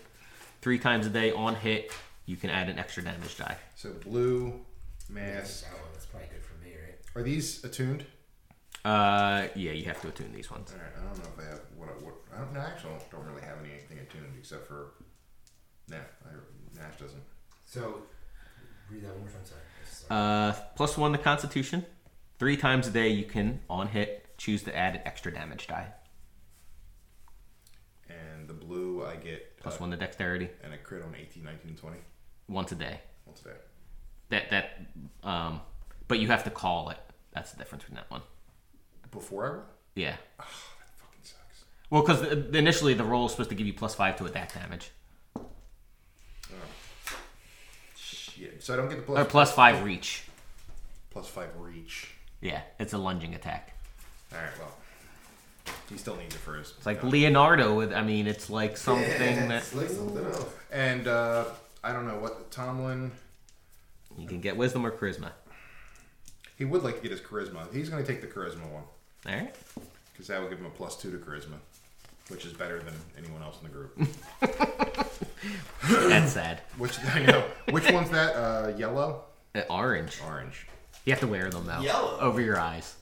[SPEAKER 2] Three times a day on hit, you can add an extra damage die.
[SPEAKER 3] So blue
[SPEAKER 5] Yeah,
[SPEAKER 3] mask.
[SPEAKER 5] That one. That's probably good for me, right?
[SPEAKER 3] Are these attuned?
[SPEAKER 2] Uh, yeah, you have to attune these ones.
[SPEAKER 3] All right, I don't know if I have what I what I don't no, actually I don't- don't really have anything attuned except for nah, I, Nash doesn't.
[SPEAKER 5] So, read that one more time. Sorry. Sorry.
[SPEAKER 2] Uh, plus one to Constitution. Three times a day, you can on hit choose to add an extra damage die.
[SPEAKER 3] And the blue I get
[SPEAKER 2] Plus
[SPEAKER 3] uh,
[SPEAKER 2] one to Dexterity
[SPEAKER 3] and a crit on 18, 19, 20.
[SPEAKER 2] once a day.
[SPEAKER 3] What's that?
[SPEAKER 2] That that um, but you have to call it. That's the difference between that one.
[SPEAKER 3] Before I roll?
[SPEAKER 2] Yeah.
[SPEAKER 3] Oh, that fucking sucks.
[SPEAKER 2] Well, because initially the roll is supposed to give you plus five to attack damage,
[SPEAKER 3] Shit. So I don't get the
[SPEAKER 2] or
[SPEAKER 3] plus
[SPEAKER 2] plus five reach.
[SPEAKER 3] plus five reach.
[SPEAKER 2] Yeah, it's a lunging attack.
[SPEAKER 3] All right, well, he still needs it for his.
[SPEAKER 2] It's like Leonardo with. I mean, it's like something that
[SPEAKER 5] It's like something else.
[SPEAKER 3] and uh, I don't know what Tomlin.
[SPEAKER 2] you can get wisdom or charisma.
[SPEAKER 3] He would like to get his charisma. He's going to take the charisma one
[SPEAKER 2] All right.
[SPEAKER 3] because that would give him a plus two to charisma, which is better than anyone else in the group.
[SPEAKER 2] That's sad.
[SPEAKER 3] which I know. Which one's that? Uh, yellow,
[SPEAKER 2] Uh, orange.
[SPEAKER 3] orange.
[SPEAKER 2] You have to wear them though.
[SPEAKER 5] Yellow.
[SPEAKER 2] Over your eyes.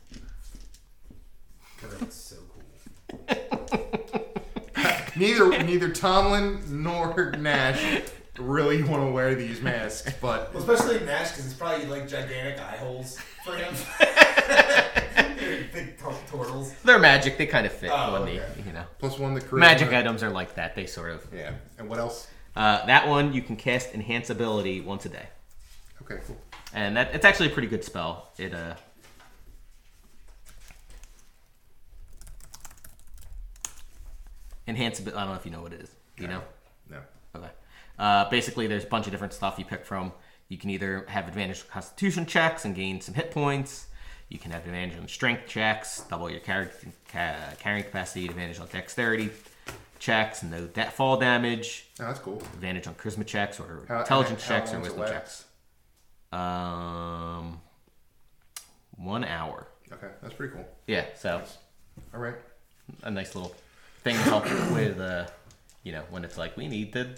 [SPEAKER 5] Because it's so cool.
[SPEAKER 3] Neither neither Tomlin nor Nash really want to wear these masks, but
[SPEAKER 5] Well, especially Nash, because it's probably like gigantic eye holes for him. Big tur- turtles.
[SPEAKER 2] They're magic. They kind of fit.
[SPEAKER 5] Oh,
[SPEAKER 2] when
[SPEAKER 5] okay.
[SPEAKER 2] they, you know,
[SPEAKER 3] plus one the charisma.
[SPEAKER 2] magic items are like that. They sort of.
[SPEAKER 3] Yeah. And what else?
[SPEAKER 2] Uh, that one you can cast enhance ability once a day,
[SPEAKER 3] Okay, cool.
[SPEAKER 2] and that it's actually a pretty good spell. It uh. Enhance. abi- I don't know if you know what it is. Do You know.
[SPEAKER 3] No.
[SPEAKER 2] Okay. Uh, basically, there's a bunch of different stuff you pick from. You can either have advantage on Constitution checks and gain some hit points. You can have advantage on Strength checks, double your car- ca- carrying capacity, advantage on Dexterity checks, no da- fall damage,
[SPEAKER 3] No, that's cool.
[SPEAKER 2] advantage on Charisma checks or
[SPEAKER 3] How-
[SPEAKER 2] Intelligence
[SPEAKER 3] how
[SPEAKER 2] checks or
[SPEAKER 3] long's it
[SPEAKER 2] Wisdom
[SPEAKER 3] last?
[SPEAKER 2] checks. Um, one hour.
[SPEAKER 3] Okay, that's pretty cool.
[SPEAKER 2] Yeah, so
[SPEAKER 3] All right.
[SPEAKER 2] a nice little thing to help with, uh, you know, when it's like we need to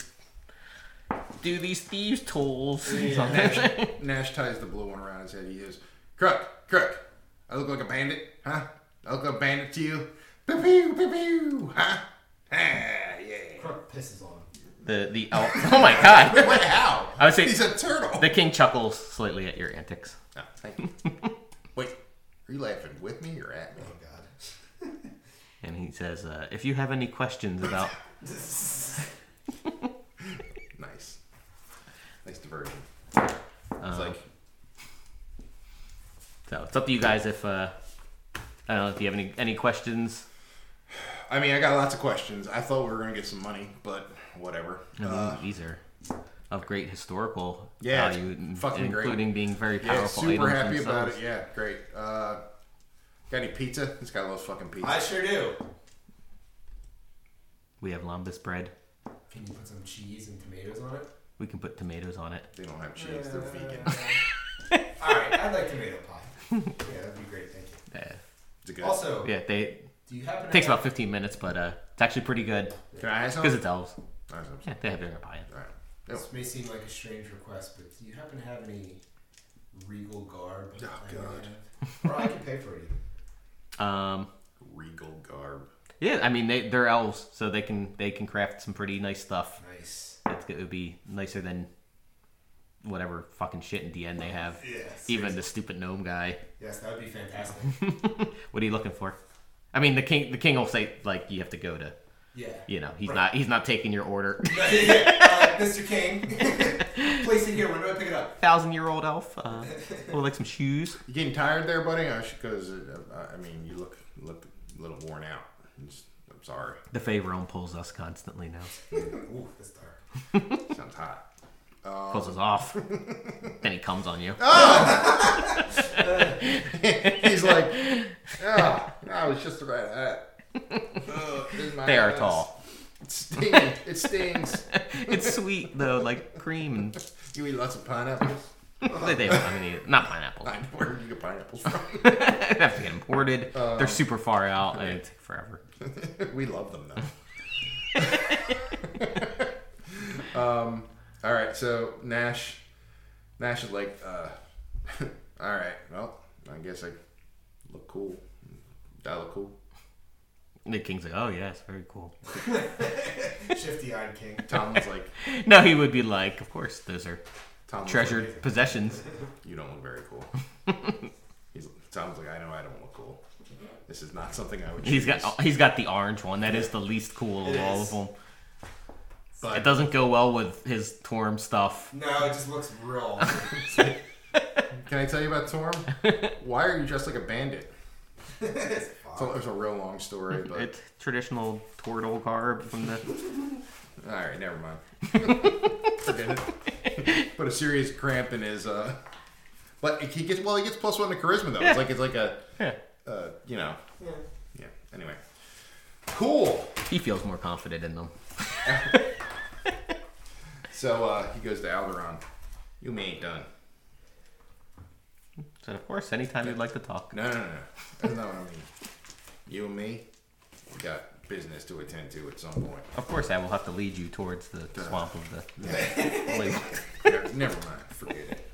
[SPEAKER 2] do these thieves' tools.
[SPEAKER 3] Nash ties the blue one around his head. He is crook, crook. I look like a bandit, huh? I look like a bandit to you. Pew pew pew pew, huh? Ah, yeah.
[SPEAKER 5] Crook pisses on him.
[SPEAKER 2] The the elf. Oh my god!
[SPEAKER 3] Wait, how?
[SPEAKER 2] I would say-
[SPEAKER 3] he's a turtle.
[SPEAKER 2] The king chuckles slightly at your antics.
[SPEAKER 3] Oh, thank you. Wait, are you laughing with me or at me?
[SPEAKER 5] Oh, God.
[SPEAKER 2] And he says, uh, "If you have any questions about,
[SPEAKER 3] Nice, nice diversion. It's like
[SPEAKER 2] so it's up to you guys. If uh, I don't know if you have any any questions.
[SPEAKER 3] I mean, I got lots of questions. I thought we were gonna get some money, but whatever.
[SPEAKER 2] I mean,
[SPEAKER 3] Uh,
[SPEAKER 2] these are of great historical
[SPEAKER 3] Yeah, it's
[SPEAKER 2] value, in-
[SPEAKER 3] fucking great.
[SPEAKER 2] including being very
[SPEAKER 3] yeah,
[SPEAKER 2] powerful.
[SPEAKER 3] super
[SPEAKER 2] items
[SPEAKER 3] happy about
[SPEAKER 2] themselves.
[SPEAKER 3] it. Yeah, great. Uh, got any pizza? This guy loves fucking pizza.
[SPEAKER 5] I sure do.
[SPEAKER 2] We have lambus bread.
[SPEAKER 5] Can you put some cheese and tomatoes on it?
[SPEAKER 2] We can put tomatoes on it.
[SPEAKER 3] They don't have cheese. They're vegan.
[SPEAKER 5] All right, I'd like tomato pie. Yeah, that'd be great. Thank you.
[SPEAKER 2] Uh,
[SPEAKER 3] Is it good?
[SPEAKER 5] Also,
[SPEAKER 2] yeah, they it
[SPEAKER 5] do you happen to
[SPEAKER 2] takes
[SPEAKER 5] have,
[SPEAKER 2] about 15 minutes, but uh, it's actually pretty good
[SPEAKER 3] Can I have some?
[SPEAKER 2] because it's elves.
[SPEAKER 3] Alright, so-
[SPEAKER 2] Yeah, they have their pie.
[SPEAKER 3] alright.
[SPEAKER 5] This may seem like a strange request, but do you happen to have any regal garb?
[SPEAKER 3] Oh,
[SPEAKER 5] I may
[SPEAKER 3] God.
[SPEAKER 5] have? Or I can pay for it. even.
[SPEAKER 2] Um,
[SPEAKER 3] Regal garb.
[SPEAKER 2] yeah, I mean they they're elves, so they can they can craft some pretty nice stuff.
[SPEAKER 5] Nice.
[SPEAKER 2] It's, it would be nicer than whatever fucking shit in DN they have.
[SPEAKER 5] Yes.
[SPEAKER 2] Even the stupid gnome guy.
[SPEAKER 5] Yes, that would be fantastic.
[SPEAKER 2] What are you looking for? I mean, the king the king will say like you have to go to
[SPEAKER 5] Yeah.
[SPEAKER 2] you know he's
[SPEAKER 5] Right.
[SPEAKER 2] not he's not taking your order.
[SPEAKER 5] uh, Mr. King, place it here. When do I pick it up?
[SPEAKER 2] Thousand year old elf. Uh, would like some shoes.
[SPEAKER 3] You getting tired there, buddy? I should, cause uh, I I mean, you look look a little worn out. I'm, just, I'm sorry.
[SPEAKER 2] The Faerun pulls us constantly now.
[SPEAKER 5] Ooh, that's dark.
[SPEAKER 3] Sounds hot.
[SPEAKER 2] Pulls us off. then he comes on you.
[SPEAKER 3] He's like, oh, I was just right at.
[SPEAKER 2] they are tall.
[SPEAKER 3] It stings. It stings.
[SPEAKER 2] It's sweet though, like cream and
[SPEAKER 3] You eat lots of pineapples.
[SPEAKER 2] They, they, I mean, not pineapple.
[SPEAKER 3] I know where you get pineapples from.
[SPEAKER 2] They have to get imported. They're super far out. and It'd take forever.
[SPEAKER 3] we love them though. um, all right, so Nash, Nash is like, uh, all right, well, I guess I look cool. That look cool.
[SPEAKER 2] Nick King's like, oh yes, very cool.
[SPEAKER 5] Shifty eyed king.
[SPEAKER 3] Tom was like,
[SPEAKER 2] No, he would be like, of course, those are
[SPEAKER 3] Tom was
[SPEAKER 2] treasured
[SPEAKER 3] like,
[SPEAKER 2] possessions.
[SPEAKER 3] you don't look very cool. He's, Tom's like, I know I don't look cool. This is not something I would.
[SPEAKER 2] He's got
[SPEAKER 3] choose."
[SPEAKER 2] he's got the orange one. That is the least cool of
[SPEAKER 5] It
[SPEAKER 2] all of
[SPEAKER 5] is.
[SPEAKER 2] them.
[SPEAKER 3] But-
[SPEAKER 2] It doesn't go well with his Torm stuff.
[SPEAKER 5] No, it just looks real.
[SPEAKER 3] Can I tell you about Torm? Why are you dressed like a bandit?
[SPEAKER 5] It's
[SPEAKER 3] It's a, it's a real long story, but
[SPEAKER 2] It's traditional turtle garb from the.
[SPEAKER 3] all right, never mind. Forget it. Put a serious cramp in his. Uh, but he gets well. He gets plus one to charisma though.
[SPEAKER 2] Yeah.
[SPEAKER 3] It's like it's like a,
[SPEAKER 2] Yeah,
[SPEAKER 3] uh, you know,
[SPEAKER 5] Yeah.
[SPEAKER 3] yeah. Anyway, cool.
[SPEAKER 2] he feels more confident in them.
[SPEAKER 3] So uh, he goes to Alderon. You may ain't done.
[SPEAKER 2] So of course, anytime you'd like to talk.
[SPEAKER 3] No, no, no, no. That's not what I mean. You and me, we got business to attend to at some point.
[SPEAKER 2] Of course, I will have to lead you towards the swamp of the.
[SPEAKER 3] Yeah.
[SPEAKER 2] lake.
[SPEAKER 3] Never mind. Forget it.